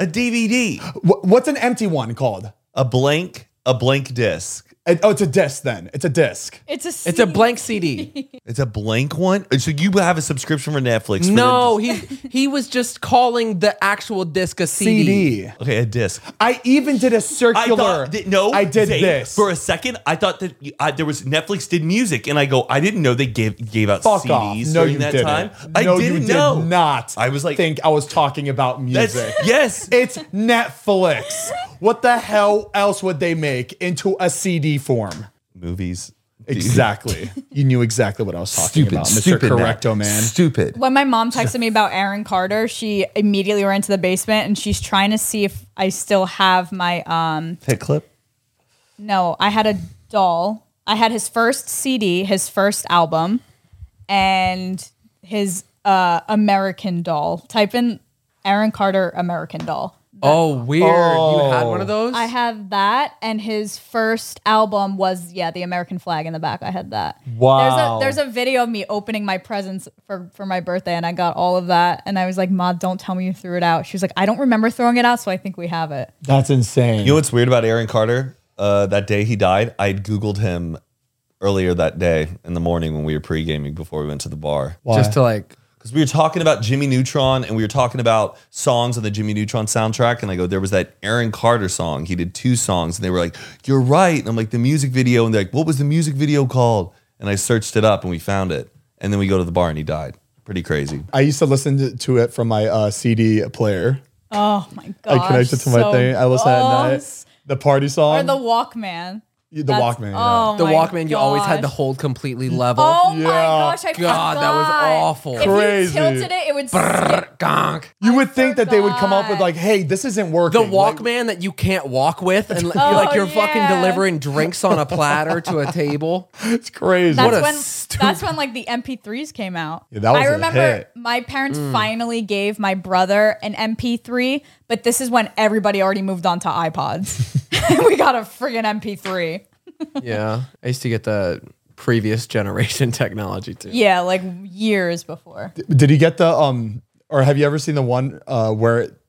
[SPEAKER 4] A DVD.
[SPEAKER 2] wh- what's an empty one called?
[SPEAKER 4] A blank, a blank disc.
[SPEAKER 2] It- oh, it's a disc. Then it's a disc.
[SPEAKER 5] It's a.
[SPEAKER 3] It's a
[SPEAKER 5] CD.
[SPEAKER 3] blank CD.
[SPEAKER 4] It's a blank one. So you have a subscription for Netflix. For
[SPEAKER 3] no,
[SPEAKER 4] the
[SPEAKER 3] he he was just calling the actual disc a CD.
[SPEAKER 2] CD.
[SPEAKER 4] disc. okay, a disc.
[SPEAKER 2] I even did a circular.
[SPEAKER 4] I thought that, no,
[SPEAKER 2] I did
[SPEAKER 4] they-
[SPEAKER 2] this.
[SPEAKER 4] for a second. I thought that you- I, there was Netflix did music, and I go, I didn't know they gave gave out
[SPEAKER 2] Fuck
[SPEAKER 4] CDs
[SPEAKER 2] off. No,
[SPEAKER 4] during
[SPEAKER 2] you
[SPEAKER 4] that
[SPEAKER 2] didn't.
[SPEAKER 4] time. I
[SPEAKER 2] no,
[SPEAKER 4] didn't
[SPEAKER 2] you
[SPEAKER 4] know.
[SPEAKER 2] did not.
[SPEAKER 4] I was like-
[SPEAKER 2] think I was talking about
[SPEAKER 4] That's
[SPEAKER 2] music.
[SPEAKER 4] yes.
[SPEAKER 2] it's Netflix. What the hell else would they make into a CD form?
[SPEAKER 4] Movies.
[SPEAKER 2] Exactly. you knew exactly what I was talking
[SPEAKER 4] Stupid,
[SPEAKER 2] about, Mr.
[SPEAKER 4] stupid. Matt.
[SPEAKER 2] Correcto Man.
[SPEAKER 4] Stupid.
[SPEAKER 5] When my mom texted me about Aaron Carter, she immediately ran to the basement and she's trying to see if I still have my um
[SPEAKER 4] Hit clip.
[SPEAKER 5] no, I had a doll. I had his first CD, his first album, and his uh American doll. Type in Aaron Carter American doll.
[SPEAKER 3] Oh, weird. You had one of those?
[SPEAKER 5] Oh. I have that, and his first album was yeah, the American flag in the back. I had that.
[SPEAKER 2] Wow.
[SPEAKER 5] There's a there's a video of me opening my presents for for my birthday, and I got all of that, and I was like, "Ma, don't tell me you threw it out." She was like, "I don't remember throwing it out, so I think we have it."
[SPEAKER 2] That's insane.
[SPEAKER 4] You know what's weird about Aaron Carter? Uh, that day he died, I had Googled him earlier that day in the morning when we were pre gaming before we went to the bar.
[SPEAKER 3] Just to like,
[SPEAKER 4] Because we were talking about Jimmy Neutron and we were talking about songs on the Jimmy Neutron soundtrack. And I go, there was that Aaron Carter song. He did two songs. And they were like, you're right. And I'm like, the music video. And they're like, what was the music video called? And I searched it up and we found it. And then we go to the bar and he died. Pretty crazy.
[SPEAKER 2] I used to listen to, to it from my uh, CD player.
[SPEAKER 5] Oh my god!
[SPEAKER 2] I connected to my thing. I listen at night. The party song.
[SPEAKER 5] Or the Walkman.
[SPEAKER 2] the
[SPEAKER 5] That's-
[SPEAKER 2] Walkman. yeah.
[SPEAKER 5] Oh,
[SPEAKER 3] the
[SPEAKER 5] my
[SPEAKER 3] Walkman, you always had to
[SPEAKER 5] gosh.
[SPEAKER 3] hold completely level.
[SPEAKER 5] Oh my
[SPEAKER 2] Yeah.
[SPEAKER 5] gosh! I
[SPEAKER 3] God,
[SPEAKER 5] forgot.
[SPEAKER 3] that was awful.
[SPEAKER 5] If
[SPEAKER 2] Crazy.
[SPEAKER 5] you tilted it, it would. skip.
[SPEAKER 3] Gonk.
[SPEAKER 2] You would think that they would come up with
[SPEAKER 5] forgot.
[SPEAKER 2] like, "Hey, this isn't working."
[SPEAKER 3] The
[SPEAKER 2] Like,
[SPEAKER 3] Walkman that you can't walk with, and like, you're, like, you're fucking
[SPEAKER 5] Oh, yeah.
[SPEAKER 3] delivering drinks on a platter to a table.
[SPEAKER 2] it's crazy.
[SPEAKER 5] That's
[SPEAKER 3] What a
[SPEAKER 5] when
[SPEAKER 3] stupid-
[SPEAKER 5] that's when like the MP3s came out.
[SPEAKER 2] Yeah, that was
[SPEAKER 5] I
[SPEAKER 2] a
[SPEAKER 5] remember
[SPEAKER 2] hit. Mm.
[SPEAKER 5] my parents finally gave my brother an MP3, but this is when everybody already moved on to iPods. we got a friggin' MP3.
[SPEAKER 3] Yeah, I used to get the previous generation technology too.
[SPEAKER 5] Yeah, like years before.
[SPEAKER 2] Did you get the um? Or have you ever seen the one uh, where it,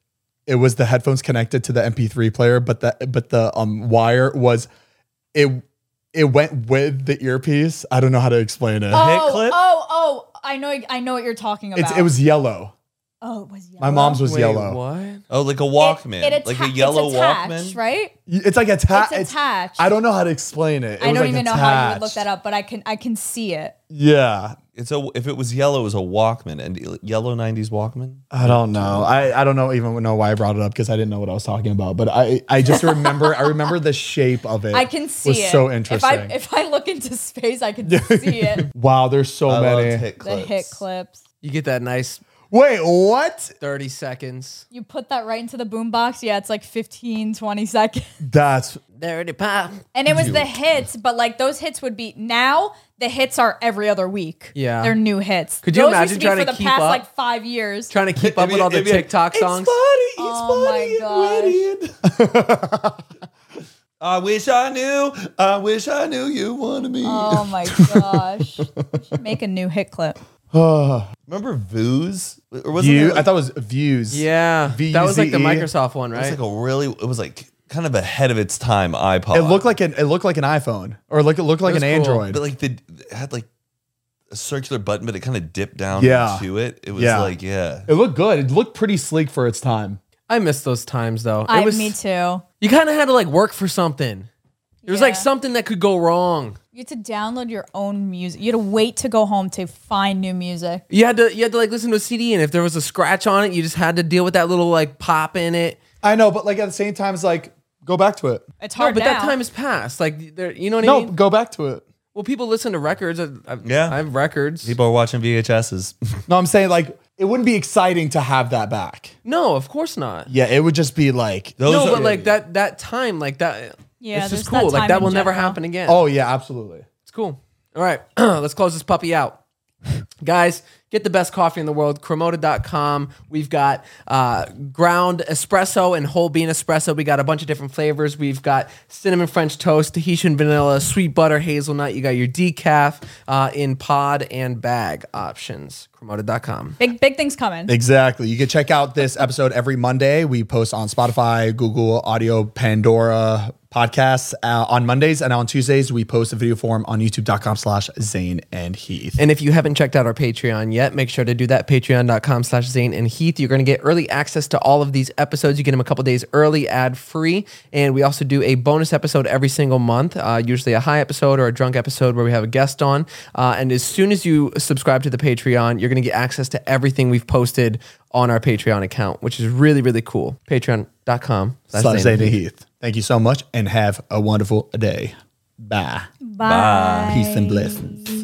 [SPEAKER 2] it was the headphones connected to the MP3 player, but the but the um wire was it it went with the earpiece. I don't know how to explain it.
[SPEAKER 5] Oh,
[SPEAKER 4] clip?
[SPEAKER 5] oh, oh! I know, I know what you're talking about.
[SPEAKER 2] It's it was yellow.
[SPEAKER 5] Oh, it was yellow.
[SPEAKER 2] My mom's was
[SPEAKER 3] Wait,
[SPEAKER 2] yellow.
[SPEAKER 3] What?
[SPEAKER 4] Oh, like a
[SPEAKER 5] It-
[SPEAKER 4] Walkman.
[SPEAKER 5] it
[SPEAKER 4] like
[SPEAKER 5] atta-
[SPEAKER 4] a yellow
[SPEAKER 5] it's attached,
[SPEAKER 4] Walkman.
[SPEAKER 5] right?
[SPEAKER 2] It's like attached.
[SPEAKER 5] It's attached.
[SPEAKER 2] I don't know how to explain it. It
[SPEAKER 5] I
[SPEAKER 2] was,
[SPEAKER 5] don't
[SPEAKER 2] like,
[SPEAKER 5] even know how you would look
[SPEAKER 2] attached.
[SPEAKER 5] that up, but I can, I can see it.
[SPEAKER 2] Yeah,
[SPEAKER 4] It's a if it was yellow, it was a Walkman and yellow '90s Walkman.
[SPEAKER 2] I don't know. I, I don't know even know why I brought it up because I didn't know what I was talking about. But I, I just remember I remember the shape of it.
[SPEAKER 5] I can see
[SPEAKER 2] was
[SPEAKER 5] it.
[SPEAKER 2] so
[SPEAKER 5] If
[SPEAKER 2] interesting.
[SPEAKER 5] I, if I look into space, I can see it.
[SPEAKER 2] wow, there's so
[SPEAKER 4] I loved
[SPEAKER 2] many.
[SPEAKER 4] hit
[SPEAKER 5] The
[SPEAKER 4] clips.
[SPEAKER 5] hit clips.
[SPEAKER 3] You get that nice
[SPEAKER 2] Wait, what?
[SPEAKER 3] 30 seconds.
[SPEAKER 5] You put that right into the boombox. Yeah, it's like 15, 20 seconds.
[SPEAKER 2] That's
[SPEAKER 3] 30 pop.
[SPEAKER 5] And it was the hits, but like those hits would be now the hits are every other week.
[SPEAKER 3] Yeah.
[SPEAKER 5] They're new hits.
[SPEAKER 3] Could you
[SPEAKER 5] those
[SPEAKER 3] imagine
[SPEAKER 5] used to
[SPEAKER 3] trying
[SPEAKER 5] be for
[SPEAKER 3] to
[SPEAKER 5] the
[SPEAKER 3] keep
[SPEAKER 5] past
[SPEAKER 3] up?
[SPEAKER 5] like five years?
[SPEAKER 3] Trying to keep up with all the
[SPEAKER 4] It'd be-
[SPEAKER 3] TikTok songs.
[SPEAKER 2] It's funny. It's
[SPEAKER 5] Oh my
[SPEAKER 2] funny. My gosh.
[SPEAKER 4] I wish I knew. I wish I knew you wanted me.
[SPEAKER 5] Oh my gosh. We should Make a new hit clip.
[SPEAKER 4] Remember Vooz? Or wasn't
[SPEAKER 2] View.
[SPEAKER 4] it like,
[SPEAKER 2] I thought it was views.
[SPEAKER 3] Yeah. That was E. like the
[SPEAKER 2] VUZE.
[SPEAKER 3] Microsoft one,
[SPEAKER 4] it was
[SPEAKER 3] right?
[SPEAKER 4] like a really? It was like kind of ahead of its time iPod.
[SPEAKER 2] It looked like an it looked like an iPhone or like it looked like
[SPEAKER 3] was
[SPEAKER 2] an
[SPEAKER 3] cool.
[SPEAKER 2] Android.
[SPEAKER 4] but like the it had like a circular button, but it kind of dipped down
[SPEAKER 2] Yeah.
[SPEAKER 4] to it. It was
[SPEAKER 2] Yeah.
[SPEAKER 4] like yeah.
[SPEAKER 2] it looked good. It looked pretty sleek for its time.
[SPEAKER 3] I miss those times though. It
[SPEAKER 5] I,
[SPEAKER 3] was,
[SPEAKER 5] me too.
[SPEAKER 3] You kind of had to like work for something. It was like
[SPEAKER 5] Yeah.
[SPEAKER 3] something that could go wrong.
[SPEAKER 5] You had to download your own music. You had to wait to go home to find new music.
[SPEAKER 3] You had to you had to like listen to a CD, and if there was a scratch on it, you just had to deal with that little like pop in it.
[SPEAKER 2] I know, but like at the same time, it's like go back to it.
[SPEAKER 5] It's
[SPEAKER 3] No,
[SPEAKER 5] hard
[SPEAKER 3] but that
[SPEAKER 5] now.
[SPEAKER 3] time is past. Like there, you know what I
[SPEAKER 2] No,
[SPEAKER 3] mean?
[SPEAKER 2] go back to it.
[SPEAKER 3] Well, people listen to records. I, I,
[SPEAKER 4] Yeah.
[SPEAKER 3] I have records.
[SPEAKER 4] People are watching VHSs.
[SPEAKER 2] No, I'm saying like it wouldn't be exciting to have that back.
[SPEAKER 3] No, of course not.
[SPEAKER 2] Yeah, it would just be like,
[SPEAKER 4] Those
[SPEAKER 3] no,
[SPEAKER 4] are-
[SPEAKER 3] but like that that time, like that.
[SPEAKER 5] Yeah,
[SPEAKER 3] it's
[SPEAKER 5] there's
[SPEAKER 3] just
[SPEAKER 5] that
[SPEAKER 3] cool. like
[SPEAKER 5] time
[SPEAKER 3] that
[SPEAKER 5] in
[SPEAKER 3] will never
[SPEAKER 5] general.
[SPEAKER 3] happen again.
[SPEAKER 2] oh yeah, absolutely.
[SPEAKER 3] It's cool. All right, let's close this puppy out. Guys, get the best coffee in the world, Cremota.com. We've got uh, ground espresso and whole bean espresso. We got a bunch of different flavors. We've got cinnamon French toast, Tahitian vanilla, sweet butter, hazelnut. You got your decaf uh, in pod and bag options. Cremota.com.
[SPEAKER 5] Big big things coming.
[SPEAKER 2] Exactly. You can check out this episode every Monday. We post on Spotify, Google Audio, Pandora podcasts uh, on Mondays, and on Tuesdays we post a video form on YouTube.com/Zane slash Zane and Heath.
[SPEAKER 3] And if you haven't checked out our Patreon yet, make sure to do that. Patreon.com slash Zane and Heath. You're going to get early access to all of these episodes. You get them a couple days early, ad free. And we also do a bonus episode every single month, uh, usually a high episode or a drunk episode where we have a guest on. Uh, and as soon as you subscribe to the Patreon, you're going to get access to everything we've posted on our Patreon account, which is really, really cool. Patreon.com
[SPEAKER 2] Slash Zane and Heath. Thank you so much, and have a wonderful day. Bye.
[SPEAKER 5] Bye.
[SPEAKER 2] Peace and blessings.